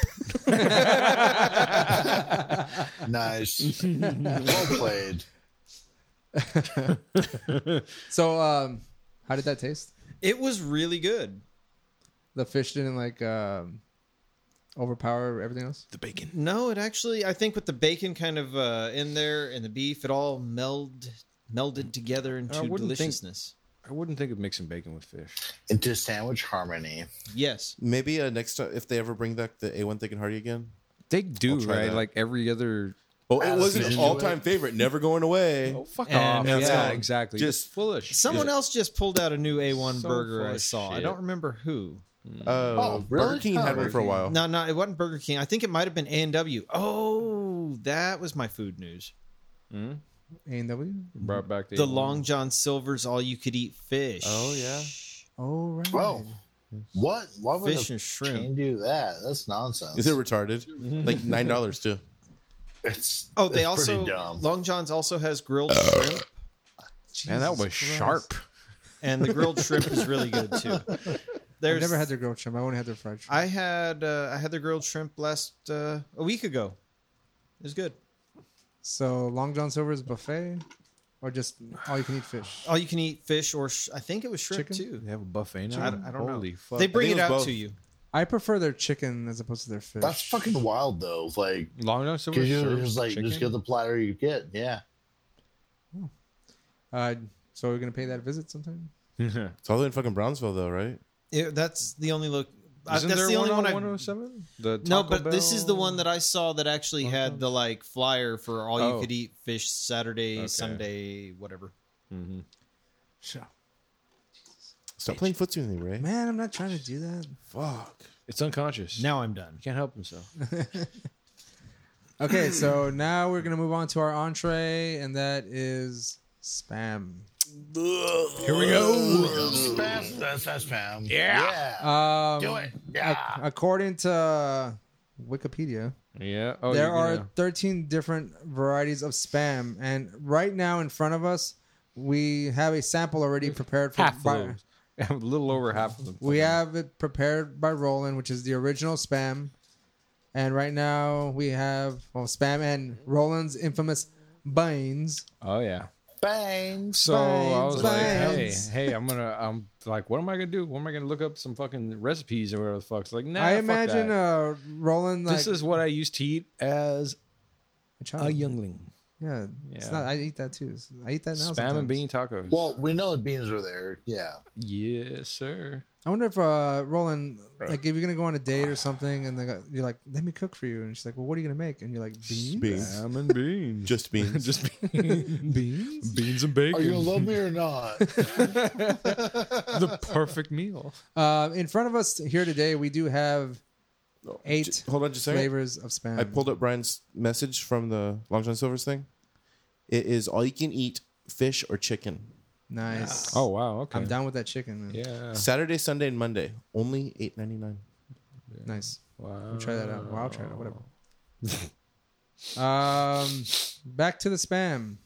Speaker 6: [laughs]
Speaker 5: Nice. well played.
Speaker 4: So, um, how did that taste?
Speaker 6: [laughs] It was really good.
Speaker 4: The fish didn't like um, overpower everything else.
Speaker 3: The bacon.
Speaker 6: No, it actually I think with the bacon kind of uh, in there and the beef, it all meld melded together into
Speaker 7: wouldn't think-
Speaker 6: deliciousness.
Speaker 7: I wouldn't think of mixing bacon with fish.
Speaker 5: Into sandwich harmony.
Speaker 6: Yes.
Speaker 3: Maybe uh, next time, if they ever bring back the A1 Thick and Hardy again.
Speaker 7: They do,
Speaker 3: I'll try
Speaker 7: right?
Speaker 3: that.
Speaker 7: Like every other.
Speaker 3: Oh, it
Speaker 5: Alice
Speaker 3: was an
Speaker 5: Mitchell.
Speaker 3: all time favorite. Never going away.
Speaker 7: Oh, fuck
Speaker 6: And-
Speaker 7: off.
Speaker 3: That's
Speaker 7: Yeah,
Speaker 3: all.
Speaker 7: exactly.
Speaker 3: Just-
Speaker 7: full of shit.
Speaker 6: Someone else just pulled out a new A1
Speaker 7: So
Speaker 6: burger
Speaker 7: full
Speaker 6: I
Speaker 7: of
Speaker 6: saw. I
Speaker 7: shit.
Speaker 6: don't remember who.
Speaker 3: Uh,
Speaker 5: Oh, really?
Speaker 3: Burger King had one for a
Speaker 7: Oh.
Speaker 3: while.
Speaker 6: No, no, it wasn't Burger King. I think it might have been A&W. Oh, that was my food news.
Speaker 4: A and W.
Speaker 7: hmm? brought back
Speaker 6: The Long John Silver's all you could eat fish.
Speaker 3: Oh, yeah.
Speaker 4: Oh right.
Speaker 5: Whoa. What? Why would
Speaker 6: Fish
Speaker 5: a
Speaker 6: and shrimp.
Speaker 5: chain do that? That's nonsense.
Speaker 3: Is it retarded? Like $9 [laughs] too.
Speaker 5: It's,
Speaker 6: Oh, they
Speaker 5: it's
Speaker 6: also
Speaker 5: pretty dumb.
Speaker 6: Long John's also has grilled shrimp,
Speaker 7: Man, that was sharp.
Speaker 6: and the grilled shrimp is really good [laughs] too. There's
Speaker 4: I've never had their grilled shrimp. I only had their fried shrimp.
Speaker 6: I had uh, I had the grilled shrimp last uh, a week ago. It was good.
Speaker 4: So Long John Silver's buffet, or just all you can eat fish.
Speaker 6: All you can eat fish or sh- I think it was shrimp
Speaker 4: Chicken?
Speaker 6: too.
Speaker 7: They have a buffet now.
Speaker 6: I don't- I don't know.
Speaker 7: Holy fuck.
Speaker 6: They bring
Speaker 3: think
Speaker 6: it
Speaker 3: it
Speaker 6: out
Speaker 3: was
Speaker 6: to
Speaker 3: both.
Speaker 6: you.
Speaker 4: I prefer their chicken as opposed to their fish.
Speaker 5: That's fucking wild, though. Like,
Speaker 7: Long John Silver's
Speaker 5: because you're
Speaker 7: served
Speaker 5: just like,
Speaker 7: chicken?
Speaker 5: just
Speaker 7: [laughs]
Speaker 5: get the platter you get. Yeah.
Speaker 4: Uh, so we're gonna pay that visit sometime.
Speaker 6: Uh,
Speaker 3: It's all the way in fucking Brownsville, though, right?
Speaker 6: It- that's the only look. I-
Speaker 7: Isn't
Speaker 6: that's
Speaker 7: there
Speaker 6: the only
Speaker 7: one,
Speaker 6: one I.
Speaker 7: on 107? The
Speaker 6: No,
Speaker 7: Taco
Speaker 6: but this is the
Speaker 7: Bell?
Speaker 6: one that I saw that actually had the like flyer for all you
Speaker 7: Oh.
Speaker 6: could eat fish Saturday,
Speaker 7: Okay.
Speaker 6: Sunday, whatever.
Speaker 4: Sure.
Speaker 3: Stop playing footsie with me, Ray.
Speaker 4: Man, I'm not trying to do that.
Speaker 3: Fuck.
Speaker 7: It's unconscious.
Speaker 6: Now I'm done.
Speaker 7: He can't help himself.
Speaker 4: Okay, so now we're gonna move on to our entree, and that is spam.
Speaker 7: Here we go.
Speaker 5: Spam. That's, that's spam. Yeah.
Speaker 4: Um,
Speaker 5: do it.
Speaker 4: ac-
Speaker 5: Yeah.
Speaker 4: according to Wikipedia,
Speaker 7: Yeah. Oh,
Speaker 4: there
Speaker 7: you're
Speaker 4: are
Speaker 7: gonna-
Speaker 4: 13 different varieties of spam, and right now in front of us, we have a sample already prepared for
Speaker 7: half
Speaker 4: by-
Speaker 7: loaves.
Speaker 1: [laughs] a little over half of them.
Speaker 4: We have it prepared by Roland, which is the original spam. And right now we have well, spam and Roland's infamous Baines.
Speaker 1: Oh yeah.
Speaker 5: Bangs.
Speaker 1: So I
Speaker 4: Binds,
Speaker 1: was like, hey,
Speaker 4: binds.
Speaker 1: hey, I'm gonna, I'm like, what am I gonna do? What am I gonna look up some fucking recipes or whatever the fuck's like? Nah,
Speaker 4: I
Speaker 1: fuck
Speaker 4: imagine
Speaker 1: that.
Speaker 4: uh, Roland like Um,
Speaker 1: this is what I used to eat as
Speaker 4: a child.
Speaker 1: a youngling.
Speaker 4: Yeah, it's
Speaker 1: Yeah.
Speaker 4: not. I eat that too. I eat that now.
Speaker 1: Spam
Speaker 4: sometimes.
Speaker 1: and bean tacos.
Speaker 5: Well, we know the beans are there. Yeah.
Speaker 1: yes, sir.
Speaker 4: I wonder if uh, Roland, like, if you're gonna go on a date or something, and they got, you're like, "Let me cook for you," and she's like, "Well, what are you gonna make?" And you're like, "Beans,
Speaker 3: Beans.
Speaker 1: Spam and beans.
Speaker 3: Just beans.
Speaker 1: Just [laughs] beans.
Speaker 4: beans."
Speaker 1: beans and
Speaker 5: Are you gonna
Speaker 1: bacon.
Speaker 5: love me or not?
Speaker 1: the perfect
Speaker 4: [laughs]
Speaker 1: meal.
Speaker 4: Uh, in front of us here today, we do have
Speaker 3: Oh,
Speaker 4: eight
Speaker 3: j- hold on just a second.
Speaker 4: flavors of spam.
Speaker 3: I pulled up Brian's message from the Long John Silver's thing. It is all you can eat fish or chicken.
Speaker 4: nice.
Speaker 1: Oh wow. Okay.
Speaker 4: I'm down with that chicken. Man.
Speaker 1: Yeah.
Speaker 3: Saturday, Sunday, and Monday. Only eight ninety nine.
Speaker 4: Nice.
Speaker 1: Wow.
Speaker 4: Try that out. Well, I'll try it out. Whatever. um, back to the spam.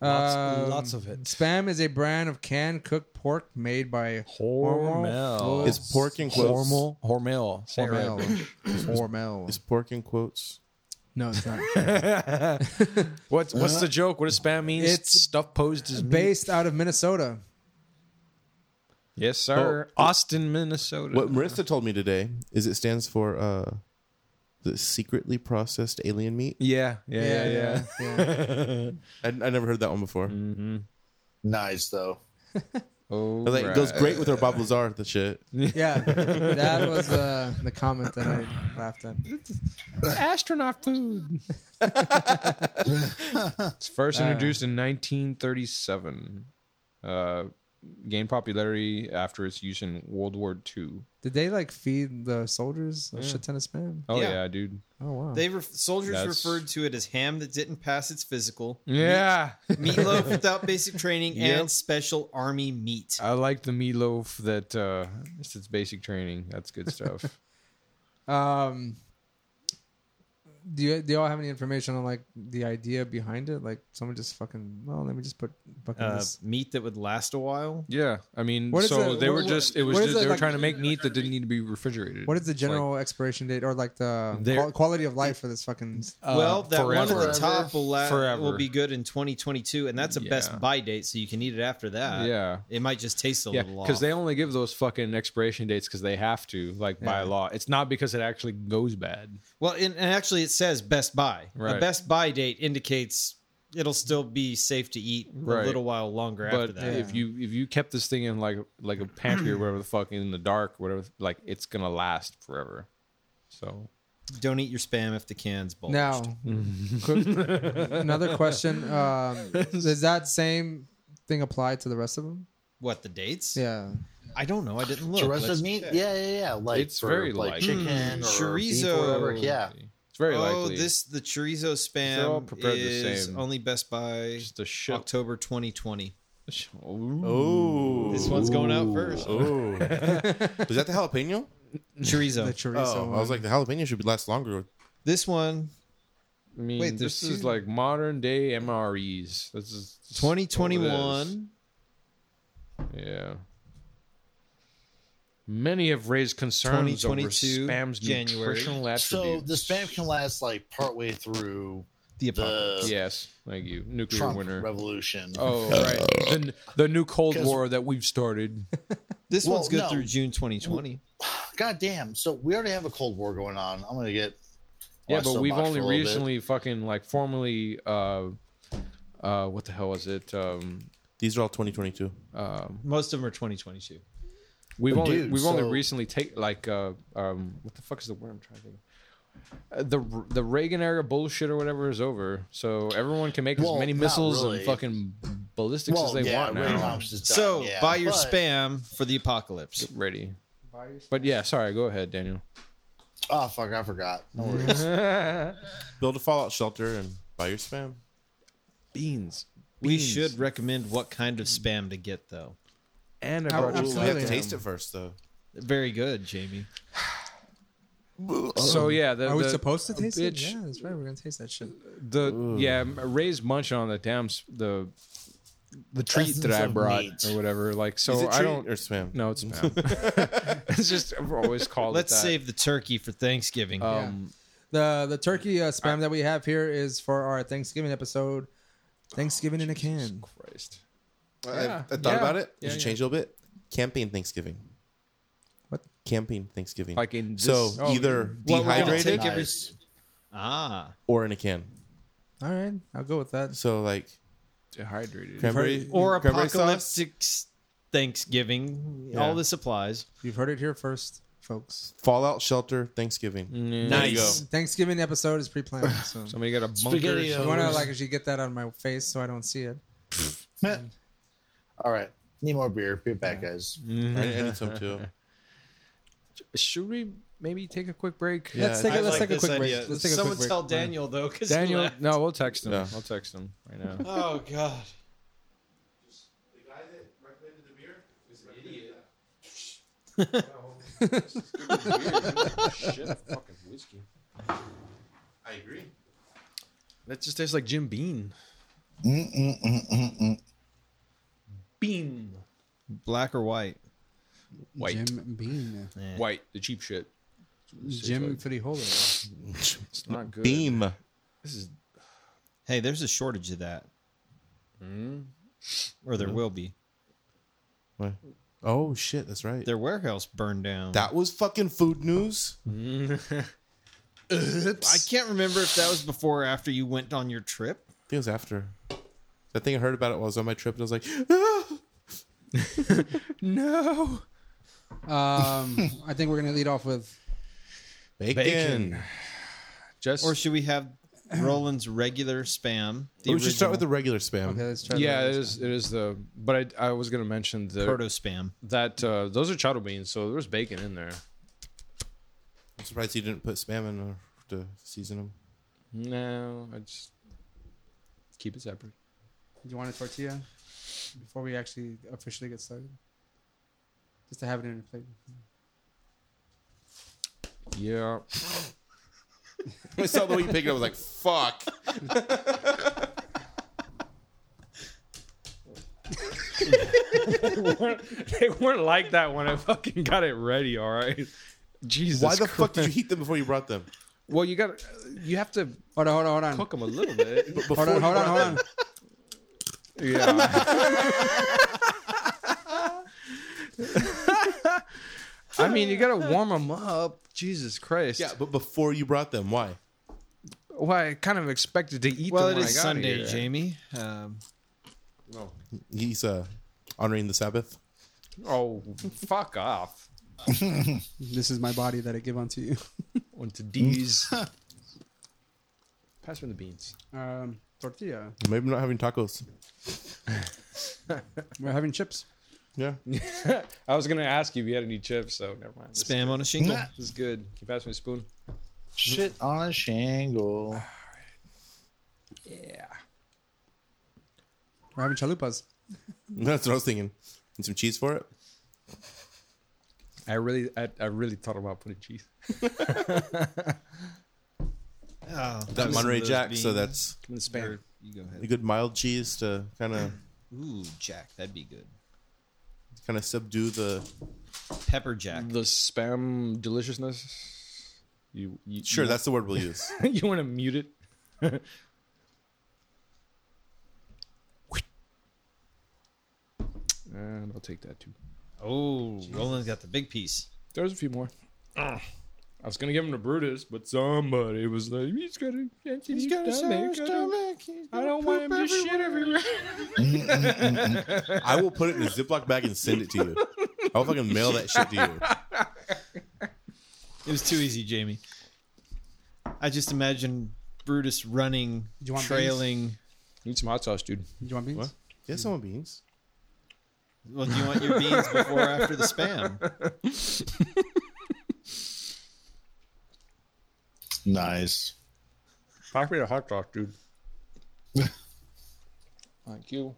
Speaker 8: Lots,
Speaker 4: Um,
Speaker 8: lots of it.
Speaker 4: Spam is a brand of canned cooked pork made by
Speaker 1: Hormel.
Speaker 4: Hormel.
Speaker 3: Is pork in quotes?
Speaker 1: Hormel. Hormel. Say it right.
Speaker 4: Hormel.
Speaker 3: Is
Speaker 4: Hormel.
Speaker 3: pork in quotes?
Speaker 4: No, it's not.
Speaker 1: [laughs] What's what's the joke? What does spam mean?
Speaker 4: It's
Speaker 1: stuff posed as meat.
Speaker 4: Based out of Minnesota.
Speaker 1: Yes, sir. Austin, Minnesota.
Speaker 3: What Marissa told me today is it stands for uh, the secretly processed alien meat.
Speaker 1: Yeah, yeah, yeah, yeah.
Speaker 4: yeah, yeah.
Speaker 3: I, I never heard that one before.
Speaker 5: nice though.
Speaker 1: Oh,
Speaker 3: I was like, it goes great with our Bob Lazar. The shit.
Speaker 4: Yeah, that was uh, the comment that I laughed at.
Speaker 1: astronaut food. it's first introduced in 1937. Uh, gained popularity after its use in World War II.
Speaker 4: Did they like feed the soldiers a shit ton of spam?
Speaker 1: Oh yeah,
Speaker 6: Yeah.
Speaker 1: dude.
Speaker 4: Oh wow.
Speaker 6: They ref soldiers
Speaker 1: That's-
Speaker 6: referred to it as ham that didn't pass its physical,
Speaker 1: [laughs] Yeah,
Speaker 6: meatloaf without basic [laughs] training,
Speaker 1: Yep.
Speaker 6: and special army meat.
Speaker 1: I like the meatloaf that uh, it's its basic training. That's good stuff.
Speaker 4: Um, do you do y'all have any information on like the idea behind it? Like someone just fucking well, let me just put fucking
Speaker 6: Uh,
Speaker 4: this.
Speaker 6: meat that would last a while.
Speaker 1: yeah, I mean,
Speaker 4: What is
Speaker 1: so
Speaker 4: it-
Speaker 1: they
Speaker 4: what-
Speaker 1: were just it was
Speaker 4: what is
Speaker 1: just,
Speaker 4: it
Speaker 1: they were
Speaker 4: like-
Speaker 1: trying to make meat that didn't need to be refrigerated.
Speaker 4: What is the
Speaker 1: It's like-
Speaker 4: general expiration date or like the
Speaker 1: They're-
Speaker 4: qual- quality of life for this fucking?
Speaker 6: well, that one
Speaker 1: uh, forever.
Speaker 6: at the top will la-
Speaker 1: Forever.
Speaker 6: will be good in 2022, and that's a
Speaker 1: Yeah.
Speaker 6: best buy date, so you can eat it after that.
Speaker 1: yeah.
Speaker 6: it might just taste a
Speaker 1: Yeah,
Speaker 6: little off.
Speaker 1: because they only give those fucking expiration dates because they have to, like by law. It's not because it actually goes bad.
Speaker 6: well, and, and actually, it says best buy.
Speaker 1: Right.
Speaker 6: A best buy date indicates it'll still be safe to eat
Speaker 1: Right.
Speaker 6: a little while longer after
Speaker 1: But
Speaker 6: that.
Speaker 1: if you if you kept this thing in like like a pantry
Speaker 6: [clears throat]
Speaker 1: or whatever the fuck in the dark, whatever, like it's gonna last forever. So
Speaker 6: Don't eat your spam if the can's bulged.
Speaker 4: Now, quick- another
Speaker 1: [laughs]
Speaker 4: question: um, Does that same thing apply to the rest of them?
Speaker 6: what the dates?
Speaker 4: Yeah.
Speaker 6: I don't know. I didn't look.
Speaker 5: The rest
Speaker 6: Let's-
Speaker 5: of meat, yeah, yeah, yeah. Like
Speaker 1: It's
Speaker 5: for,
Speaker 1: very
Speaker 5: like
Speaker 1: like-
Speaker 5: chicken
Speaker 6: Mm,
Speaker 5: or beef
Speaker 6: chorizo.
Speaker 5: or whatever. Yeah,
Speaker 1: it's very
Speaker 6: oh,
Speaker 1: likely
Speaker 6: this the chorizo
Speaker 1: They're all
Speaker 6: spam
Speaker 1: prepared the
Speaker 6: is
Speaker 1: same.
Speaker 6: only Best Buy
Speaker 1: just a shit.
Speaker 6: October 2020.
Speaker 3: Oh,
Speaker 6: This one's going out first.
Speaker 3: Oh,
Speaker 1: [laughs]
Speaker 3: was that the jalapeno?
Speaker 4: The
Speaker 6: Chorizo.
Speaker 4: chorizo.
Speaker 3: Oh, I was
Speaker 4: one.
Speaker 3: like the jalapeno should last longer.
Speaker 6: this one,
Speaker 1: I mean,
Speaker 6: Wait,
Speaker 1: this
Speaker 6: there's
Speaker 1: is
Speaker 6: two-
Speaker 1: like modern day MREs. This is this is what it is.
Speaker 6: 2021.
Speaker 1: Yeah. Many have raised concerns over
Speaker 6: 2022,
Speaker 1: spam's
Speaker 6: January.
Speaker 1: nutritional
Speaker 5: so
Speaker 1: attributes.
Speaker 5: the spam can last like partway through
Speaker 6: The
Speaker 5: the
Speaker 1: yes, thank you, nuclear
Speaker 5: Trump
Speaker 1: winter.
Speaker 5: Revolution.
Speaker 1: Oh, right. the, the new Cold
Speaker 5: 'Cause-
Speaker 1: War that we've started.
Speaker 5: [laughs]
Speaker 6: This
Speaker 5: Well,
Speaker 6: one's good
Speaker 5: no.
Speaker 6: through June 2020.
Speaker 5: God damn! So we already have a cold war going on. I'm gonna get
Speaker 1: Yeah,
Speaker 5: lost
Speaker 1: but
Speaker 5: so
Speaker 1: we've
Speaker 5: much for
Speaker 1: only
Speaker 5: a little bit.
Speaker 1: recently fucking like formally uh uh what the hell was it? Um
Speaker 3: These are all 2022.
Speaker 1: um
Speaker 6: Most of them are 2022.
Speaker 1: we've
Speaker 5: But
Speaker 1: only
Speaker 5: dude,
Speaker 1: we've only
Speaker 5: so-
Speaker 1: recently take like uh um what the fuck is the word I'm trying to think of? Uh, the the Reagan era bullshit or whatever is over, so everyone can make
Speaker 5: Well,
Speaker 1: as many
Speaker 5: not
Speaker 1: missiles
Speaker 5: really.
Speaker 1: and fucking ballistics
Speaker 5: Well,
Speaker 1: as they
Speaker 5: yeah,
Speaker 1: want now.
Speaker 5: Reaganomics is done,
Speaker 6: So
Speaker 5: yeah,
Speaker 6: buy your
Speaker 5: but-
Speaker 6: spam for the apocalypse.
Speaker 1: Ready, but yeah, sorry, go ahead,
Speaker 4: [laughs]
Speaker 1: Daniel.
Speaker 5: Oh fuck! I forgot. No worries.
Speaker 3: Build a fallout shelter and buy your spam.
Speaker 1: Beans
Speaker 6: We should recommend what kind of spam to get, though.
Speaker 1: and a
Speaker 4: Oh,
Speaker 1: bunch of-
Speaker 3: We have
Speaker 4: Absolutely.
Speaker 3: to taste it first, though.
Speaker 6: Very good, Jamie.
Speaker 1: so yeah, the,
Speaker 4: Are we
Speaker 1: the-
Speaker 4: supposed to taste it?
Speaker 1: bitch.
Speaker 4: Yeah, that's right. We're gonna taste that shit.
Speaker 1: the yeah Ray's munching on the damn s- the the treat
Speaker 5: Essence
Speaker 1: that I
Speaker 5: of
Speaker 1: brought
Speaker 5: meat.
Speaker 1: or whatever. Like so,
Speaker 3: Is it
Speaker 1: I
Speaker 3: treat
Speaker 1: don't.
Speaker 3: or spam?
Speaker 1: No,
Speaker 3: [laughs]
Speaker 1: it's spam. [laughs] it's just I've always called.
Speaker 6: Let's
Speaker 1: it that.
Speaker 6: save the turkey for Thanksgiving.
Speaker 1: Um,
Speaker 4: The the turkey uh, spam that we have here is for our Thanksgiving episode. Thanksgiving in a can.
Speaker 1: Christ.
Speaker 3: I, I
Speaker 1: Yeah.
Speaker 3: thought
Speaker 1: Yeah.
Speaker 3: about it.
Speaker 1: Yeah,
Speaker 3: you should
Speaker 1: yeah.
Speaker 3: change a little bit. Campaign Thanksgiving.
Speaker 4: What?
Speaker 3: Campaign Thanksgiving.
Speaker 1: Like in this,
Speaker 3: so
Speaker 1: oh,
Speaker 3: either
Speaker 6: Well, we're gonna
Speaker 3: dehydrated
Speaker 6: take every-
Speaker 5: Nice.
Speaker 6: ah,
Speaker 3: or in a can.
Speaker 4: All right, I'll go with that.
Speaker 3: So like
Speaker 1: dehydrated.
Speaker 3: cranberry
Speaker 6: or
Speaker 3: cranberry sauce?
Speaker 6: apocalyptic s- Thanksgiving.
Speaker 3: Yeah.
Speaker 6: All this applies.
Speaker 4: You've heard it here first, folks.
Speaker 3: Fallout shelter Thanksgiving.
Speaker 1: Mm.
Speaker 6: nice.
Speaker 3: Oh.
Speaker 4: Thanksgiving episode is pre-planned. So
Speaker 1: Somebody got a bunker.
Speaker 3: uh,
Speaker 5: Spaghetti.
Speaker 4: you want to like actually get that on my face so I don't see it.
Speaker 5: All right. Need more beer. Be back, guys.
Speaker 3: I I need some too.
Speaker 1: Mm-hmm. [laughs] Should we maybe take a quick break?
Speaker 3: Yeah,
Speaker 4: let's take
Speaker 3: I
Speaker 4: a, let's
Speaker 6: like
Speaker 4: take a
Speaker 6: this
Speaker 4: quick
Speaker 6: idea.
Speaker 4: break. Let's take a
Speaker 6: Someone
Speaker 4: quick break.
Speaker 6: tell Daniel though,
Speaker 1: [laughs]
Speaker 6: because
Speaker 1: Daniel, no, we'll text him.
Speaker 3: Yeah.
Speaker 1: I'll text him right now.
Speaker 6: Oh God.
Speaker 3: I agree.
Speaker 1: That just tastes like Jim Bean. Bean.
Speaker 6: Black or white?
Speaker 1: White.
Speaker 9: Jim Bean.
Speaker 1: White. The cheap shit.
Speaker 9: Jim Frijole.
Speaker 1: It's not good.
Speaker 3: Beam.
Speaker 1: This is
Speaker 6: Hey, there's a shortage of that. Hmm? Or there will be.
Speaker 3: What? Oh shit, that's right.
Speaker 6: Their warehouse burned down.
Speaker 3: That was fucking food news.
Speaker 6: I can't remember if that was before or after you went on your trip.
Speaker 3: I think it was after. I think I heard about it while I was on my trip, and I was like, [gasps] "Ah!"
Speaker 1: no.
Speaker 9: Um, I think we're gonna lead off with
Speaker 3: bacon.
Speaker 1: Just
Speaker 6: Or should
Speaker 3: [clears throat]
Speaker 6: we have Roland's regular spam?
Speaker 3: we should start with the
Speaker 6: original
Speaker 3: regular spam.
Speaker 4: Okay, let's try.
Speaker 1: yeah,
Speaker 4: that.
Speaker 1: it is. It is the. But I, I was gonna mention the
Speaker 6: proto spam.
Speaker 1: that uh, those are chowder beans, so there's bacon in there.
Speaker 3: I'm surprised you didn't put spam in there to season [laughs] them.
Speaker 1: No, I just keep it separate.
Speaker 9: Do you want a tortilla before we actually officially get started? Just to have it in a plate.
Speaker 1: Yeah.
Speaker 3: I saw the way you picked it. I was like, "Fuck."
Speaker 1: [laughs] they weren't like that when I fucking got it ready. All right. Jesus.
Speaker 3: [laughs] Why the
Speaker 1: Christ.
Speaker 3: fuck did you heat them before you brought them?
Speaker 1: Well, you got. You have to
Speaker 9: Hold on, hold on, hold on.
Speaker 1: cook them a little bit.
Speaker 3: Before
Speaker 9: Hold on, hold on, hold
Speaker 6: [laughs]
Speaker 9: on.
Speaker 1: [laughs] yeah. [laughs] I mean, you gotta warm them up. Jesus Christ.
Speaker 3: Yeah, but before you brought them, why?
Speaker 1: Well, I kind of expected to eat
Speaker 6: Well,
Speaker 1: them
Speaker 6: it
Speaker 1: when I
Speaker 6: is
Speaker 1: got
Speaker 6: Sunday,
Speaker 1: here.
Speaker 6: Jamie. Um,
Speaker 3: He's uh, honoring the Sabbath.
Speaker 1: Oh, fuck off.
Speaker 9: This is my body that I give unto
Speaker 4: [laughs]
Speaker 9: you.
Speaker 1: Onto D's. [laughs] Pass me the beans.
Speaker 9: Um, tortilla.
Speaker 3: Maybe not having tacos.
Speaker 9: We're having chips.
Speaker 3: Yeah.
Speaker 1: [laughs] I was gonna ask you if you had any chips, so never mind. This,
Speaker 6: spam on a shingle.
Speaker 1: this is good. Can you pass me a spoon?
Speaker 5: Shit on a shingle.
Speaker 9: We're having chalupas.
Speaker 3: [laughs] That's what I was thinking. And some cheese for it.
Speaker 1: I really, I, I really thought about putting cheese.
Speaker 6: Oh,
Speaker 3: That
Speaker 6: those-
Speaker 3: Monterey
Speaker 6: those
Speaker 3: Jack. So
Speaker 6: beans.
Speaker 3: that's
Speaker 1: Give me the spam.
Speaker 6: Or- You go ahead.
Speaker 3: a good mild cheese to kind of
Speaker 6: Ooh, Jack, that'd be good.
Speaker 3: kind of subdue the
Speaker 6: Pepper Jack.
Speaker 1: The spam deliciousness. You, you
Speaker 3: Sure,
Speaker 1: you
Speaker 3: that's the word we'll use.
Speaker 1: [laughs] you want to mute it? [laughs] and I'll take that too.
Speaker 6: Oh, Roland's got the big piece.
Speaker 1: There's a few more. Ah. I was gonna give him to Brutus, but somebody was like, "He's got an empty stomach. I don't- I don't want him to shit everywhere."
Speaker 3: I will put it in a Ziploc bag and send it to you. I'll fucking mail that shit to [laughs] you.
Speaker 6: It was too easy, Jamie. I just imagine Brutus running,
Speaker 9: you want
Speaker 6: trailing.
Speaker 1: Need some hot sauce, dude.
Speaker 9: Do you want beans?
Speaker 3: What? Yeah, some beans.
Speaker 6: Well, do you want
Speaker 1: [laughs]
Speaker 6: your beans before or after the spam?
Speaker 5: Nice.
Speaker 1: Pack me a hot dog, dude. Thank you.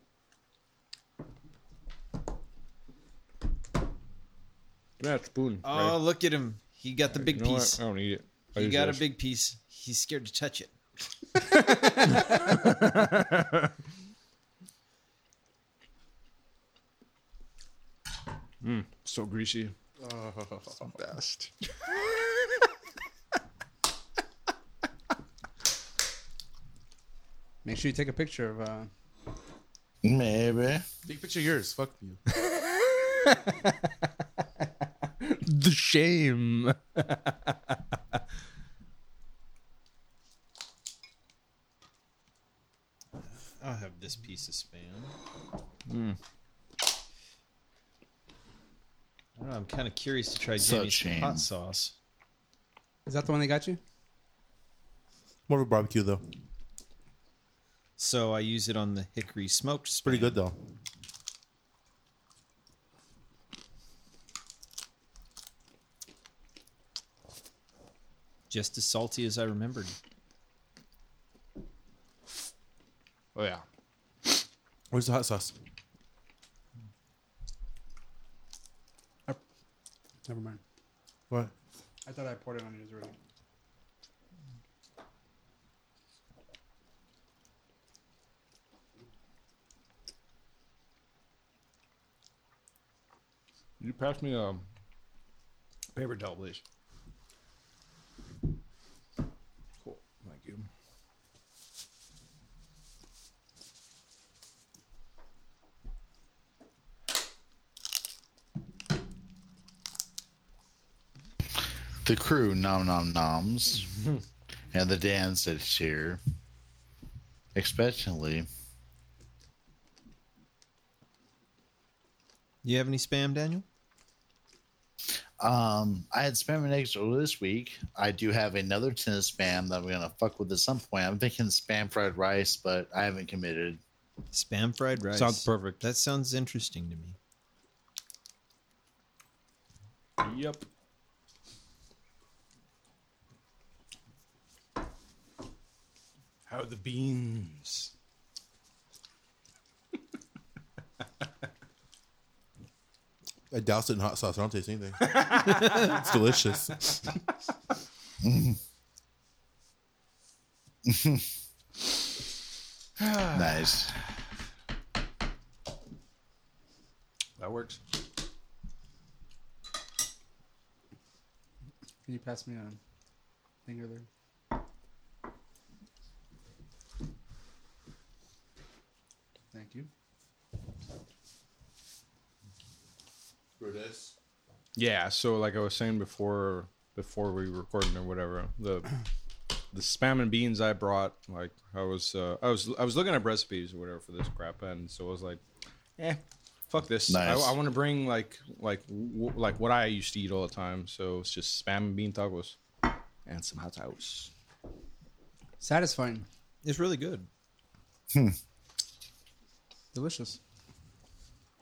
Speaker 1: Give me that spoon.
Speaker 6: Oh,
Speaker 1: Ray.
Speaker 6: look at him. He got the big
Speaker 1: You know what?
Speaker 6: piece.
Speaker 1: I don't need it. I
Speaker 6: He
Speaker 1: just
Speaker 6: got a
Speaker 1: asked.
Speaker 6: big piece. He's scared to touch it.
Speaker 1: So greasy.
Speaker 10: Best.
Speaker 4: Make sure you take a picture of. Uh,
Speaker 5: Maybe.
Speaker 3: Big picture yours. Fuck you.
Speaker 1: The shame.
Speaker 6: I'll have this piece of spam.
Speaker 1: Hmm.
Speaker 6: I don't know. I'm kind of curious to try Jimmy's
Speaker 5: shame.
Speaker 6: hot sauce.
Speaker 4: is that the one they got you?
Speaker 3: More of a barbecue though.
Speaker 6: So I use it on the hickory smoked. Spam.
Speaker 3: Pretty good though.
Speaker 6: Just as salty as I remembered.
Speaker 1: Oh yeah.
Speaker 3: Where's the hot sauce?
Speaker 4: Never mind.
Speaker 3: What?
Speaker 4: I thought I poured it on yours already.
Speaker 1: You pass me um, a paper towel, please. Cool. Thank you.
Speaker 5: The crew nom nom noms, and the Dan said cheer, expectantly.
Speaker 6: You have any spam, Daniel?
Speaker 5: Um, I had spam and eggs earlier this week. I do have another tin of spam that we're gonna fuck with at some point. I'm thinking spam fried rice, but I haven't [sighs] committed.
Speaker 6: Spam fried rice.
Speaker 1: Sounds perfect.
Speaker 6: That sounds interesting to me.
Speaker 1: Yep. How are the beans?
Speaker 3: I doused it in hot sauce. I don't taste [laughs] anything. it's delicious.
Speaker 5: [laughs] nice.
Speaker 1: That works.
Speaker 4: Can you pass me a thing earlier? Thank you.
Speaker 1: Yeah, so like I was saying before before we were recording or whatever, the the spam and beans I brought, like I was uh, I was I was looking at recipes or whatever for this crap and so I was like, eh, fuck this.
Speaker 5: Nice.
Speaker 1: I, I want to bring like like w- like what I used to eat all the time, so it's just spam and bean tacos and some hot sauce.
Speaker 4: Satisfying.
Speaker 6: It's really good.
Speaker 4: Delicious.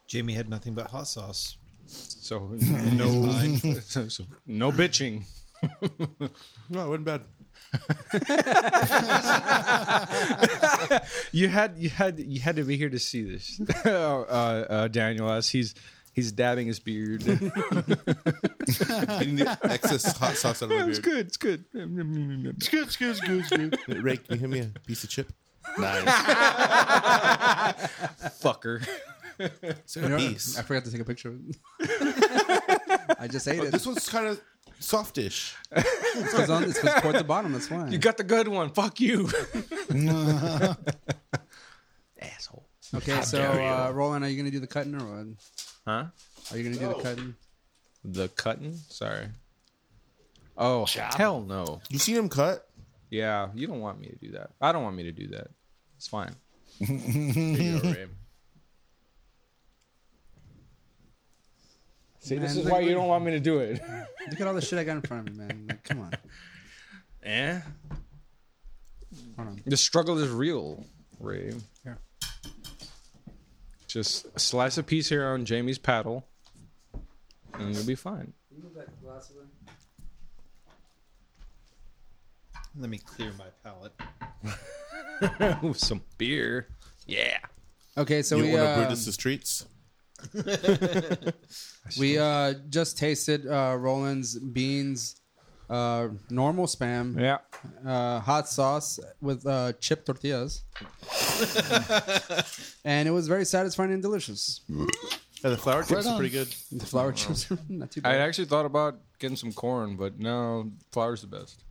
Speaker 6: Jamie had nothing but hot sauce.
Speaker 1: So [laughs] no [laughs] so, so no bitching.
Speaker 3: No, it wasn't bad.
Speaker 1: you had you had you had to be here to see this [laughs] uh, uh, daniel as he's he's dabbing his beard [laughs] it's
Speaker 3: Getting the [laughs] excess hot sauce out of my beard.
Speaker 1: good it's good
Speaker 3: Ray, can you hand me a piece of chip?
Speaker 5: Nice.
Speaker 1: fucker
Speaker 3: Is there a piece?
Speaker 4: I forgot to take a picture of it. I just
Speaker 1: Oh,
Speaker 4: ate it.
Speaker 3: This one's kind of softish.
Speaker 4: It's because on it's 'cause toward the bottom. That's why.
Speaker 1: you got the good one fuck you asshole
Speaker 4: okay, so uh, Roland, are you gonna do the cutting or what?
Speaker 1: huh
Speaker 4: Are you gonna do the cutting?
Speaker 1: the cutting sorry oh hell no
Speaker 3: You seen him cut?
Speaker 1: yeah you don't want me to do that i don't want me to do that it's fine Here you go, Ray. See, this
Speaker 4: Man,
Speaker 1: is
Speaker 4: look
Speaker 1: why you
Speaker 4: what-
Speaker 1: don't want me to do it.
Speaker 4: Look at all the shit I got in front of me, man. Like, come on.
Speaker 1: Eh?
Speaker 4: Hold on.
Speaker 1: The struggle is real, Ray.
Speaker 4: Yeah.
Speaker 1: Just slice a piece here on Jamie's paddle, and you'll be fine. [laughs]
Speaker 6: Let me clear my palate.
Speaker 1: With some beer. Yeah.
Speaker 4: Okay, so
Speaker 3: you
Speaker 4: we
Speaker 3: want to
Speaker 4: uh,
Speaker 3: Brutus's treats?
Speaker 4: We uh, just tasted uh, Roland's beans, uh, normal spam,
Speaker 1: Yeah.
Speaker 4: uh, hot sauce with uh,
Speaker 1: [laughs]
Speaker 4: chip tortillas, and it was very satisfying and delicious.
Speaker 3: Yeah, the flour chips are pretty good.
Speaker 4: The flour chips are [laughs] not too
Speaker 1: I
Speaker 4: bad.
Speaker 1: actually thought about getting some corn, but no, flour's the best.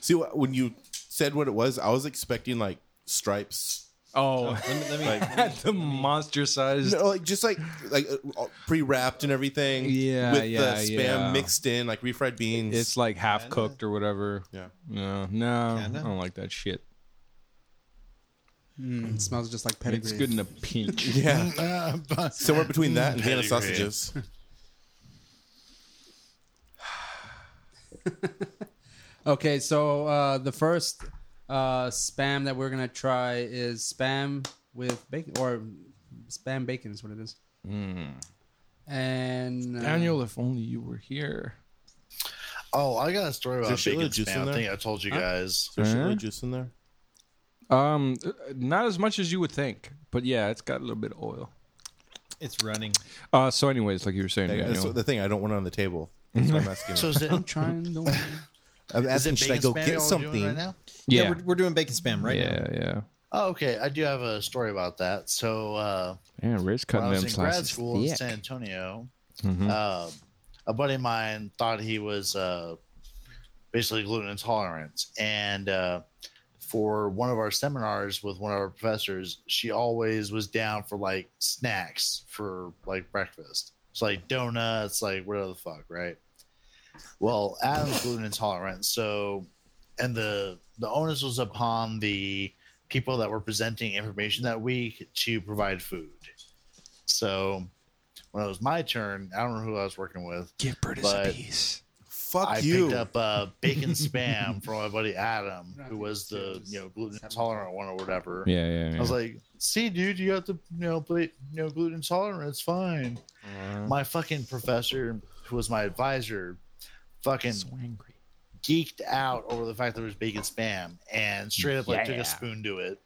Speaker 3: See, wh- when you said what it was, I was expecting like stripes,
Speaker 1: Oh, [laughs]
Speaker 6: Let me, let me,
Speaker 1: the monster sized.
Speaker 3: no, [laughs] like just like like uh, pre wrapped and everything.
Speaker 1: Yeah,
Speaker 3: with
Speaker 1: yeah,
Speaker 3: the spam
Speaker 1: yeah.
Speaker 3: mixed in, like refried beans.
Speaker 1: It's like half cooked or whatever.
Speaker 3: yeah,
Speaker 1: No, no,
Speaker 6: Kinda.
Speaker 1: I don't like that shit.
Speaker 4: Mm, it smells just like pedigree.
Speaker 1: It's good in a pinch.
Speaker 3: [laughs] yeah,
Speaker 5: Uh,
Speaker 3: [laughs]
Speaker 5: but-
Speaker 3: somewhere between that and Vienna
Speaker 11: Pedigree.
Speaker 3: sausages.
Speaker 4: Okay, so uh, the first uh, spam that we're gonna try is spam with bacon, or spam bacon is what it is. And uh,
Speaker 1: Daniel, if only you were here.
Speaker 5: oh, I got a story about
Speaker 3: Is there
Speaker 5: bacon
Speaker 3: shitload of juice in
Speaker 5: spam. I
Speaker 3: there?
Speaker 5: think I told you guys.
Speaker 3: Is there
Speaker 1: Huh?
Speaker 3: shitload juice in there?
Speaker 1: Um, uh, not as much as you would think, but yeah, it's got a little bit of oil.
Speaker 6: it's running.
Speaker 1: Uh, so anyways, like you were saying,
Speaker 3: That's
Speaker 1: Daniel,
Speaker 3: the thing. I don't want it on the table. That's what I'm asking.
Speaker 5: So is
Speaker 3: [laughs]
Speaker 5: it,
Speaker 4: I'm trying. Don't worry.
Speaker 3: I'm
Speaker 5: is
Speaker 3: asking,
Speaker 5: it
Speaker 3: should I go
Speaker 5: bacon spam
Speaker 3: get
Speaker 5: y'all doing
Speaker 3: something?
Speaker 5: right now?
Speaker 1: yeah,
Speaker 6: Yeah,
Speaker 1: yeah,
Speaker 6: we're, we're doing bacon spam right now.
Speaker 1: yeah, yeah.
Speaker 5: Oh, okay. I do have a story about that. So uh,
Speaker 1: Man, Ray's
Speaker 5: when
Speaker 1: cutting
Speaker 5: I
Speaker 1: them
Speaker 5: was in grad
Speaker 1: slices
Speaker 5: school in
Speaker 1: thick.
Speaker 5: San Antonio,
Speaker 1: Mhm.
Speaker 5: um, a buddy of mine thought he was uh, basically gluten intolerant. And uh, for one of our seminars with one of our professors, she always was down for like snacks for like breakfast. It's like donuts, like whatever the fuck, right? Well, Adam's gluten intolerant. So, and the the onus was upon the people that were presenting information that week to provide food. So, when it was my turn, I don't know who I was working with.
Speaker 1: Give Brutus
Speaker 5: But-
Speaker 1: piece.
Speaker 3: Fuck
Speaker 5: I
Speaker 3: you.
Speaker 5: picked up uh,
Speaker 1: [laughs]
Speaker 5: bacon spam from my buddy Adam,
Speaker 4: I
Speaker 5: who
Speaker 4: think
Speaker 5: was
Speaker 4: it's good,
Speaker 5: the
Speaker 4: just
Speaker 5: you know gluten
Speaker 4: seven
Speaker 5: intolerant one or whatever.
Speaker 1: Yeah, yeah, yeah.
Speaker 5: I was like, "See, dude, you have to you know play, you know gluten intolerant. It's fine."
Speaker 1: Uh-huh.
Speaker 5: My fucking professor, who was my advisor, fucking
Speaker 1: angry.
Speaker 5: geeked out over the fact there was bacon spam, and straight up like took
Speaker 1: Yeah.
Speaker 5: a spoon to it.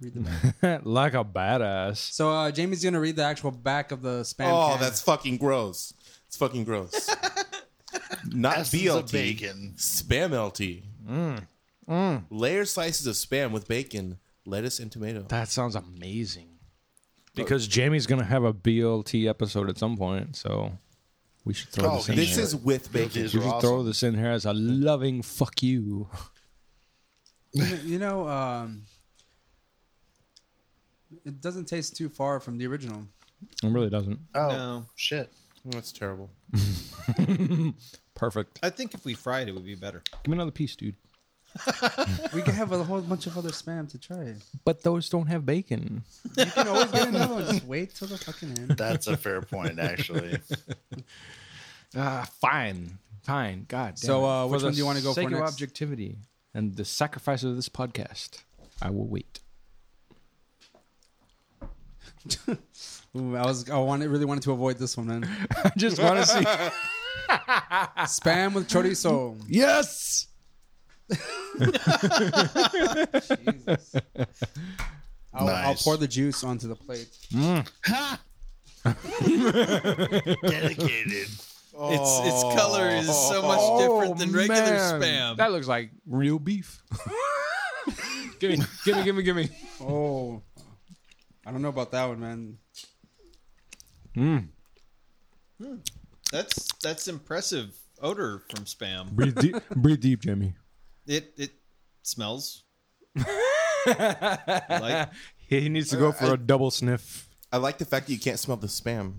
Speaker 4: Read the back.
Speaker 1: [laughs] like a badass.
Speaker 4: So uh, Jamie's gonna read the actual back of the spam.
Speaker 3: oh,
Speaker 4: can.
Speaker 3: that's fucking gross. It's fucking
Speaker 5: [laughs]
Speaker 3: gross. Not
Speaker 5: Essence of
Speaker 3: BLT.
Speaker 5: bacon.
Speaker 3: Spam LT. Layer slices of spam with bacon, lettuce, and tomato.
Speaker 1: That sounds amazing. Because Jamie's gonna have a BLT episode at some point, so we should throw
Speaker 5: Oh,
Speaker 1: this in
Speaker 3: This
Speaker 1: there.
Speaker 3: is with bacon.
Speaker 5: These
Speaker 1: we
Speaker 5: are
Speaker 1: should throw
Speaker 5: awesome.
Speaker 1: this in here as a loving fuck you.
Speaker 4: You know- [laughs] you know, um, it doesn't taste too far from the original.
Speaker 1: It really doesn't.
Speaker 5: Oh
Speaker 6: No.
Speaker 5: shit!
Speaker 3: That's terrible.
Speaker 1: Perfect.
Speaker 6: I think if we fried it, would be better.
Speaker 1: Give me another piece, dude.
Speaker 4: We could have a whole bunch of other spam to try.
Speaker 1: But those don't have bacon.
Speaker 4: You can always get another one. Just wait till the fucking
Speaker 5: [laughs]
Speaker 4: end.
Speaker 5: That's a fair point,
Speaker 1: [laughs]
Speaker 5: actually.
Speaker 1: Ah, fine, fine. God. Damn
Speaker 4: So,
Speaker 1: it.
Speaker 4: uh,
Speaker 1: For
Speaker 4: which
Speaker 1: the
Speaker 4: one do you wanna go for
Speaker 1: sake of
Speaker 4: next?
Speaker 1: objectivity and the sacrifice of this podcast, I will wait. [laughs]
Speaker 4: Ooh, I was I wanted really wanted to avoid this one man.
Speaker 1: I just want to see.
Speaker 4: Spam with chorizo.
Speaker 1: yes.
Speaker 4: Jesus. I'll, I'll
Speaker 5: Nice.
Speaker 4: pour the juice onto the plate.
Speaker 5: Ha! Dedicated.
Speaker 6: Its
Speaker 1: Oh.
Speaker 6: its color is so much different than regular spam.
Speaker 1: That looks like real beef. give me, give me, give me, give me.
Speaker 4: Oh, I don't know about that one, man.
Speaker 6: that's that's impressive odor from spam.
Speaker 1: Breathe deep, breathe deep, Jimmy.
Speaker 6: It it smells like
Speaker 1: He needs to go for a double sniff.
Speaker 3: I like the fact that you can't smell the spam.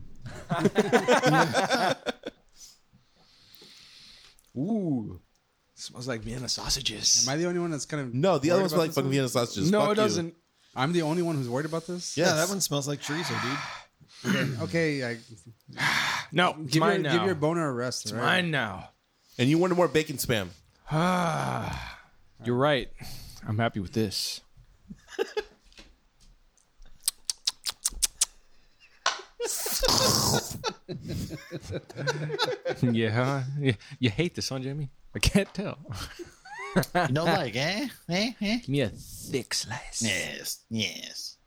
Speaker 1: Ooh, smells like Vienna sausages.
Speaker 4: Am I the only one that's kind of
Speaker 3: No, the
Speaker 4: worried
Speaker 3: other one's
Speaker 4: about
Speaker 3: like
Speaker 4: this
Speaker 3: fucking
Speaker 4: one?
Speaker 3: Vienna sausages.
Speaker 1: no,
Speaker 3: Fuck
Speaker 1: it
Speaker 3: you.
Speaker 1: doesn't.
Speaker 4: I'm the only one who's worried about this.
Speaker 3: Yes.
Speaker 6: yeah. That one smells like chorizo, dude.
Speaker 4: Okay, I,
Speaker 1: No, it's
Speaker 4: give, your,
Speaker 1: mine now.
Speaker 4: give your boner a rest.
Speaker 1: it's
Speaker 4: right?
Speaker 1: mine now.
Speaker 3: And you wanted more bacon spam.
Speaker 1: Oh, Ah, you're right. I'm happy with this. [laughs] yeah, huh? Yeah, you hate this, huh, Jimmy? I can't tell.
Speaker 5: No, like, eh? Eh? Eh?
Speaker 1: Give me a thick slice.
Speaker 5: Yes. Yes.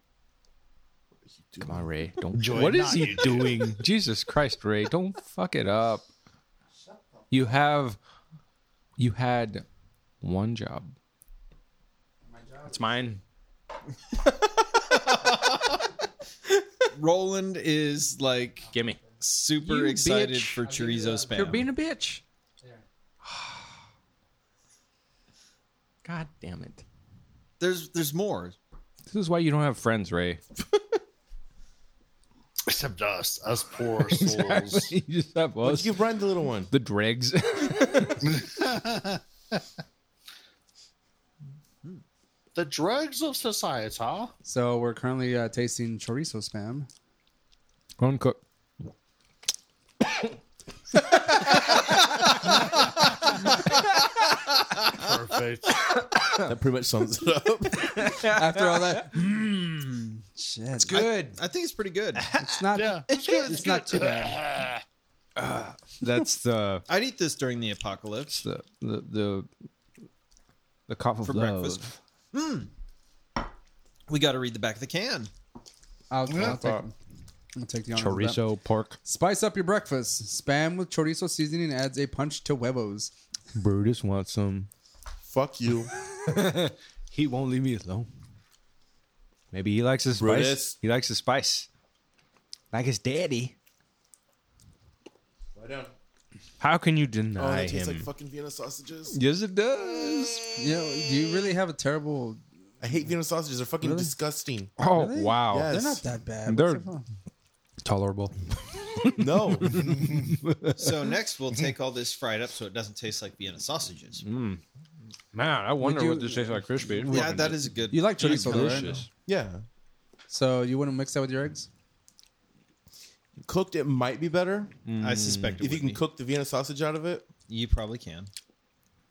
Speaker 1: Come on, Ray. Don't.
Speaker 5: Enjoy
Speaker 1: what
Speaker 5: it,
Speaker 1: is
Speaker 5: not
Speaker 1: he
Speaker 5: you.
Speaker 1: doing? [laughs] Jesus Christ, Ray! Don't fuck it up. You have, you had, one job. It's mine.
Speaker 6: Roland is like
Speaker 1: Gimme.
Speaker 6: super
Speaker 1: You
Speaker 6: excited
Speaker 1: bitch.
Speaker 6: for chorizo spam.
Speaker 1: You're being a [sighs] bitch.
Speaker 12: God damn it.
Speaker 6: there's there's more.
Speaker 1: This is why you don't have friends, Ray. [laughs]
Speaker 5: Except us, us [laughs] poor souls.
Speaker 1: you just have us.
Speaker 3: You run the little one.
Speaker 1: [laughs] the dregs.
Speaker 5: the drugs of society, huh?
Speaker 4: So we're currently uh, tasting chorizo spam.
Speaker 1: Uncooked.
Speaker 5: Perfect.
Speaker 3: That pretty much sums it
Speaker 1: [laughs]
Speaker 3: up.
Speaker 13: After all that,
Speaker 1: Hmm.
Speaker 4: Shit,
Speaker 12: Good.
Speaker 14: I think it's pretty good.
Speaker 4: it's not.
Speaker 5: [laughs] Yeah.
Speaker 4: It's, not too bad.
Speaker 1: That's the
Speaker 14: I'd eat this during the apocalypse.
Speaker 1: the the the, the cup of
Speaker 14: For
Speaker 1: love.
Speaker 14: breakfast. We got to read the back of the can.
Speaker 4: I'll, I'll take, I'm gonna take the honor for that.
Speaker 1: Chorizo pork.
Speaker 4: Spice up your breakfast. Spam with chorizo seasoning adds a punch to huevos.
Speaker 1: Brutus wants some.
Speaker 3: Fuck you.
Speaker 1: He won't leave me alone. Maybe he likes his spice.
Speaker 3: Brutus.
Speaker 1: He likes his spice. Like his daddy.
Speaker 3: Lie down.
Speaker 1: How can you
Speaker 3: Oh, that
Speaker 1: deny him?
Speaker 3: tastes like fucking Vienna sausages.
Speaker 1: yes, it does.
Speaker 4: You know, do you really have a terrible?
Speaker 3: I hate Vienna sausages. They're
Speaker 1: [laughs]
Speaker 3: fucking disgusting.
Speaker 1: Oh wow,
Speaker 3: Yes.
Speaker 4: They're not that bad.
Speaker 1: They're-
Speaker 4: What's the problem?
Speaker 1: tolerable.
Speaker 3: No.
Speaker 14: So next, we'll take all this fried up so it doesn't taste like Vienna sausages.
Speaker 1: Man, I wonder
Speaker 4: you-
Speaker 1: what this tastes like crispy.
Speaker 14: Yeah, that is a good.
Speaker 4: You like chorizo, though, right?
Speaker 1: delicious.
Speaker 3: yeah.
Speaker 4: So you wouldn't mix that with your eggs?
Speaker 3: Cooked, it might be better.
Speaker 14: I suspect it
Speaker 3: If you can cook the Vienna sausage out of it,
Speaker 14: you probably can.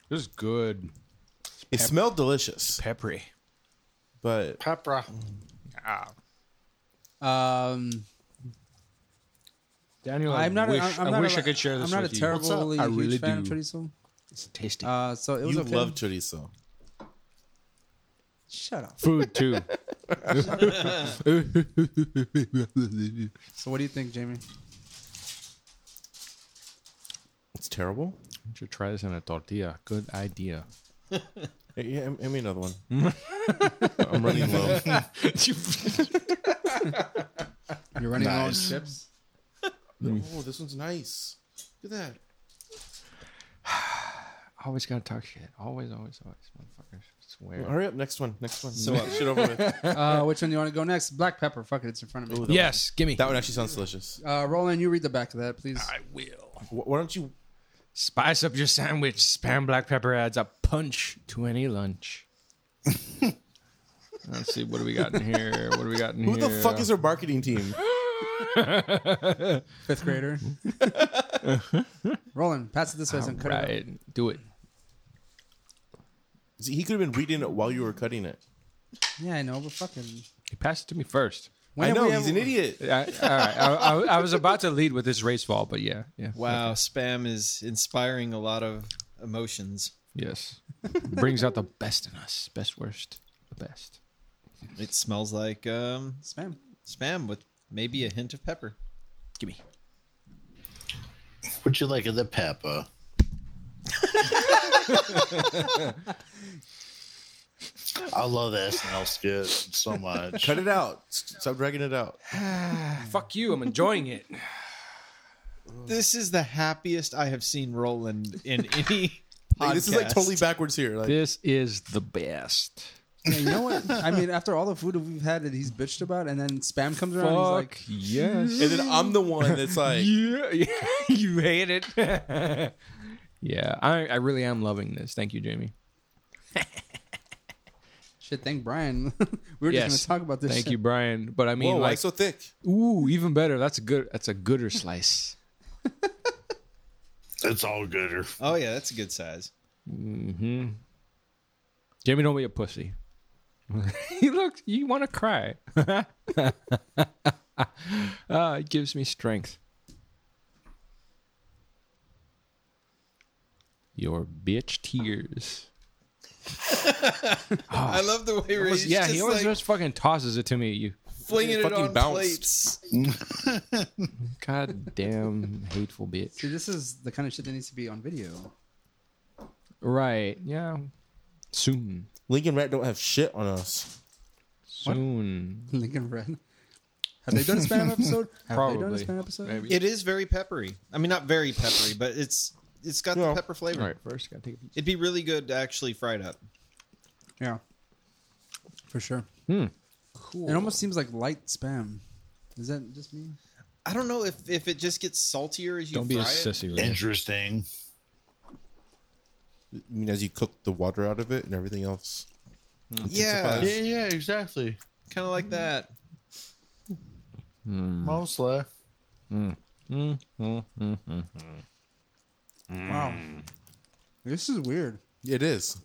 Speaker 1: This is good.
Speaker 3: it smelled delicious,
Speaker 1: Peppery.
Speaker 3: but
Speaker 5: Pepper.
Speaker 4: Um,
Speaker 1: Daniel,
Speaker 4: I'm not.
Speaker 1: wish,
Speaker 4: a, I'm, I'm
Speaker 1: I
Speaker 4: not
Speaker 1: wish
Speaker 4: a-
Speaker 1: I could share this
Speaker 4: I'm not
Speaker 1: with
Speaker 4: a
Speaker 1: you.
Speaker 4: terribly
Speaker 1: I
Speaker 4: huge
Speaker 1: really
Speaker 4: fan
Speaker 1: do.
Speaker 4: of chorizo.
Speaker 1: It's tasty.
Speaker 4: Uh, so it was
Speaker 3: you
Speaker 4: okay.
Speaker 3: love chorizo.
Speaker 4: Shut
Speaker 1: [laughs]
Speaker 4: up.
Speaker 1: Food too.
Speaker 4: So what do you think, Jamie?
Speaker 3: It's terrible.
Speaker 1: [laughs] should try this in a tortilla. Good [laughs] idea.
Speaker 3: Hey, Yeah, hand hand me
Speaker 1: [laughs]
Speaker 3: another one. I'm running low.
Speaker 4: You're running low on
Speaker 5: Nice.
Speaker 4: chips.
Speaker 3: Oh, this one's nice. Look at that.
Speaker 1: always gotta talk shit. Always, always, always, motherfuckers. Swear.
Speaker 3: Hurry up, next one. Next one. So shit over [laughs] with.
Speaker 4: [laughs] Uh, which one do you want to go next? Black pepper. Fuck it, it's in front of me.
Speaker 1: Yes, gimme.
Speaker 3: That one actually sounds delicious.
Speaker 4: Uh, Roland, you read the back of that, please.
Speaker 1: I will.
Speaker 3: Wh- Why don't you?
Speaker 1: Spice up your sandwich. Spam black pepper adds a punch to any lunch. [laughs] Let's see, what do we got in here? What do we got in
Speaker 3: Who
Speaker 1: here?
Speaker 3: the fuck is our marketing team?
Speaker 4: Fifth grader. Roland, pass it this way and cut it.
Speaker 1: Right, do it.
Speaker 3: See, he could have been reading it while you were cutting it.
Speaker 4: up. Yeah, I know, but fucking.
Speaker 1: He passed it to me first.
Speaker 4: When
Speaker 3: I
Speaker 4: have
Speaker 3: know
Speaker 4: we
Speaker 3: he's
Speaker 4: ever-
Speaker 3: an idiot.
Speaker 1: I, all right, I, I- I was about to lead with this race fall, but yeah, yeah.
Speaker 6: Wow, spam is inspiring a lot of emotions.
Speaker 1: Yes, brings out the best in us, best worst, the best.
Speaker 6: It smells like um,
Speaker 4: Spam.
Speaker 6: spam with maybe a hint of pepper.
Speaker 1: Gimme.
Speaker 5: What you like of the pepper? [laughs] I love that SNL skit so much.
Speaker 3: Cut it out. S- Stop dragging it out.
Speaker 1: Fuck you. I'm enjoying it.
Speaker 6: This is the happiest I have seen Roland in any.
Speaker 3: Like, this is like
Speaker 6: podcast.
Speaker 3: totally backwards here. Like,
Speaker 1: This is the best.
Speaker 4: Yeah, you know what? I mean, after all the food that we've had that he's bitched about, and then spam comes around, and he's like,
Speaker 1: yes.
Speaker 3: and then I'm the one that's
Speaker 4: [laughs]
Speaker 3: like,
Speaker 1: yeah, you hate it. [laughs] yeah, I, I really am loving this. Thank you, Jamie.
Speaker 4: "Shit, thank Brian." [laughs] we were
Speaker 1: Yes.
Speaker 4: just gonna talk about this.
Speaker 1: Thank
Speaker 4: shit.
Speaker 1: you, Brian. But I mean,
Speaker 3: whoa, why
Speaker 1: like,
Speaker 3: so thick?
Speaker 1: ooh, even better. That's a good. That's a
Speaker 4: [laughs]
Speaker 1: gooder slice.
Speaker 5: It's all gooder.
Speaker 6: Oh yeah, that's a good size.
Speaker 1: mm-hmm. Jamie, don't be a pussy. [laughs] he looks. You want to cry. [laughs] Ah, it gives me strength. Your bitch tears.
Speaker 6: I love the way Ray's
Speaker 1: Almost- yeah,
Speaker 6: just
Speaker 1: he always
Speaker 6: like
Speaker 1: just fucking tosses it to me. You
Speaker 6: flinging it
Speaker 3: fucking
Speaker 6: on
Speaker 3: bounced.
Speaker 6: plates.
Speaker 1: goddamn hateful bitch.
Speaker 4: See, this is the kind of shit that needs to be on video. [laughs]
Speaker 1: Right? Yeah. Soon.
Speaker 3: Lincoln Rat don't have shit on us.
Speaker 1: Soon.
Speaker 4: Lincoln Red.
Speaker 15: Have they done a
Speaker 1: [laughs]
Speaker 15: spam episode? Have they done a
Speaker 1: Probably.
Speaker 15: spam episode?
Speaker 1: Maybe.
Speaker 6: It is very peppery. I mean, not very peppery, but it's it's got the pepper flavor.
Speaker 1: All right, first gotta take a
Speaker 6: It'd be really good to actually fried up.
Speaker 4: Yeah, for sure. Cool. It almost seems like light spam. Is that just me?
Speaker 6: I don't know if if it just gets saltier as you
Speaker 1: Don't be a
Speaker 6: fry it.
Speaker 1: sissy. Ray.
Speaker 5: Interesting.
Speaker 3: I mean, as you cook the water out of it and everything else.
Speaker 6: Yeah,
Speaker 5: Yeah, yeah, exactly.
Speaker 6: kind of like that.
Speaker 5: Hmm. Mostly.
Speaker 4: Wow,
Speaker 1: Hmm.
Speaker 4: this is weird.
Speaker 3: It is.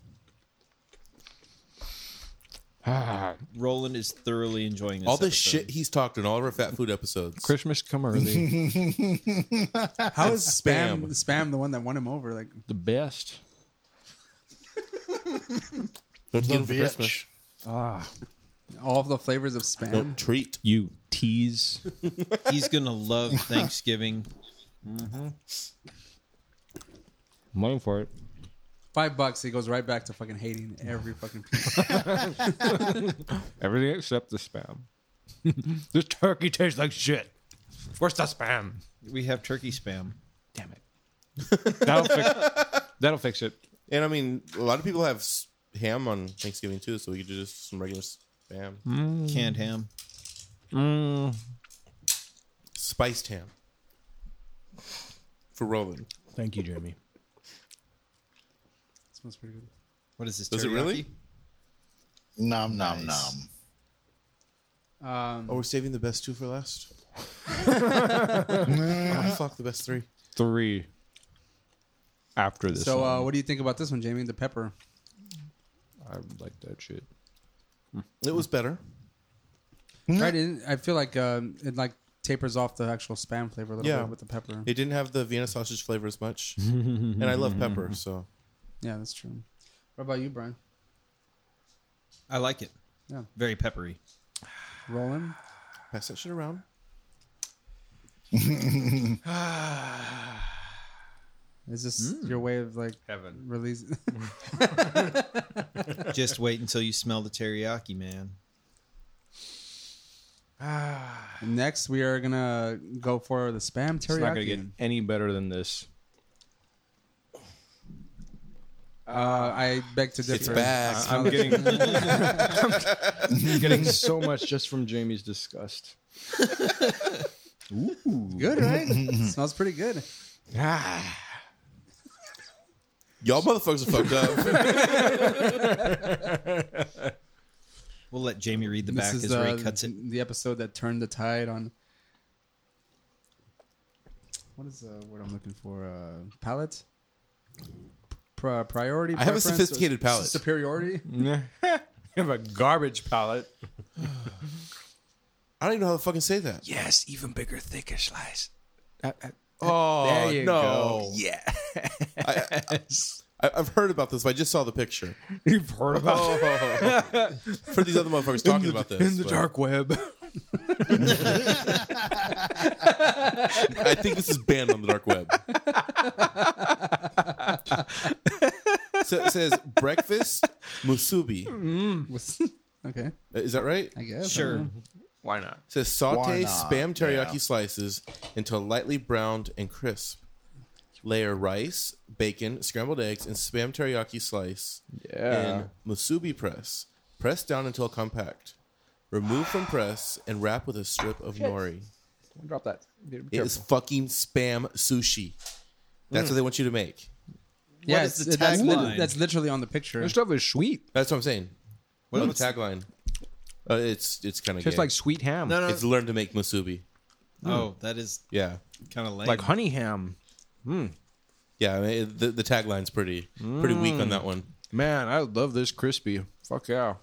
Speaker 6: Roland is thoroughly enjoying this
Speaker 3: all the
Speaker 6: episode.
Speaker 3: shit he's talked in all of our fat food episodes.
Speaker 1: Christmas come [laughs] early.
Speaker 4: How is spam
Speaker 3: Spam.
Speaker 4: spam the one that won him over? Like
Speaker 1: the best.
Speaker 3: Don't
Speaker 5: The
Speaker 3: get him for Christmas.
Speaker 5: bitch.
Speaker 1: Ah.
Speaker 4: all of the flavors of spam.
Speaker 3: Don't treat.
Speaker 1: You tease.
Speaker 6: He's gonna love Thanksgiving.
Speaker 1: I'm waiting for it.
Speaker 4: Five bucks, he goes right back to fucking hating every fucking
Speaker 1: [laughs]
Speaker 4: piece.
Speaker 1: Everything except the spam. [laughs] this turkey tastes like shit. Where's the spam?
Speaker 6: We have turkey spam.
Speaker 1: Damn it. [laughs] That'll fix, that'll fix it.
Speaker 3: And I mean, a lot of people have s- ham on Thanksgiving too, so we could do just some regular spam,
Speaker 1: Mm.
Speaker 6: Canned ham.
Speaker 3: spiced ham for
Speaker 1: Um,
Speaker 3: Roland.
Speaker 1: Thank you, Jeremy.
Speaker 4: smells pretty good.
Speaker 6: What is this?
Speaker 3: Does it really?
Speaker 6: teriyaki?
Speaker 5: Nom nom nom.
Speaker 4: Um,
Speaker 3: Oh, we're saving the best two for last.
Speaker 1: [laughs]
Speaker 3: oh, fuck the best three.
Speaker 1: Three. After this,
Speaker 4: so, uh,
Speaker 1: one.
Speaker 4: what do you think about this one, Jamie? The pepper.
Speaker 1: I like that shit.
Speaker 3: It was better.
Speaker 4: Right? It, I feel like um, it like tapers off the actual spam flavor a little
Speaker 3: Yeah.
Speaker 4: bit with the pepper.
Speaker 3: It didn't have the Vienna sausage flavor as much, and I love pepper, so
Speaker 4: yeah, that's true. What about you, Brian?
Speaker 6: I like it.
Speaker 4: Yeah.
Speaker 1: [laughs]
Speaker 6: Very peppery.
Speaker 4: Roland?
Speaker 3: pass that shit around.
Speaker 4: Is this your way of like
Speaker 1: Hmm. Heaven.
Speaker 4: releasing?
Speaker 6: Just wait until you smell the teriyaki, man.
Speaker 4: [laughs] Next, we are gonna go for the spam teriyaki.
Speaker 1: It's not gonna get any better than this.
Speaker 4: uh, I beg to differ.
Speaker 3: It's back.
Speaker 1: I- I'm getting, I'm getting so much just from Jamie's disgust.
Speaker 4: Good, right?
Speaker 3: [laughs]
Speaker 4: smells pretty good.
Speaker 3: Y'all motherfuckers are fucked up.
Speaker 6: We'll let Jamie read the back
Speaker 4: this is
Speaker 6: as Ray
Speaker 4: uh,
Speaker 6: cuts
Speaker 1: Mm.
Speaker 6: it.
Speaker 4: the episode that turned the tide on. What is the word I'm looking for? Uh, palette. Pri- priority.
Speaker 3: I have a
Speaker 4: preference,
Speaker 3: sophisticated
Speaker 4: or s-
Speaker 3: palate.
Speaker 4: Superiority.
Speaker 1: You have a garbage palate.
Speaker 3: [laughs] I don't even know how to fucking say that.
Speaker 16: Yes, even bigger, thicker slice.
Speaker 3: Oh
Speaker 4: There you
Speaker 3: no!
Speaker 4: go.
Speaker 3: Yeah. [laughs] I, I, I've heard about this, but I just saw the picture.
Speaker 1: You've heard about
Speaker 3: Oh, for these other motherfuckers talking about this
Speaker 1: in the
Speaker 3: but
Speaker 1: dark
Speaker 4: [laughs]
Speaker 1: web.
Speaker 3: I think this is banned on the dark web. so it says breakfast musubi.
Speaker 4: okay,
Speaker 3: Is that right?
Speaker 4: I guess. I
Speaker 6: Sure.
Speaker 1: Mm.
Speaker 4: don't know.
Speaker 1: Why not?
Speaker 3: It says saute
Speaker 5: Why not?
Speaker 3: spam teriyaki
Speaker 5: Yeah.
Speaker 3: slices until lightly browned and crisp. Layer rice, bacon, scrambled eggs, and spam teriyaki slice
Speaker 1: Yeah.
Speaker 3: in musubi press. Press down until compact. Remove from press and wrap with a strip of nori.
Speaker 1: Drop that. Be
Speaker 3: It is fucking spam sushi. That's what they want you to make.
Speaker 4: Yeah,
Speaker 6: is
Speaker 4: it's-
Speaker 6: the
Speaker 4: that's, lit-
Speaker 6: tagline?
Speaker 4: that's literally on the picture.
Speaker 1: This stuff is sweet.
Speaker 3: That's what I'm saying. What
Speaker 6: what's-
Speaker 3: the tagline? Uh, it's it's kind of
Speaker 1: Tastes like sweet ham.
Speaker 6: No, no.
Speaker 3: it's learn to make musubi.
Speaker 6: Oh, that is
Speaker 3: Yeah,
Speaker 6: kind of lame.
Speaker 1: Like honey ham.
Speaker 3: yeah. I mean, it- the the tagline's pretty pretty weak on that one.
Speaker 1: Man, I love this crispy. Fuck yeah.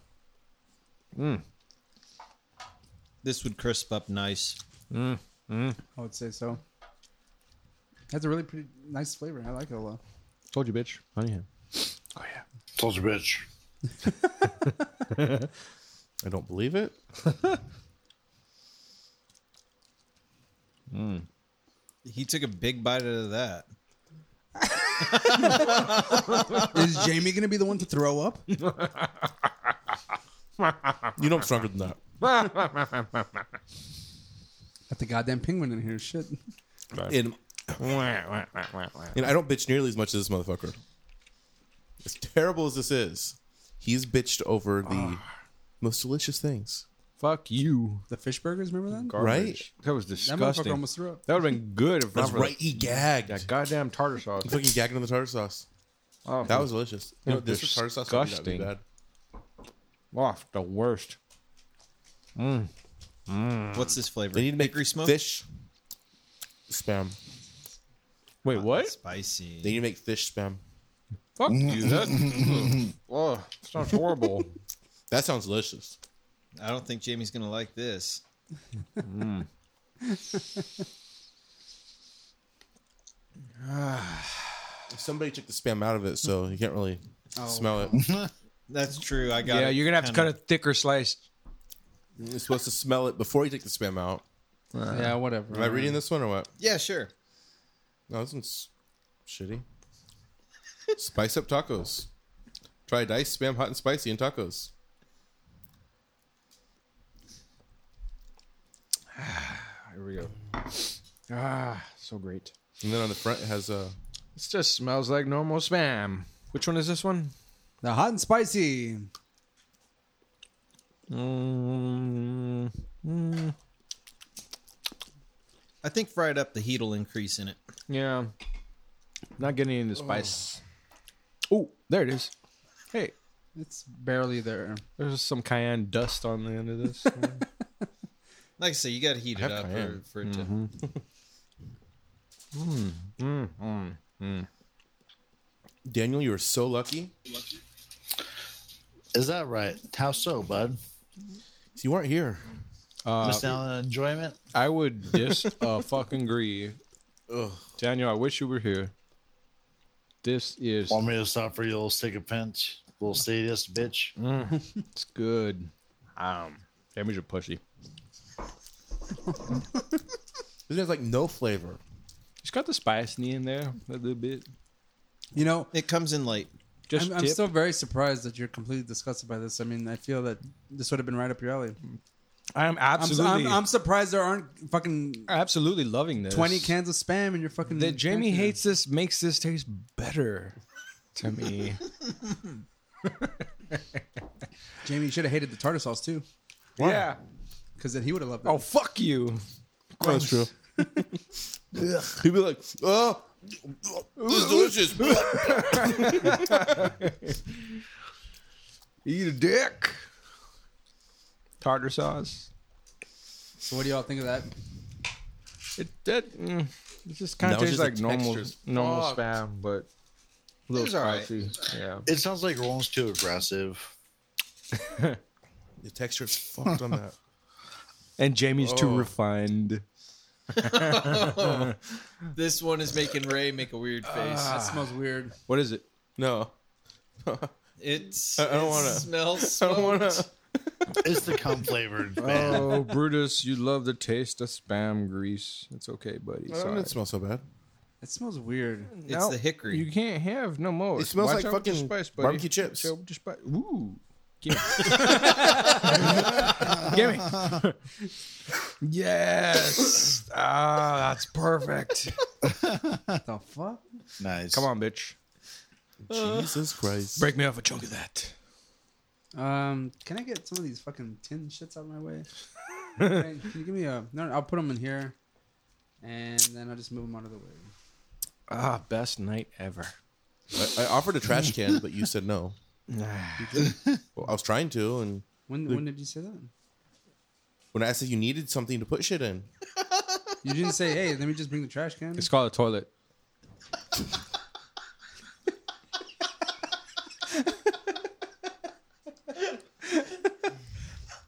Speaker 6: this would crisp up nice.
Speaker 4: I would say so. That's a really pretty nice flavor. I like it a lot.
Speaker 1: Told you, bitch. Honey ham.
Speaker 5: Told you, bitch.
Speaker 3: I don't believe it.
Speaker 6: He took a big bite out of that.
Speaker 4: Is Jamie gonna be the one to throw up?
Speaker 3: You know I'm stronger than that.
Speaker 4: Got the goddamn penguin in here. Shit. [laughs]
Speaker 3: And, and I don't bitch nearly as much as this motherfucker. As terrible as this is, he's bitched over the most delicious things.
Speaker 1: Fuck you.
Speaker 4: The fish burgers, remember that?
Speaker 1: Garbage. That was
Speaker 4: That
Speaker 1: disgusting.
Speaker 4: motherfucker
Speaker 1: That,
Speaker 4: almost threw up.
Speaker 1: would have been good if not
Speaker 3: That's
Speaker 1: for that-
Speaker 3: right. He gagged.
Speaker 1: That goddamn tartar sauce.
Speaker 3: Fucking gagging on the tartar sauce.
Speaker 1: Oh,
Speaker 3: That was delicious. You know, this tartar sauce would not be
Speaker 1: Disgusting.
Speaker 3: bad.
Speaker 1: oh, the worst.
Speaker 6: What's this flavor?
Speaker 3: They need to make
Speaker 6: Hickory smoke.
Speaker 3: fish spam.
Speaker 1: Wait, what?
Speaker 6: Spicy.
Speaker 3: They need to make fish spam.
Speaker 1: Fuck you. [laughs] That, oh, sounds horrible.
Speaker 3: That sounds delicious.
Speaker 6: I don't think Jamie's gonna like this.
Speaker 3: Somebody took the spam out of it, so you can't really smell it.
Speaker 6: That's true. I
Speaker 1: [laughs]
Speaker 6: got.
Speaker 1: yeah,
Speaker 6: it
Speaker 1: you're gonna have to cut
Speaker 6: kinda-
Speaker 1: a thicker slice.
Speaker 3: You're supposed to smell it before you take the spam out.
Speaker 4: yeah, whatever.
Speaker 3: Am I reading this one or what?
Speaker 6: Yeah, sure.
Speaker 3: No, this one's shitty. Spice up tacos. Try dice spam hot and spicy in tacos.
Speaker 1: Here we go. Ah, so great.
Speaker 3: And then on the front it has uh, a
Speaker 1: This just smells like normal spam. Which one is this one?
Speaker 4: The hot and spicy.
Speaker 1: Mm,
Speaker 6: I think fried up, the heat will increase in it.
Speaker 1: yeah. Not getting any of the spice. Oh, there it is. Hey,
Speaker 4: It's barely there.
Speaker 1: there's some cayenne dust on the end of [laughs] this.
Speaker 6: Like I say, you got to heat it
Speaker 3: have
Speaker 6: up for,
Speaker 3: cayenne.
Speaker 6: for it to.
Speaker 3: Mm-hmm. Daniel, you are so lucky.
Speaker 5: Is that right? How so, bud?
Speaker 3: You weren't here.
Speaker 5: Miss down on enjoyment.
Speaker 1: Uh, I would dis uh, fucking agree.
Speaker 3: Ugh.
Speaker 1: Daniel, I wish you were here. This is
Speaker 5: Want me to stop for you, little stick a pinch, little sadist bitch?
Speaker 1: it's good. Um, Jamie's a pushy.
Speaker 3: This has like no flavor.
Speaker 1: He's got the spice in the end there a little bit.
Speaker 4: You know,
Speaker 6: It comes in late.
Speaker 1: Just
Speaker 4: I'm, I'm
Speaker 1: tip.
Speaker 4: still very surprised that you're completely disgusted by this. I mean, I feel that this would have been right up your alley.
Speaker 1: I am
Speaker 4: I'm, su-
Speaker 1: absolutely,
Speaker 4: I'm, I'm surprised there aren't fucking
Speaker 1: absolutely loving this.
Speaker 4: 20 cans of spam in your fucking.
Speaker 1: That Jamie
Speaker 4: pantry.
Speaker 1: hates this makes this taste better to me.
Speaker 4: Jamie should have hated the tartar sauce too,
Speaker 1: Yeah.
Speaker 4: because then he would have loved it.
Speaker 1: Oh fuck you.
Speaker 3: That's true. He'd be like, oh, this is delicious. [laughs]
Speaker 1: Eat a dick. Tartar sauce.
Speaker 4: So what do y'all think of that?
Speaker 1: It that mm, it just kind of
Speaker 3: That was
Speaker 1: tastes
Speaker 3: just
Speaker 1: like
Speaker 3: the
Speaker 1: normal
Speaker 3: textures.
Speaker 1: normal
Speaker 3: Fucked.
Speaker 1: spam, but a little
Speaker 6: was all right.
Speaker 1: spicy. Yeah.
Speaker 5: It sounds like Roland's too aggressive.
Speaker 3: the texture is fucked on that.
Speaker 1: And Jamie's too
Speaker 3: Oh.
Speaker 1: refined.
Speaker 6: This one is making Ray make a weird face.
Speaker 4: That smells weird.
Speaker 1: What is it?
Speaker 3: No.
Speaker 6: it's.
Speaker 3: I- I don't
Speaker 6: it
Speaker 3: wanna-
Speaker 6: Smells.
Speaker 3: I don't want
Speaker 6: smoked.
Speaker 3: to.
Speaker 5: It's the cum flavored man.
Speaker 1: Oh, Brutus, you love the taste of spam grease. It's okay, buddy.
Speaker 3: It
Speaker 1: Sorry.
Speaker 3: doesn't smell so bad.
Speaker 4: It smells weird.
Speaker 6: It's the hickory.
Speaker 1: You can't have no more.
Speaker 3: It smells
Speaker 1: Watch
Speaker 3: like
Speaker 1: out with the
Speaker 3: fucking
Speaker 1: spice, buddy.
Speaker 3: barbecue chips.
Speaker 1: Chill with the spice. Ooh. [laughs] Gimme. Gimme. yes. Ah, that's perfect.
Speaker 4: What the fuck?
Speaker 5: Nice.
Speaker 1: Come on, bitch.
Speaker 3: Jesus Christ.
Speaker 1: Break me off a chunk of that.
Speaker 4: Um, can I get some of these fucking tin shits out of my way? Can can you give me a? No, I'll put them in here, and then I'll just move them out of the way.
Speaker 1: Ah, best night ever.
Speaker 3: I, I offered a trash can, but you said no. Well, I was trying to, and
Speaker 4: When when did you say that?
Speaker 3: when I asked if you needed something to put shit in,
Speaker 4: You didn't say, "Hey, let me just bring the trash can."
Speaker 1: it's called a toilet.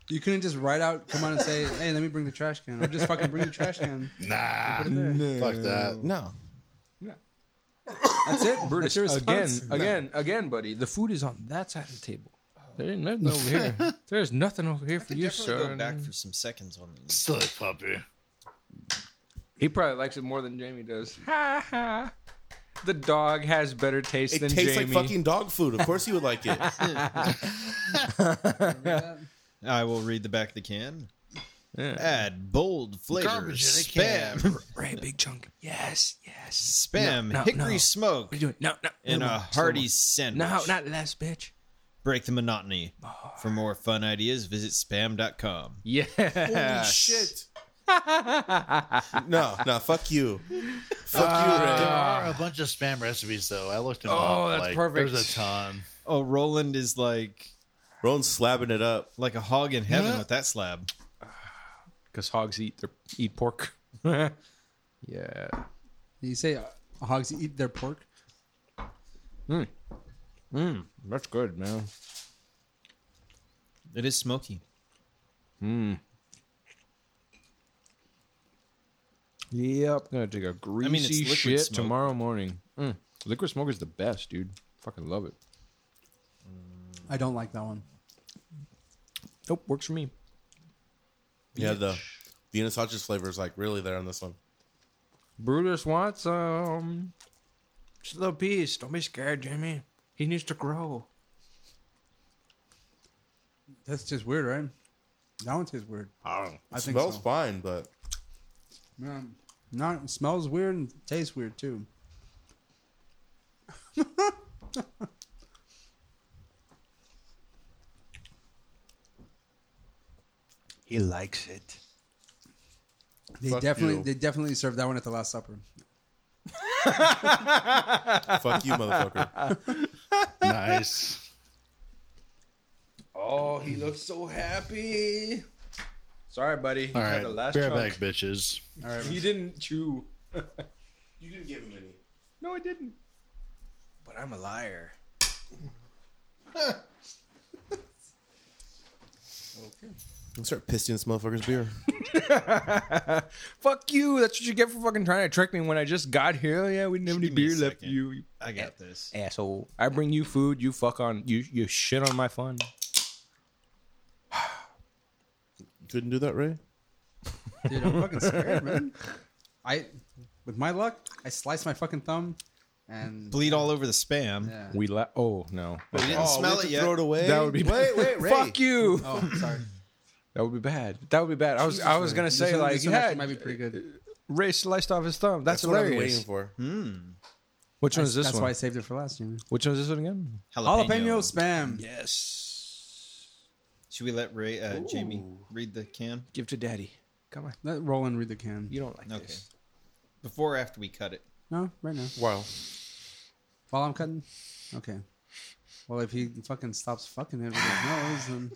Speaker 4: You couldn't just write out, come on and say, "Hey, let me bring the trash can," or just fucking bring the trash can.
Speaker 5: Nah. Fuck that.
Speaker 3: no.
Speaker 4: That's it.
Speaker 1: [laughs]
Speaker 4: That's your
Speaker 1: again,
Speaker 4: response.
Speaker 1: again, again, buddy. The food is on that side of the table. There ain't nothing over here. [laughs] There's nothing over here for you,
Speaker 6: Definitely
Speaker 1: sir.
Speaker 6: go back for some seconds on this.
Speaker 5: Silly puppy.
Speaker 1: He probably likes it more than Jamie does. Ha ha. The dog has better taste
Speaker 3: It
Speaker 1: than
Speaker 3: tastes
Speaker 1: Jamie.
Speaker 3: like fucking dog food. Of course you would like it.
Speaker 6: I will read the back of the can. Add bold
Speaker 5: Garbage
Speaker 6: flavors.
Speaker 5: in a can.
Speaker 6: [laughs] Spam.
Speaker 7: Right, big chunk. Yes, yes.
Speaker 6: Spam.
Speaker 7: No, no,
Speaker 6: hickory
Speaker 7: no.
Speaker 6: smoke.
Speaker 7: What are you doing? No, no.
Speaker 6: In
Speaker 7: no
Speaker 6: a
Speaker 7: more, slow
Speaker 6: hearty
Speaker 7: more.
Speaker 6: sandwich.
Speaker 7: No, not less, bitch.
Speaker 6: Break the monotony. For more fun ideas, visit spam.com.
Speaker 7: Yeah.
Speaker 3: Holy shit. no, no, fuck you. Fuck
Speaker 5: There
Speaker 3: you, Ray.
Speaker 5: are a bunch of spam recipes though. I looked them
Speaker 7: Oh,
Speaker 5: up.
Speaker 7: that's
Speaker 5: like,
Speaker 7: perfect.
Speaker 5: There's a ton.
Speaker 6: Oh, Roland is like
Speaker 3: Roland's slabbing it up.
Speaker 6: like a hog in heaven with that slab.
Speaker 1: Because hogs eat their eat pork. [laughs]
Speaker 7: yeah.
Speaker 4: Did you say uh, hogs eat their pork?
Speaker 1: That's good, man.
Speaker 6: It is smoky.
Speaker 1: Yep. Gonna take a greasy
Speaker 6: liquid
Speaker 1: shit
Speaker 6: smoke.
Speaker 1: tomorrow morning. Mm. Liquid smoke is the best, dude. Fucking love it.
Speaker 4: I don't like that one.
Speaker 1: Nope, works for me.
Speaker 3: Yeah, the the Inner sausage flavor is like really there on this one.
Speaker 7: Brutus wants um just a little piece. Don't be scared, Jimmy. He needs to grow.
Speaker 4: That's just weird, right? That one tastes weird.
Speaker 3: I
Speaker 4: think
Speaker 3: smells
Speaker 4: so.
Speaker 3: fine, but
Speaker 4: Yeah. Um, Not smells weird and tastes weird too.
Speaker 7: He likes it.
Speaker 4: They
Speaker 3: Fuck
Speaker 4: definitely
Speaker 3: you.
Speaker 4: they definitely served that one at the Last Supper.
Speaker 3: fuck you, motherfucker.
Speaker 5: Nice.
Speaker 7: Oh, he looks so happy. Sorry, buddy. He
Speaker 5: All
Speaker 7: had
Speaker 5: right,
Speaker 7: the last
Speaker 5: bear
Speaker 7: chunk.
Speaker 5: back, bitches.
Speaker 7: [laughs] He didn't chew.
Speaker 3: You didn't give him any.
Speaker 7: No, I didn't. But I'm a liar.
Speaker 3: Start pissing this motherfucker's beer.
Speaker 7: Fuck you. That's what you get for fucking trying to trick me when I just got here. Yeah, we didn't have any
Speaker 6: Give me a
Speaker 7: beer left.
Speaker 6: second.
Speaker 7: You, you
Speaker 6: I got
Speaker 1: eh.
Speaker 6: this.
Speaker 7: asshole. I bring you food. You fuck on. You you shit on my fun.
Speaker 3: Couldn't do that, Ray.
Speaker 4: Dude, I'm fucking
Speaker 1: [laughs]
Speaker 4: scared, man. I with my luck, I sliced my fucking thumb and
Speaker 6: Bleed all over the spam.
Speaker 4: yeah.
Speaker 1: We la- Oh no,
Speaker 6: But we didn't smell it yet.
Speaker 3: Throw it away.
Speaker 1: That would be-
Speaker 3: wait, wait, Ray.
Speaker 7: Fuck you.
Speaker 4: Oh, sorry.
Speaker 1: that would be bad. That would be bad. I was [laughs] I was gonna say
Speaker 4: This one-
Speaker 1: like
Speaker 4: this one
Speaker 1: yeah,
Speaker 4: actually might be pretty good.
Speaker 1: Ray sliced off his thumb. That's,
Speaker 3: That's what I've been
Speaker 1: hilarious.
Speaker 3: waiting for.
Speaker 1: Which one is this
Speaker 4: That's
Speaker 1: one?
Speaker 4: why I saved it for last, Jimmy.
Speaker 1: Which one is this one again?
Speaker 4: Jalapeno, spam.
Speaker 6: Should we let Ray uh, Jamie read the can
Speaker 7: Give to daddy. Come on.
Speaker 4: Let Roland read the can.
Speaker 7: You don't like
Speaker 6: Okay.
Speaker 7: this.
Speaker 6: before or after we cut it?
Speaker 4: No, right now.
Speaker 3: Wow.
Speaker 4: While I'm cutting? Okay. Well, if he fucking stops fucking it with his nose, then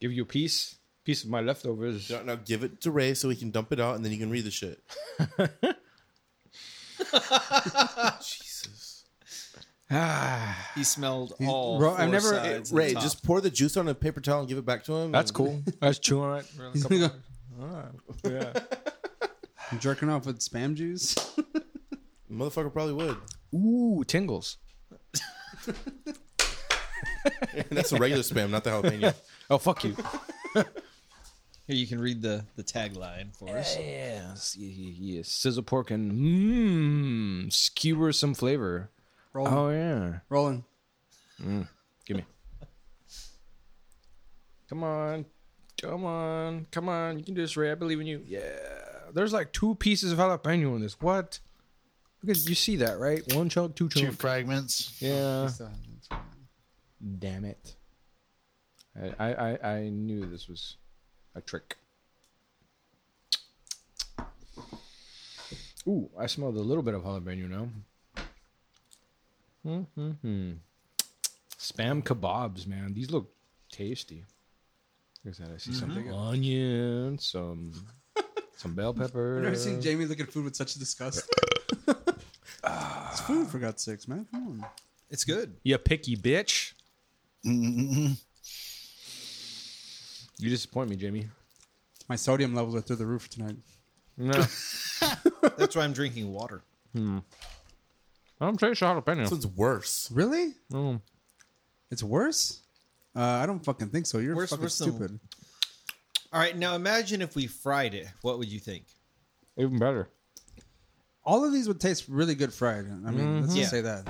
Speaker 1: Give you a piece, piece of my leftovers.
Speaker 3: Now, now give it to Ray so he can dump it out and then you can read the shit. Jesus.
Speaker 6: He smelled
Speaker 4: He's-
Speaker 6: all.
Speaker 4: Ro- I've
Speaker 6: four
Speaker 4: never-
Speaker 6: sides and
Speaker 3: Ray,
Speaker 6: top.
Speaker 3: just pour the juice on a paper towel and give it back to
Speaker 1: [laughs]
Speaker 3: him.
Speaker 1: That's
Speaker 3: and-
Speaker 1: cool. I was chewing on it. for a
Speaker 4: he's
Speaker 1: couple
Speaker 4: gonna
Speaker 1: hours. All right. Yeah.
Speaker 4: go jerking off with spam juice.
Speaker 3: Motherfucker probably would.
Speaker 1: Ooh, tingles.
Speaker 3: And that's the regular spam, not the
Speaker 4: [laughs]
Speaker 3: jalapeno.
Speaker 1: Oh fuck you.
Speaker 6: Here, you can read the the tagline for us.
Speaker 1: Yes, yeah, yeah, yeah. Sizzle pork and mmm, skewer some flavor.
Speaker 4: Roland,
Speaker 1: Oh yeah,
Speaker 4: Roland,
Speaker 1: give me. Come on, come on, come on. You can do this, Ray. I believe in you. Yeah. There's like two pieces of jalapeno in this. What? Because you see that, right? One chunk, two
Speaker 5: Two
Speaker 1: chunk.
Speaker 5: fragments.
Speaker 7: Uh,
Speaker 1: Yeah.
Speaker 4: So,
Speaker 1: Damn it. I, I I I knew this was a trick. Ooh, I smelled a little bit of jalapeno now. Mm-hmm. Spam kebabs, man. These look tasty. There's that. I see some onion, some [laughs] some bell pepper.
Speaker 4: I've never
Speaker 7: uh,
Speaker 4: seen Jamie look at food with such
Speaker 7: [laughs]
Speaker 4: disgust. it's food, for God's sakes, man. Come on.
Speaker 6: It's good.
Speaker 1: you picky bitch. You disappoint me, Jamie.
Speaker 4: My sodium levels are through the roof tonight.
Speaker 1: No.
Speaker 6: That's why I'm drinking water.
Speaker 1: I don't taste jalapeno.
Speaker 3: This one's worse.
Speaker 4: Really?
Speaker 1: Oh.
Speaker 4: It's worse? Uh, I don't fucking think so. You're
Speaker 6: Worse-
Speaker 4: fucking
Speaker 6: worse than-
Speaker 4: stupid.
Speaker 6: All right, now imagine if we fried it. What would you think?
Speaker 1: Even better. Mm-hmm.
Speaker 4: All of these would taste really good fried. I mean, let's
Speaker 6: Yeah.
Speaker 4: just say that.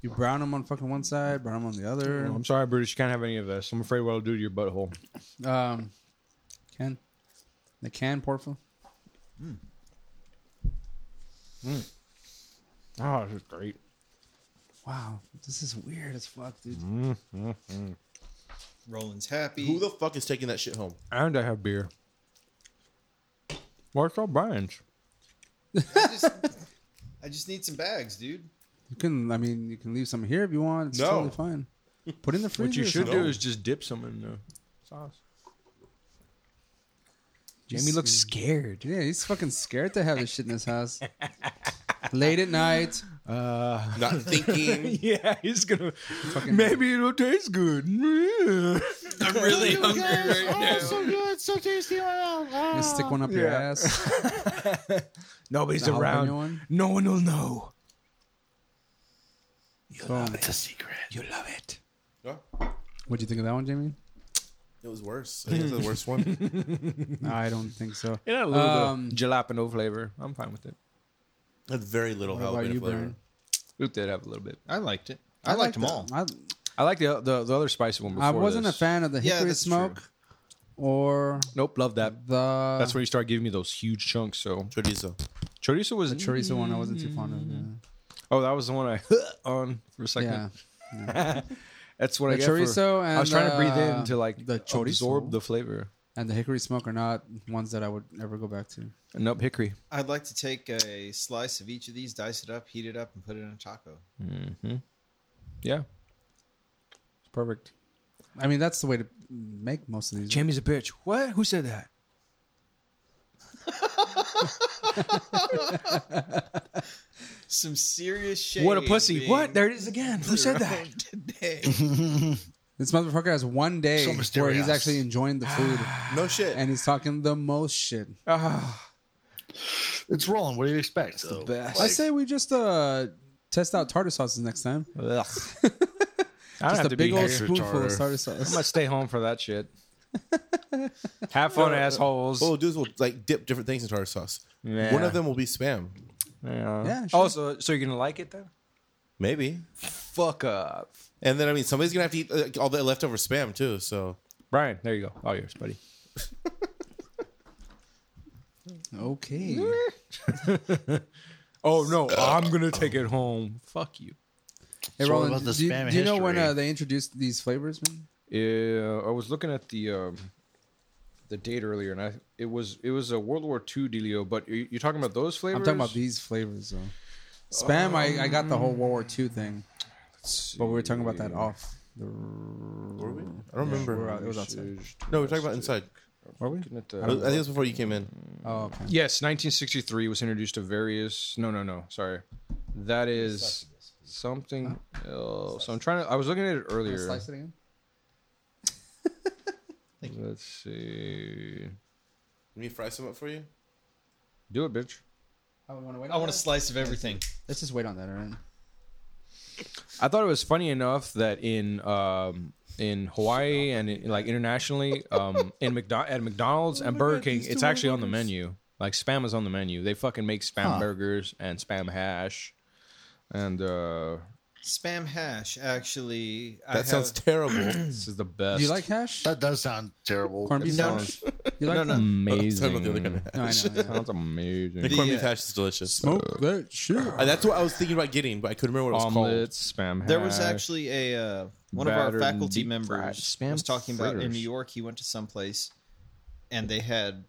Speaker 4: You brown them on fucking one side, brown them on the other.
Speaker 1: I'm sorry, Brutus. You can't have any of this. I'm afraid what it'll do to your butthole.
Speaker 4: Um, can the can portfolio?
Speaker 1: Oh, this is great.
Speaker 4: Wow, this is weird as fuck, dude.
Speaker 1: Mm-hmm.
Speaker 17: Roland's happy.
Speaker 6: [laughs]
Speaker 3: Who the fuck is taking that shit home?
Speaker 1: And I have beer. What's up, Brian's?
Speaker 17: I, just, I just need some bags, dude.
Speaker 4: You can, I mean, you can leave some here if you want. It's
Speaker 3: No.
Speaker 4: totally fine. Put it in the
Speaker 1: [laughs]
Speaker 4: freezer.
Speaker 1: What you
Speaker 4: or
Speaker 1: should
Speaker 4: something.
Speaker 1: do is just dip some in the sauce.
Speaker 4: Jamie
Speaker 1: [laughs]
Speaker 4: looks scared. Yeah, he's fucking scared to have this shit in his house. Late at night,
Speaker 3: Not thinking.
Speaker 1: [laughs] Yeah, he's gonna. Maybe it'll taste good. [laughs]
Speaker 17: I'm really hungry right now.
Speaker 5: so good, so tasty.
Speaker 4: you stick one up your
Speaker 1: Yeah.
Speaker 4: ass.
Speaker 1: Nobody's
Speaker 4: The
Speaker 1: around.
Speaker 4: jalapeno one?
Speaker 1: No one will know.
Speaker 4: Boom.
Speaker 5: It's a secret.
Speaker 1: You love it.
Speaker 3: Oh,
Speaker 4: What'd you think of that one, Jamie?
Speaker 3: [laughs] it was worse. I think that's the worst
Speaker 4: [laughs]
Speaker 3: one.
Speaker 4: I don't think so.
Speaker 1: It had a little
Speaker 4: Um,
Speaker 1: bit of jalapeno flavor. I'm fine with it.
Speaker 3: That's very little
Speaker 4: What about
Speaker 3: jalapeno
Speaker 4: you,
Speaker 3: flavor.
Speaker 4: Baron?
Speaker 1: It did have a little bit.
Speaker 6: [laughs] I liked it. I, liked them all.
Speaker 4: I,
Speaker 1: I like the the, the other spicy one before.
Speaker 4: I wasn't
Speaker 1: this.
Speaker 4: a fan of the
Speaker 6: Yeah,
Speaker 4: hickory
Speaker 6: that's true.
Speaker 4: smoke or
Speaker 1: Nope, love that.
Speaker 4: Uh, the.
Speaker 1: That's when you start giving me those huge chunks. So
Speaker 3: Chorizo.
Speaker 1: chorizo was
Speaker 4: the chorizo one I wasn't too fond of. Yeah.
Speaker 1: Oh, that was the one I [laughs] on for a second.
Speaker 4: Yeah.
Speaker 1: That's what I
Speaker 4: The
Speaker 1: get. for-
Speaker 4: chorizo and
Speaker 1: I was trying to breathe
Speaker 4: uh,
Speaker 1: in to like
Speaker 4: the chorizo.
Speaker 1: absorb the flavor.
Speaker 4: and the hickory smoke are not ones that I would ever go back to.
Speaker 1: And nope, hickory.
Speaker 6: I'd like to take a slice of each of these, dice it up, heat it up, and put it in a taco.
Speaker 1: Yeah, it's perfect.
Speaker 4: I mean, that's the way to make most of these.
Speaker 1: Jamie's a bitch. What? Who said that?
Speaker 6: Some serious shit.
Speaker 1: what a pussy. What? There it is again. Who said [laughs] that?
Speaker 4: This motherfucker has one day
Speaker 5: So
Speaker 4: where he's
Speaker 5: mysterious.
Speaker 4: actually enjoying the food, [sighs]
Speaker 3: No shit.
Speaker 4: and he's talking the most shit.
Speaker 1: Ah.
Speaker 5: It's rolling. What do you expect? though?
Speaker 4: I say we just uh test out tartar sauces next time.
Speaker 1: I don't
Speaker 4: Just
Speaker 1: have
Speaker 4: a
Speaker 1: to be
Speaker 4: big old
Speaker 1: here.
Speaker 4: spoonful of tartar
Speaker 1: I'm
Speaker 4: sauce.
Speaker 1: gonna stay home for that
Speaker 4: [laughs]
Speaker 1: shit. Have fun, assholes.
Speaker 3: What we'll do is we'll like dip different things into our sauce.
Speaker 1: Yeah.
Speaker 3: One of them will be spam.
Speaker 1: Yeah.
Speaker 4: Yeah, sure.
Speaker 1: Oh, so, so you're gonna like it then?
Speaker 3: Maybe.
Speaker 1: Fuck up,
Speaker 3: And then I mean somebody's gonna have to eat uh, all the leftover spam too. So
Speaker 1: Brian. There you go. All yours, buddy.
Speaker 4: Okay.
Speaker 1: Oh no, I'm gonna take it home. Fuck you.
Speaker 4: Hey,
Speaker 5: So what
Speaker 4: Roland,
Speaker 5: about the
Speaker 4: do, you-
Speaker 5: spam
Speaker 4: do you know when
Speaker 5: history?
Speaker 4: uh, they introduced these flavors? Man?
Speaker 1: Yeah, Eh, I was looking at the um, the date earlier, and I it was it was a World War II dealio. But you- you're talking about those flavors.
Speaker 4: I'm talking about these flavors, though. Spam, I, I got the whole World War II thing, but we were talking about that off. The,
Speaker 3: were we? I don't
Speaker 4: Mm. we're
Speaker 3: remember.
Speaker 4: out- it was outside.
Speaker 3: No, we're talking about inside.
Speaker 1: Are we? Looking at the-
Speaker 3: I think it was before you came in.
Speaker 4: Oh, okay.
Speaker 1: Yes, 1963 was introduced to various. No, no, no. Sorry, that is something else. I'm trying to. I was looking at it earlier.
Speaker 4: Slice it again.
Speaker 1: Let's see.
Speaker 3: Let me fry some up for you.
Speaker 1: Do it, bitch.
Speaker 4: I want to wait.
Speaker 6: I want a slice of everything.
Speaker 4: Let's just wait on that, all right?
Speaker 1: I thought it was funny enough that in um, in Hawaii and in, like internationally, um, in McDo- at McDonald's and Burger King, it's actually on the menu. Like spam is on the menu. They fucking make spam burgers and spam hash, and uh,
Speaker 6: Spam hash, actually.
Speaker 3: That sounds [clears throat] terrible.
Speaker 1: this is the best.
Speaker 4: Do you like hash?
Speaker 5: That does sound terrible.
Speaker 4: Corned beef
Speaker 1: [laughs]
Speaker 6: No,
Speaker 4: hash? You like that?
Speaker 3: Sorry
Speaker 1: amazing?
Speaker 3: about the other kind of
Speaker 4: No, I know,
Speaker 1: [laughs]
Speaker 4: I know.
Speaker 1: Sounds amazing.
Speaker 3: The corned beef
Speaker 6: uh,
Speaker 3: hash is delicious.
Speaker 4: Smoke that shit.
Speaker 3: Uh, that's what I was thinking about getting, but I couldn't remember what it was called.
Speaker 1: omelets, spam hash.
Speaker 6: There was actually a uh, one of our
Speaker 1: Battered and
Speaker 6: faculty
Speaker 1: deep fried
Speaker 6: members
Speaker 1: spam
Speaker 6: was talking about in
Speaker 1: fritters.
Speaker 6: New York. He went to some place, and they had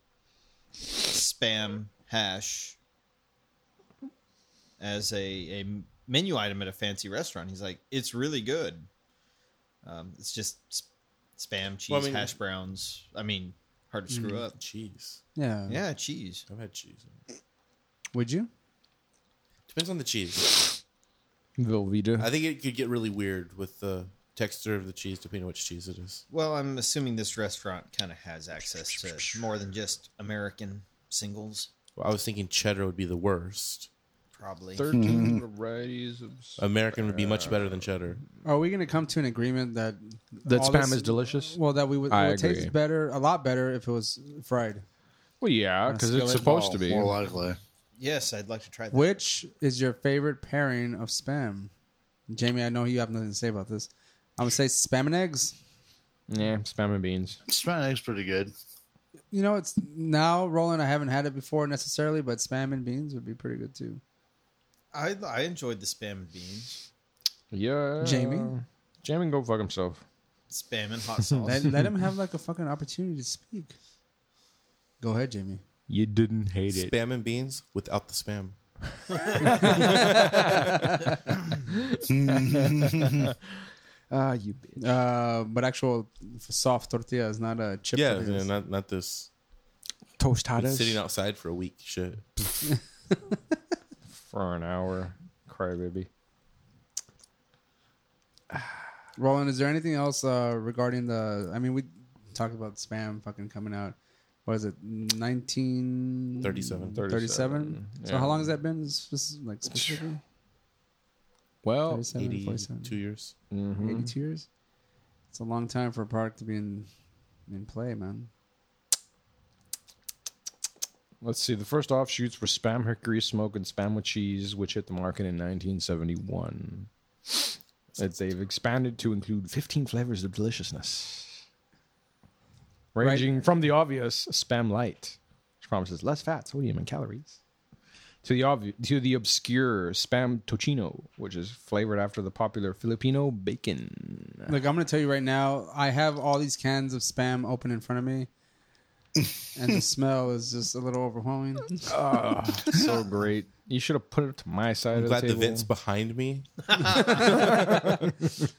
Speaker 6: spam hash as a, a menu item at a fancy restaurant. He's like, it's really good. Um, it's just s- spam, cheese,
Speaker 3: Well, I mean-
Speaker 6: hash browns. I mean, hard to screw
Speaker 1: Mm.
Speaker 6: up.
Speaker 3: Cheese.
Speaker 4: Yeah.
Speaker 6: Yeah, cheese.
Speaker 3: I've had cheese.
Speaker 4: Would you?
Speaker 3: Depends on the cheese.
Speaker 1: Velveeta.
Speaker 3: I think it could get really weird with the texture of the cheese, depending on which cheese it is.
Speaker 6: Well, I'm assuming this restaurant kind of has access to more than just American singles,
Speaker 3: Well, I was thinking cheddar would be the worst.
Speaker 1: [laughs]
Speaker 6: probably.
Speaker 1: 13 varieties of
Speaker 3: American would be much better than cheddar.
Speaker 4: Are we going to come to an agreement that
Speaker 1: That
Speaker 4: all
Speaker 1: spam
Speaker 4: this-
Speaker 1: is delicious?
Speaker 4: Well, that we would,
Speaker 1: I
Speaker 4: it would
Speaker 1: agree.
Speaker 4: taste better, a lot better if it was fried.
Speaker 1: Well, yeah, because it's
Speaker 6: skillet
Speaker 1: supposed to
Speaker 6: ball.
Speaker 1: be.
Speaker 5: More likely.
Speaker 6: Yes, I'd like to try that.
Speaker 4: Which is your favorite pairing of spam? Jamie, I know you have nothing to say about this. I'm gonna say spam and eggs.
Speaker 1: Yeah, spam and beans.
Speaker 5: Spam egg's pretty good.
Speaker 4: You know, it's now Roland. I haven't had it before necessarily, but spam and beans would be pretty good too.
Speaker 6: I I enjoyed the spam and beans,
Speaker 1: Yeah.
Speaker 4: Jamie?
Speaker 1: Jamie, go fuck himself.
Speaker 6: spam and hot sauce.
Speaker 4: Let, let him have like a fucking opportunity to speak. Go ahead, Jamie.
Speaker 1: You didn't hate
Speaker 3: Spam and beans without the spam.
Speaker 1: Ah, you bitch.
Speaker 4: Uh, but actual f- soft tortillas, not a chip.
Speaker 3: yeah,
Speaker 4: tortillas.
Speaker 3: yeah, not not this. Been
Speaker 4: tostadas.
Speaker 3: sitting outside for a week. Shit.
Speaker 1: For an hour. Crybaby.
Speaker 4: Roland, is there anything else uh, regarding the? I mean, we talked about spam fucking coming out. What is it? Nineteen
Speaker 3: 37.
Speaker 4: thirty-seven. So
Speaker 1: Yeah.
Speaker 4: how long has that been? Is this, like specifically?
Speaker 1: Well,
Speaker 4: 37, 47,
Speaker 3: 82 years.
Speaker 1: mhm.
Speaker 4: 82 years. It's a long time for a product to be in in play, man.
Speaker 1: let's see. The first offshoots were Spam Hickory Smoke and Spam with Cheese, which hit the market in 1971. It's, they've expanded to include 15 flavors of deliciousness, ranging from the obvious Spam Light, which promises less fat, sodium, and calories, to the obvi- to the obscure Spam Tocino, which is flavored after the popular Filipino bacon.
Speaker 4: Look, I'm gonna tell you right now. I have all these cans of spam open in front of me, and [laughs] the smell is just a little overwhelming.
Speaker 1: [laughs] so great. You should have put it to my side
Speaker 3: I'm
Speaker 1: of
Speaker 3: glad
Speaker 1: the
Speaker 3: the
Speaker 1: table.
Speaker 3: vent's behind me.
Speaker 4: That's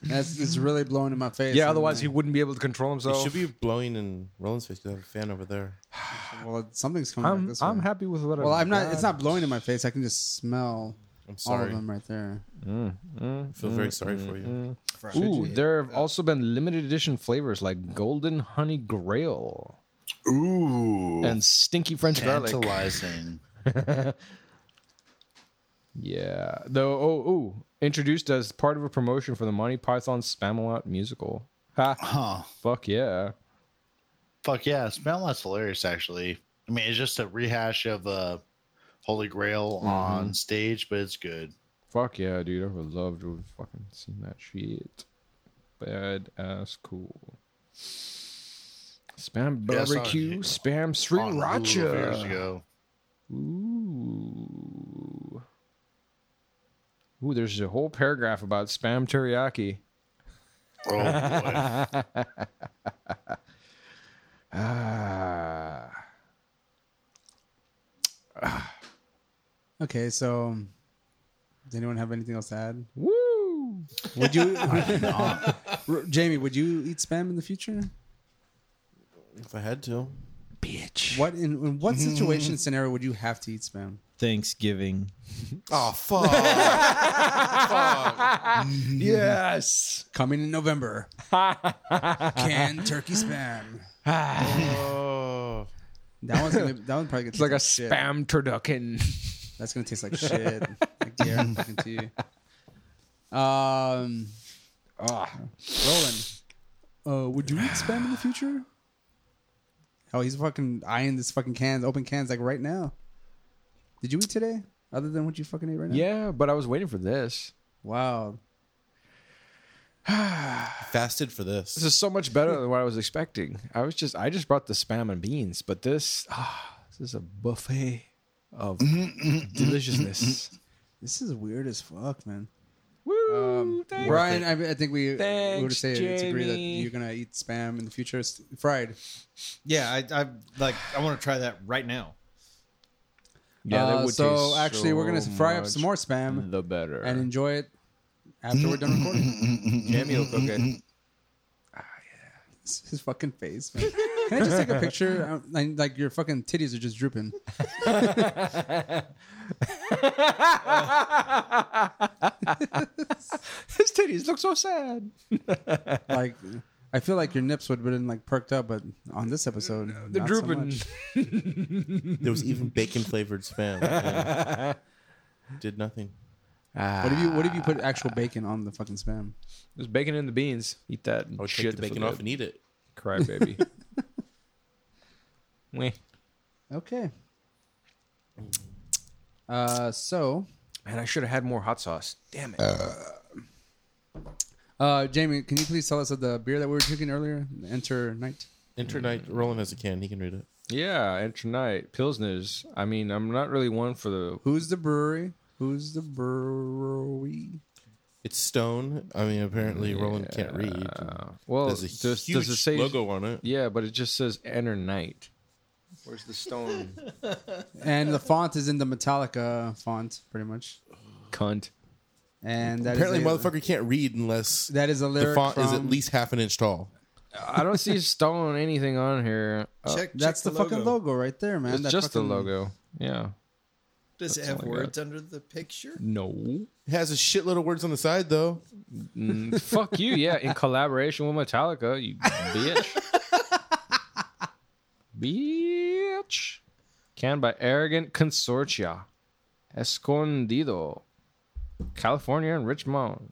Speaker 4: it's really blowing in my face.
Speaker 1: yeah, otherwise he
Speaker 4: And,
Speaker 1: wouldn't be able to control
Speaker 3: It
Speaker 1: himself.
Speaker 3: should be blowing in Roland's face because I have a fan over there.
Speaker 4: well, something's coming. back
Speaker 1: I'm,
Speaker 4: this
Speaker 1: I'm
Speaker 4: way.
Speaker 1: happy with what
Speaker 4: Well,
Speaker 1: I've
Speaker 4: I'm not. It's
Speaker 1: got.
Speaker 4: not blowing in my face. I can just smell
Speaker 3: I'm
Speaker 4: all of
Speaker 3: sorry.
Speaker 4: them right there.
Speaker 3: I feel very sorry for you.
Speaker 1: Ooh, there have also been limited edition flavors like golden honey grail
Speaker 5: Ooh,
Speaker 1: and stinky French garlic.
Speaker 5: tantalizing.
Speaker 1: Yeah, though. Oh, ooh, introduced as part of a promotion for the Monty Python Spamalot musical. Ha!
Speaker 5: Huh?
Speaker 1: Fuck yeah!
Speaker 5: Fuck yeah, Spamalot's hilarious. Actually, I mean, it's just a rehash of uh, Holy Grail on stage, but it's good.
Speaker 1: Fuck yeah, dude! I would love to have fucking seen that shit. Bad ass cool. Spam
Speaker 5: Yeah, I saw it
Speaker 1: barbecue, spam
Speaker 5: On Hulu years
Speaker 1: sriracha.
Speaker 5: ago.
Speaker 1: Ooh. Ooh, there's a whole paragraph about spam teriyaki.
Speaker 5: Oh boy.
Speaker 1: [laughs] Ah.
Speaker 4: Okay, so um, does anyone have anything else to add?
Speaker 1: Woo!
Speaker 4: Would
Speaker 1: [laughs]
Speaker 4: you, [laughs] R- Jamie? Would you eat spam in the future?
Speaker 3: If I had to.
Speaker 4: What in, in
Speaker 1: [laughs]
Speaker 4: what situation scenario would you have to eat spam?
Speaker 18: Thanksgiving.
Speaker 3: Oh, fuck.
Speaker 1: Yes.
Speaker 4: Coming
Speaker 1: [laughs]
Speaker 4: in November, canned turkey spam.
Speaker 3: oh.
Speaker 4: That one's gonna, that one probably gonna
Speaker 1: It's like a
Speaker 4: taste shit.
Speaker 1: spam turducken.
Speaker 4: That's gonna taste like shit. like the air I'm fucking to you. Um,
Speaker 1: Ah.
Speaker 4: Roland, uh, would you eat spam in the future? Oh, he's fucking eyeing this fucking cans, open cans like right now. Did you eat today? Other than what you fucking ate right now?
Speaker 1: Yeah, but I was waiting for this.
Speaker 4: Wow.
Speaker 3: Fasted for
Speaker 1: This [laughs]
Speaker 3: this.
Speaker 1: is so much better than what I was expecting. I was just I just brought the spam and beans, but this ah, this is a buffet of deliciousness.
Speaker 4: [laughs] This is weird as fuck, man.
Speaker 1: Woo! thank-
Speaker 4: Brian, I, I think we we would
Speaker 1: Thanks,
Speaker 4: say it's agreed that
Speaker 1: Jamie.
Speaker 4: you're gonna eat spam in the future. It's fried.
Speaker 6: yeah, I, I like. I want to try that right now.
Speaker 1: yeah, that
Speaker 4: Uh,
Speaker 1: would
Speaker 4: so
Speaker 1: taste
Speaker 4: actually, we're gonna
Speaker 1: so
Speaker 4: fry up some more
Speaker 1: much
Speaker 4: spam
Speaker 1: The better.
Speaker 4: and enjoy it after we're done recording.
Speaker 1: Jamie will cook it.
Speaker 4: His fucking face. Man. Can I just take a [laughs] picture? I'm- Like, like your fucking titties are just drooping.
Speaker 1: [laughs] His titties look so sad.
Speaker 4: Like I feel like your nips would have been like perked up, but on this episode,
Speaker 1: They're
Speaker 4: not so
Speaker 1: drooping.
Speaker 4: much.
Speaker 3: There was even bacon
Speaker 1: [laughs]
Speaker 3: flavored spam. Yeah. Did nothing.
Speaker 4: What if you What if you put actual bacon on the fucking spam?
Speaker 1: There's bacon in the beans. Eat that.
Speaker 3: I would
Speaker 1: shit
Speaker 3: take the bacon off and eat it.
Speaker 1: Cry [laughs] baby. Meh.
Speaker 4: Okay. Uh, so Uh,
Speaker 1: Man, I should have had more hot sauce. Damn it.
Speaker 4: Uh, Jamie, can you please tell us of the beer that we were drinking earlier? Enter Night.
Speaker 3: Internet
Speaker 1: Mm.
Speaker 3: Roland has a can. He can read it.
Speaker 1: Yeah, and tonight pilsners. I mean, I'm not really one for the
Speaker 4: Who's the brewery? Who's the brewery?
Speaker 3: It's stone. I mean, apparently Roland can't read.
Speaker 1: Oh, well.
Speaker 3: There's a
Speaker 1: Does, does
Speaker 3: huge
Speaker 1: it say
Speaker 3: logo on it.
Speaker 1: Yeah, but it just says enter night. Where's the stone
Speaker 4: And the font is in the Metallica font, pretty much.
Speaker 1: cunt?
Speaker 4: And that is
Speaker 3: Apparently,
Speaker 4: a-
Speaker 3: motherfucker can't read unless
Speaker 4: That is a lyric
Speaker 3: the font
Speaker 4: from,
Speaker 3: is at least half an inch tall.
Speaker 1: I don't
Speaker 3: [laughs]
Speaker 1: see stone anything on here. Uh,
Speaker 19: Check,
Speaker 4: That's
Speaker 19: check
Speaker 4: the, fucking logo right there, man.
Speaker 1: it's
Speaker 4: That
Speaker 1: just the
Speaker 4: fucking-
Speaker 1: logo. Yeah.
Speaker 19: Does it
Speaker 1: That's
Speaker 19: have
Speaker 1: all I got.
Speaker 19: words under the picture?
Speaker 1: No.
Speaker 3: It has a shitload of words on the side though.
Speaker 1: Mm, fuck you. Yeah,
Speaker 3: [laughs]
Speaker 1: in collaboration with Metallica, you bitch. bitch. Canned by Arrogant Consortia. Escondido. California and Richmond.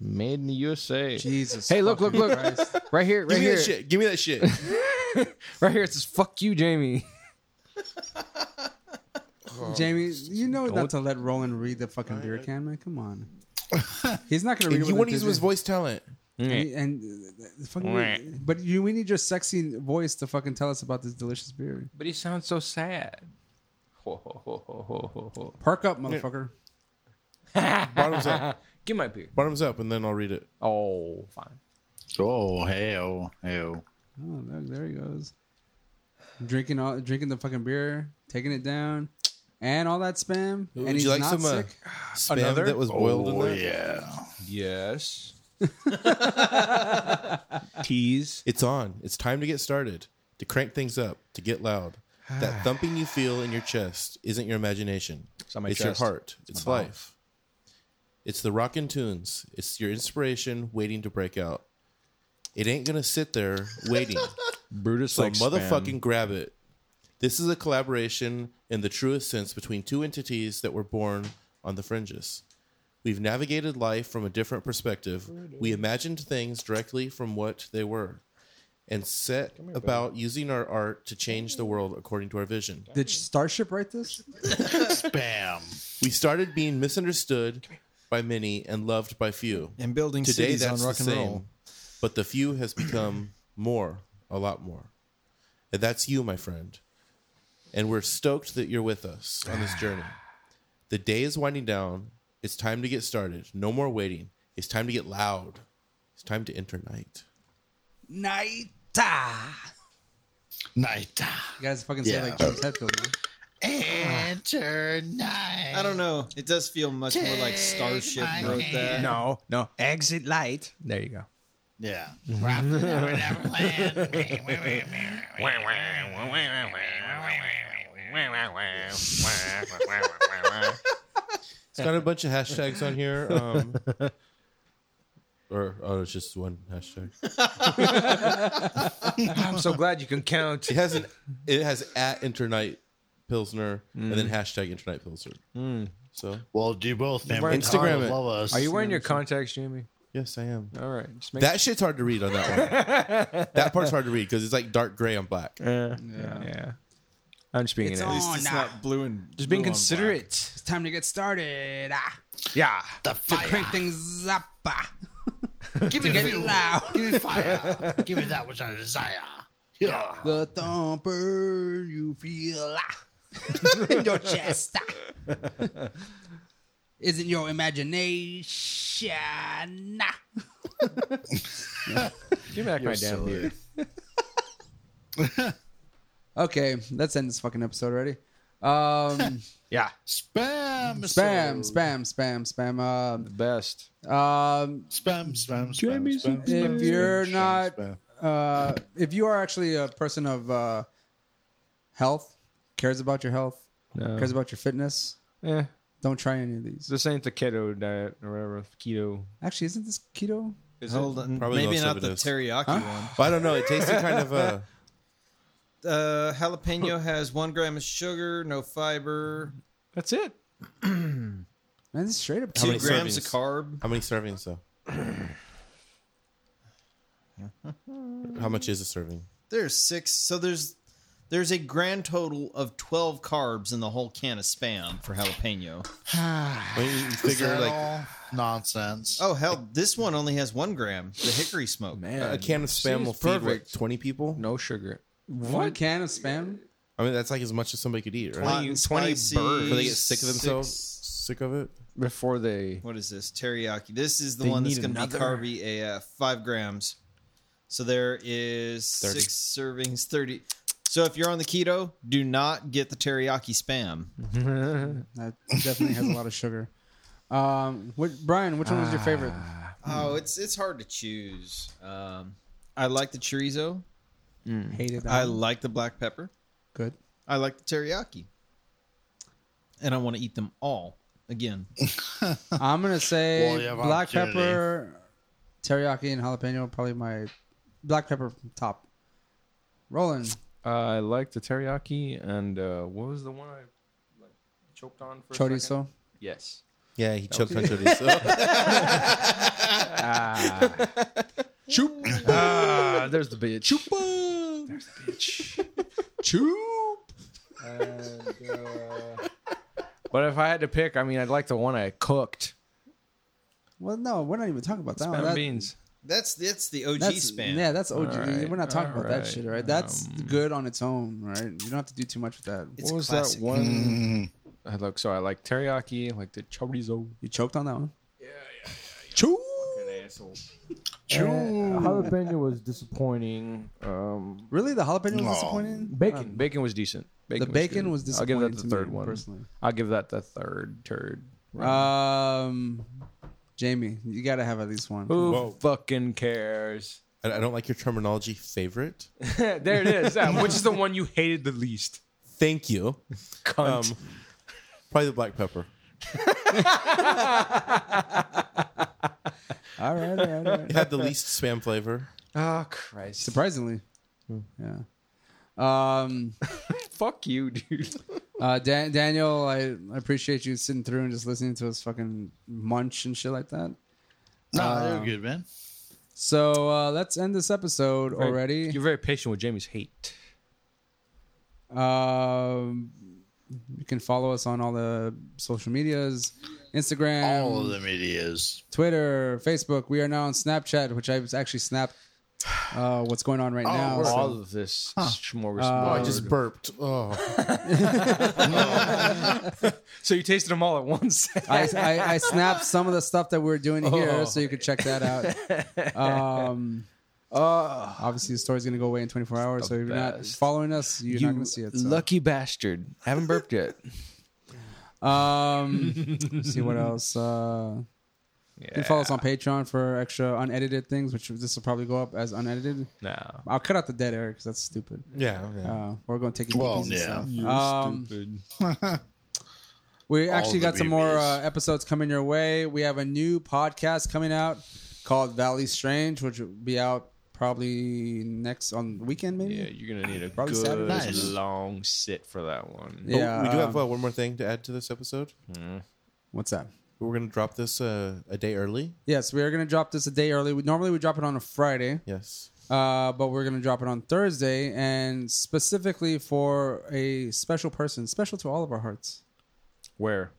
Speaker 1: Made in the USA.
Speaker 4: Jesus.
Speaker 1: Hey, look, look,
Speaker 4: fucking
Speaker 1: look.
Speaker 4: Christ.
Speaker 1: Right here, right
Speaker 3: Give me
Speaker 1: here.
Speaker 3: that shit. Give me that shit.
Speaker 1: Right here, it says, fuck you, Jamie. [laughs]
Speaker 4: Jamie, you know not to let Roland read the fucking beer can, man. Come on. He's not gonna read. it
Speaker 3: you
Speaker 4: with
Speaker 3: want to use his
Speaker 4: enthusiasm.
Speaker 3: voice talent.
Speaker 4: And, and, uh, fucking,
Speaker 1: Meh.
Speaker 4: but you, we need your sexy voice to fucking tell us about this delicious beer.
Speaker 1: But he sounds so sad. Ho, ho, ho, ho, ho, ho, ho.
Speaker 4: Perk up, motherfucker.
Speaker 3: Bottoms [laughs] up.
Speaker 1: Give my beer.
Speaker 3: Bottoms up, and then I'll read it.
Speaker 1: Oh, fine.
Speaker 5: Oh, hey, oh, hey, oh.
Speaker 4: Oh, look, there he goes. Drinking all, drinking the fucking beer, taking it down, and all that spam.
Speaker 3: Would
Speaker 4: and
Speaker 3: you
Speaker 4: he's
Speaker 3: like
Speaker 4: not
Speaker 3: some uh,
Speaker 4: sick.
Speaker 3: spam
Speaker 1: Another?
Speaker 3: that was boiled
Speaker 5: Oh,
Speaker 3: in there?
Speaker 5: yeah.
Speaker 1: [laughs] Yes. Tease.
Speaker 3: It's on. It's time to get started. To crank things up. To get loud.
Speaker 1: [sighs]
Speaker 3: That thumping you feel in your chest isn't your imagination. It's,
Speaker 1: on my
Speaker 3: your
Speaker 1: chest.
Speaker 3: heart. It's, life. It's the rockin' tunes. It's your inspiration waiting to break out. It ain't gonna sit there waiting.
Speaker 1: [laughs] Brutus
Speaker 3: so
Speaker 1: like
Speaker 3: motherfucking grab it. This is a collaboration in the truest sense between two entities that were born on the fringes. We've navigated life from a different perspective. We imagined things directly from what they were and set about using our art to change the world according to our vision.
Speaker 4: Did Starship write this?
Speaker 5: Bam.
Speaker 3: We started being misunderstood by many and loved by few.
Speaker 6: And building
Speaker 3: Today
Speaker 6: cities
Speaker 3: that's
Speaker 6: on rock
Speaker 3: the
Speaker 6: and
Speaker 3: same,
Speaker 6: roll.
Speaker 3: but the few has become
Speaker 6: [clears throat]
Speaker 3: more, a lot more. And that's you, my friend. And we're stoked that you're with us on this
Speaker 6: [sighs]
Speaker 3: journey. The day is winding down. It's time to get started. No more waiting. It's time to get loud. It's time to enter night.
Speaker 4: Naita.
Speaker 5: Night.
Speaker 4: You guys fucking say
Speaker 5: Yeah.
Speaker 4: like James Hetfield. Man.
Speaker 5: Enter night.
Speaker 6: I don't know. It does feel much more like Starship
Speaker 5: my
Speaker 6: wrote that.
Speaker 7: No, no. Exit light. There you go.
Speaker 5: Yeah. Wrap it up in Neverland.
Speaker 3: It's got a bunch of hashtags on here. Um, [laughs] or oh, it's just one hashtag.
Speaker 7: [laughs] I'm so glad you can count.
Speaker 3: It has an it has at enter night pilsner and
Speaker 7: Mm.
Speaker 3: then hashtag enter night pilsner. So
Speaker 5: well, do both, man.
Speaker 7: We're
Speaker 3: Instagram
Speaker 5: Colin
Speaker 3: it.
Speaker 5: Love us.
Speaker 7: Are you wearing your contacts, Jamie?
Speaker 3: yes, I am.
Speaker 1: All right. Just make
Speaker 3: That shit's hard to read on
Speaker 7: [laughs]
Speaker 3: that one. that part's hard to read because it's like dark gray on black.
Speaker 1: yeah. yeah. I'm just being an
Speaker 6: At
Speaker 1: ass.
Speaker 6: least it's not blue and
Speaker 7: Just being
Speaker 6: blue on black.
Speaker 7: considerate.
Speaker 4: It's time to get started. Ah,
Speaker 7: Yeah.
Speaker 5: the fire?
Speaker 4: crank things up. [laughs] Ah.
Speaker 5: Give me fuel.
Speaker 4: loud.
Speaker 5: Give me fire. Give me that which I desire. Yeah.
Speaker 4: The thumper you feel [laughs] ah, in your chest ah, isn't your imagination. ah.
Speaker 1: Give back my damn beer.
Speaker 4: Okay, let's end this fucking episode already. [laughs] Um,
Speaker 7: Yeah.
Speaker 5: Spam.
Speaker 4: spam, spam, spam, spam.
Speaker 1: Best.
Speaker 4: Um, um,
Speaker 5: Spam. Spam. Spam. Jamie's spam,
Speaker 4: if you're not, uh, if you are actually a person of uh, health, cares about your health,
Speaker 1: No.
Speaker 4: cares about your fitness,
Speaker 5: Eh.
Speaker 1: Yeah.
Speaker 4: don't try any of these.
Speaker 1: This ain't the keto diet or whatever. Keto.
Speaker 4: Actually, isn't this keto?
Speaker 1: Is
Speaker 6: Hold on.
Speaker 3: Probably
Speaker 6: Maybe
Speaker 3: most of
Speaker 6: not
Speaker 3: it
Speaker 6: the
Speaker 3: is.
Speaker 6: teriyaki
Speaker 3: But I don't know. It tasted kind of uh,
Speaker 6: one. Uh, jalapeno has one gram of sugar, no fiber,
Speaker 1: That's it.
Speaker 4: Man, this is straight up.
Speaker 3: How
Speaker 6: two
Speaker 3: many
Speaker 6: grams of
Speaker 3: servings?
Speaker 6: carb.
Speaker 3: how many servings
Speaker 7: [laughs]
Speaker 3: though? how much is a serving?
Speaker 6: There's six. So there's there's a grand total of twelve carbs in the whole can of spam for jalapeno.
Speaker 3: I mean, you figure like
Speaker 5: nonsense.
Speaker 6: Oh hell, this one only has one gram. The hickory smoke.
Speaker 3: a
Speaker 1: Man,
Speaker 3: can of spam
Speaker 1: Seems
Speaker 3: will feed like
Speaker 1: perfect.
Speaker 3: twenty people.
Speaker 1: no sugar.
Speaker 4: One can of spam.
Speaker 3: I mean, that's like as much as somebody could eat, right?
Speaker 6: Hot and
Speaker 1: 20
Speaker 6: spicy,
Speaker 1: birds.
Speaker 3: Before they get sick of
Speaker 6: six-
Speaker 3: themselves, sick of it.
Speaker 1: Before they
Speaker 6: What is this teriyaki? This is the
Speaker 1: They
Speaker 6: one that's
Speaker 1: need
Speaker 6: going to be
Speaker 1: another.
Speaker 6: carby AF. Five grams. So there is
Speaker 3: 30.
Speaker 6: six servings. Thirty. So if you're on the keto, do not get the teriyaki spam.
Speaker 4: That definitely has a lot of sugar. Um, what, Brian, which one was your favorite?
Speaker 5: Ah.
Speaker 6: Oh, it's it's hard to choose. Um, Hmm. I like the chorizo.
Speaker 4: Hated.
Speaker 6: I
Speaker 4: that one.
Speaker 6: like the black pepper.
Speaker 4: good.
Speaker 6: I like the teriyaki. And I want to eat them all [laughs] again.
Speaker 4: I'm
Speaker 5: [laughs]
Speaker 4: gonna
Speaker 5: Well,
Speaker 4: say
Speaker 5: you have
Speaker 4: black
Speaker 5: opportunity.
Speaker 4: pepper, teriyaki, and jalapeno. Probably my black pepper top. Roland,
Speaker 1: Uh, I liked the teriyaki and uh, what was the one I like, choked on for a second?
Speaker 4: chorizo.
Speaker 1: Yes.
Speaker 3: Yeah, he choked on [laughs] chorizo.
Speaker 1: [laughs] Ah, [laughs] there's the bitch. There's the
Speaker 6: [laughs]
Speaker 1: bitch. And, uh, but if I had to pick, I mean, I'd like the one I cooked.
Speaker 4: Well, no, we're not even talking about that.
Speaker 1: Spam
Speaker 4: one. That-
Speaker 1: beans.
Speaker 6: That's that's the OG
Speaker 4: That's
Speaker 6: spam.
Speaker 4: yeah, that's OG.
Speaker 1: Alright,
Speaker 4: We're not talking about that
Speaker 1: alright,
Speaker 4: shit, all right? That's
Speaker 1: um,
Speaker 4: good on its own, right? You don't have to do too much with that. Mm.
Speaker 6: It's
Speaker 1: what was
Speaker 6: classic.
Speaker 1: that one? I look. So I like teriyaki. I like the chorizo.
Speaker 4: You choked on that one.
Speaker 1: jalapeno was disappointing. Um,
Speaker 4: Really, the jalapeno
Speaker 5: Aw.
Speaker 4: was disappointing.
Speaker 1: bacon. Uh, bacon was decent.
Speaker 4: The bacon was,
Speaker 1: good.
Speaker 4: disappointing.
Speaker 1: I'll give that the
Speaker 4: to
Speaker 1: third
Speaker 4: me,
Speaker 1: one.
Speaker 4: personally.
Speaker 1: I'll give that the third turd.
Speaker 4: Um, Jamie, you gotta have at least one.
Speaker 1: Who
Speaker 3: Whoa.
Speaker 1: fucking cares?
Speaker 3: I I don't like your terminology, favorite.
Speaker 1: there it is. That, which is the one you hated the least?
Speaker 3: Thank you. Um,
Speaker 1: Cunt.
Speaker 3: probably the black pepper.
Speaker 4: All right, all right, all
Speaker 1: [laughs]
Speaker 4: right.
Speaker 3: It had the least spam flavor.
Speaker 1: oh Christ!
Speaker 4: Surprisingly,
Speaker 1: Hmm.
Speaker 4: yeah. Um,
Speaker 1: Fuck you, dude.
Speaker 4: uh, Dan- Daniel, I I appreciate you sitting through and just listening to us fucking munch and shit like that.
Speaker 5: no,
Speaker 4: uh,
Speaker 5: they're good, man.
Speaker 4: So uh, let's end this episode already.
Speaker 1: [laughs] You're very patient with Jamie's hate.
Speaker 4: Um, you can follow us on all the social medias, Instagram,
Speaker 5: All of the medias.
Speaker 4: Twitter, Facebook. We are now on Snapchat, which I've actually snapped. Uh, what's going on right now? so-
Speaker 1: all of this smorgasbord.
Speaker 3: Oh, I just burped. Oh,
Speaker 1: so you tasted them all at once.
Speaker 4: I, I, I snapped some of the stuff that we were doing here, so you could check that out. Um, obviously, the story's gonna go away in 24 hours, so if you're not
Speaker 1: best.
Speaker 4: following us, you're not gonna see it. So.
Speaker 1: lucky bastard. I haven't burped yet.
Speaker 4: Um, let's see what else. Uh, You can follow us on Patreon for extra unedited things, which this will probably go up as unedited.
Speaker 1: No.
Speaker 4: I'll cut out the dead air because that's stupid.
Speaker 3: yeah. yeah.
Speaker 4: Uh, we're gonna take it.
Speaker 5: Well,
Speaker 4: pieces,
Speaker 5: yeah.
Speaker 4: so. Um, [laughs] we actually
Speaker 5: the
Speaker 4: got some more uh,
Speaker 5: BBs.
Speaker 4: episodes coming your way. We have a new podcast coming out called Valley Strange, which will be out probably next on the weekend, maybe.
Speaker 1: Yeah, you're gonna need a
Speaker 4: Probably
Speaker 1: good
Speaker 4: Saturday.
Speaker 5: Nice.
Speaker 1: long sit for that one.
Speaker 3: Oh, we do
Speaker 4: um,
Speaker 3: have uh, one more thing to add to this episode.
Speaker 4: what's that?
Speaker 3: We're gonna drop this uh, a day early.
Speaker 4: Yes, we are gonna drop this a day early. We, normally we drop it on a Friday.
Speaker 3: Yes.
Speaker 4: uh, but we're gonna drop it on Thursday, and specifically for a special person, special to all of our hearts
Speaker 1: Where?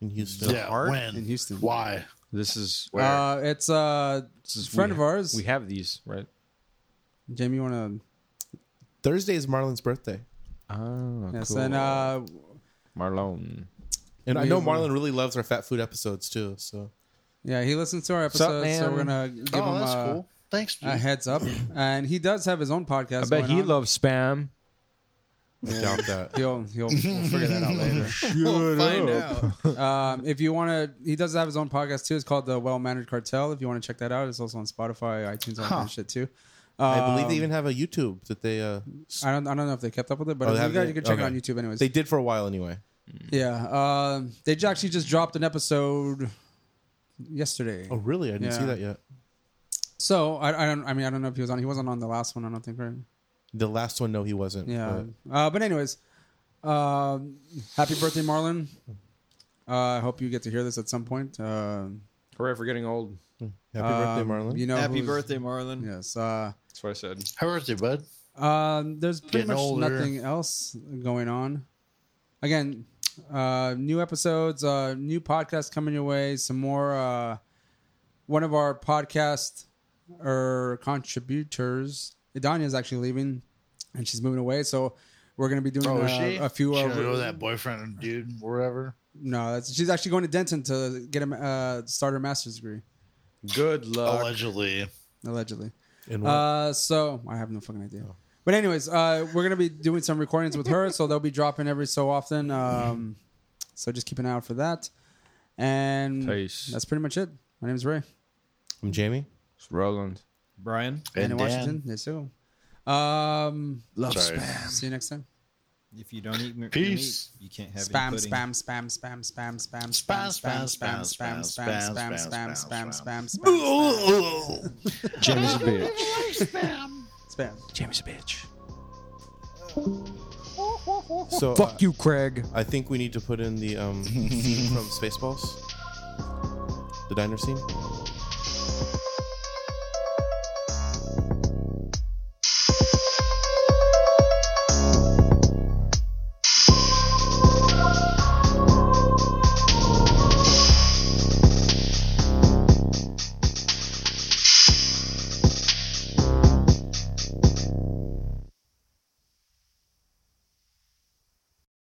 Speaker 3: In Houston.
Speaker 5: Yeah, when?
Speaker 4: in Houston.
Speaker 5: Why?
Speaker 1: This is where.
Speaker 4: Uh, it's a
Speaker 1: this is
Speaker 4: friend
Speaker 1: we-
Speaker 4: of ours.
Speaker 1: We Oh, have these, right?
Speaker 4: Jamie, you wanna?
Speaker 3: Thursday is Marlon's birthday.
Speaker 1: Oh,
Speaker 4: Yes, and uh,
Speaker 1: Marlon.
Speaker 3: And I
Speaker 4: We-
Speaker 3: know
Speaker 4: we-
Speaker 3: Marlon really loves our fat food episodes too. So
Speaker 4: yeah, he listens to our
Speaker 1: up,
Speaker 4: episodes, so
Speaker 1: man?
Speaker 4: we're gonna give uh,
Speaker 5: Oh,
Speaker 4: him
Speaker 5: that's
Speaker 4: a,
Speaker 5: cool. Thanks, dude.
Speaker 4: a heads up. And he does have his own podcast.
Speaker 1: I bet
Speaker 4: going
Speaker 1: he
Speaker 4: on.
Speaker 1: loves spam.
Speaker 3: doubt that.
Speaker 4: He'll he'll we'll figure that
Speaker 1: [laughs]
Speaker 4: out later.
Speaker 6: We'll find out.
Speaker 4: Um, if you want to, he does have his own podcast too. It's called the Well Mannered Cartel. If you want to check that out, it's also on Spotify, iTunes, all that kind of shit too.
Speaker 3: I believe
Speaker 4: Um,
Speaker 3: they even have a YouTube that they uh, s-
Speaker 4: I don't, I don't know if they kept up with it, but
Speaker 3: Oh,
Speaker 4: if you,
Speaker 3: have
Speaker 4: guys,
Speaker 3: they?
Speaker 4: you can check
Speaker 3: Okay.
Speaker 4: it on YouTube anyways.
Speaker 3: they did for a while anyway.
Speaker 4: yeah. Um they j- actually just dropped an episode yesterday.
Speaker 3: Oh really? I didn't see
Speaker 4: Yeah.
Speaker 3: that yet.
Speaker 4: So I, I don't, I mean, I don't know if he was on, he wasn't on the last one, I don't think, right?
Speaker 3: The last one, no, he wasn't.
Speaker 4: Yeah. Uh, but anyways, um happy birthday, Marlon. Uh, I hope you get to hear this at some point. Uh,
Speaker 1: Hooray for getting old.
Speaker 3: but happy birthday,
Speaker 4: um,
Speaker 3: Marlon.
Speaker 4: You know,
Speaker 6: Happy
Speaker 4: who's-
Speaker 6: birthday, Marlon.
Speaker 4: Yes. Uh,
Speaker 1: That's what I said.
Speaker 5: How are you, bud?
Speaker 4: Um, there's pretty
Speaker 5: Getting
Speaker 4: much
Speaker 5: older.
Speaker 4: nothing else going on. Again, Uh, new episodes, uh, new podcasts coming your way. Some more. Uh, one of our podcast or contributors, Idania is actually leaving, and she's moving away. So we're gonna be doing
Speaker 5: Oh,
Speaker 4: uh,
Speaker 5: is she?
Speaker 4: a few.
Speaker 5: She
Speaker 4: Uh,
Speaker 5: doesn't know that boyfriend dude, wherever.
Speaker 4: No, that's, she's actually going to Denton to get a ma- uh, start her master's degree,
Speaker 7: Good
Speaker 4: Uh,
Speaker 7: luck.
Speaker 5: Allegedly.
Speaker 4: allegedly.
Speaker 3: And what?
Speaker 4: Uh, so I have no fucking idea. But anyways, uh, we're gonna be doing some recordings with her, so they'll be dropping every so often. Um, so just keep an eye out for that. And
Speaker 7: Peace.
Speaker 4: that's pretty much it. My name is Ray.
Speaker 3: I'm Um, Jamie.
Speaker 7: It's Roland.
Speaker 6: Brian,
Speaker 4: And in
Speaker 5: Dan.
Speaker 4: Washington, yes, so. Um,
Speaker 5: Love spam.
Speaker 4: see you next time.
Speaker 6: if you don't eat m-
Speaker 5: Peace.
Speaker 6: meat, you can't have
Speaker 4: Spam,
Speaker 6: any pudding.
Speaker 4: spam, spam, spam, spam, spam, spam,
Speaker 5: Spam,
Speaker 4: spam,
Speaker 5: spam,
Speaker 4: spam, spam, spam,
Speaker 5: spam, spam,
Speaker 4: spam, spam,
Speaker 5: spam,
Speaker 4: spam, spam,
Speaker 5: spam,
Speaker 4: spam,
Speaker 7: Jimmy's a bitch.
Speaker 4: spam. Oh,
Speaker 3: So uh,
Speaker 1: Fuck you, Craig.
Speaker 3: I
Speaker 4: [laughs]
Speaker 3: think we need to put in the um from Spaceballs, the diner scene.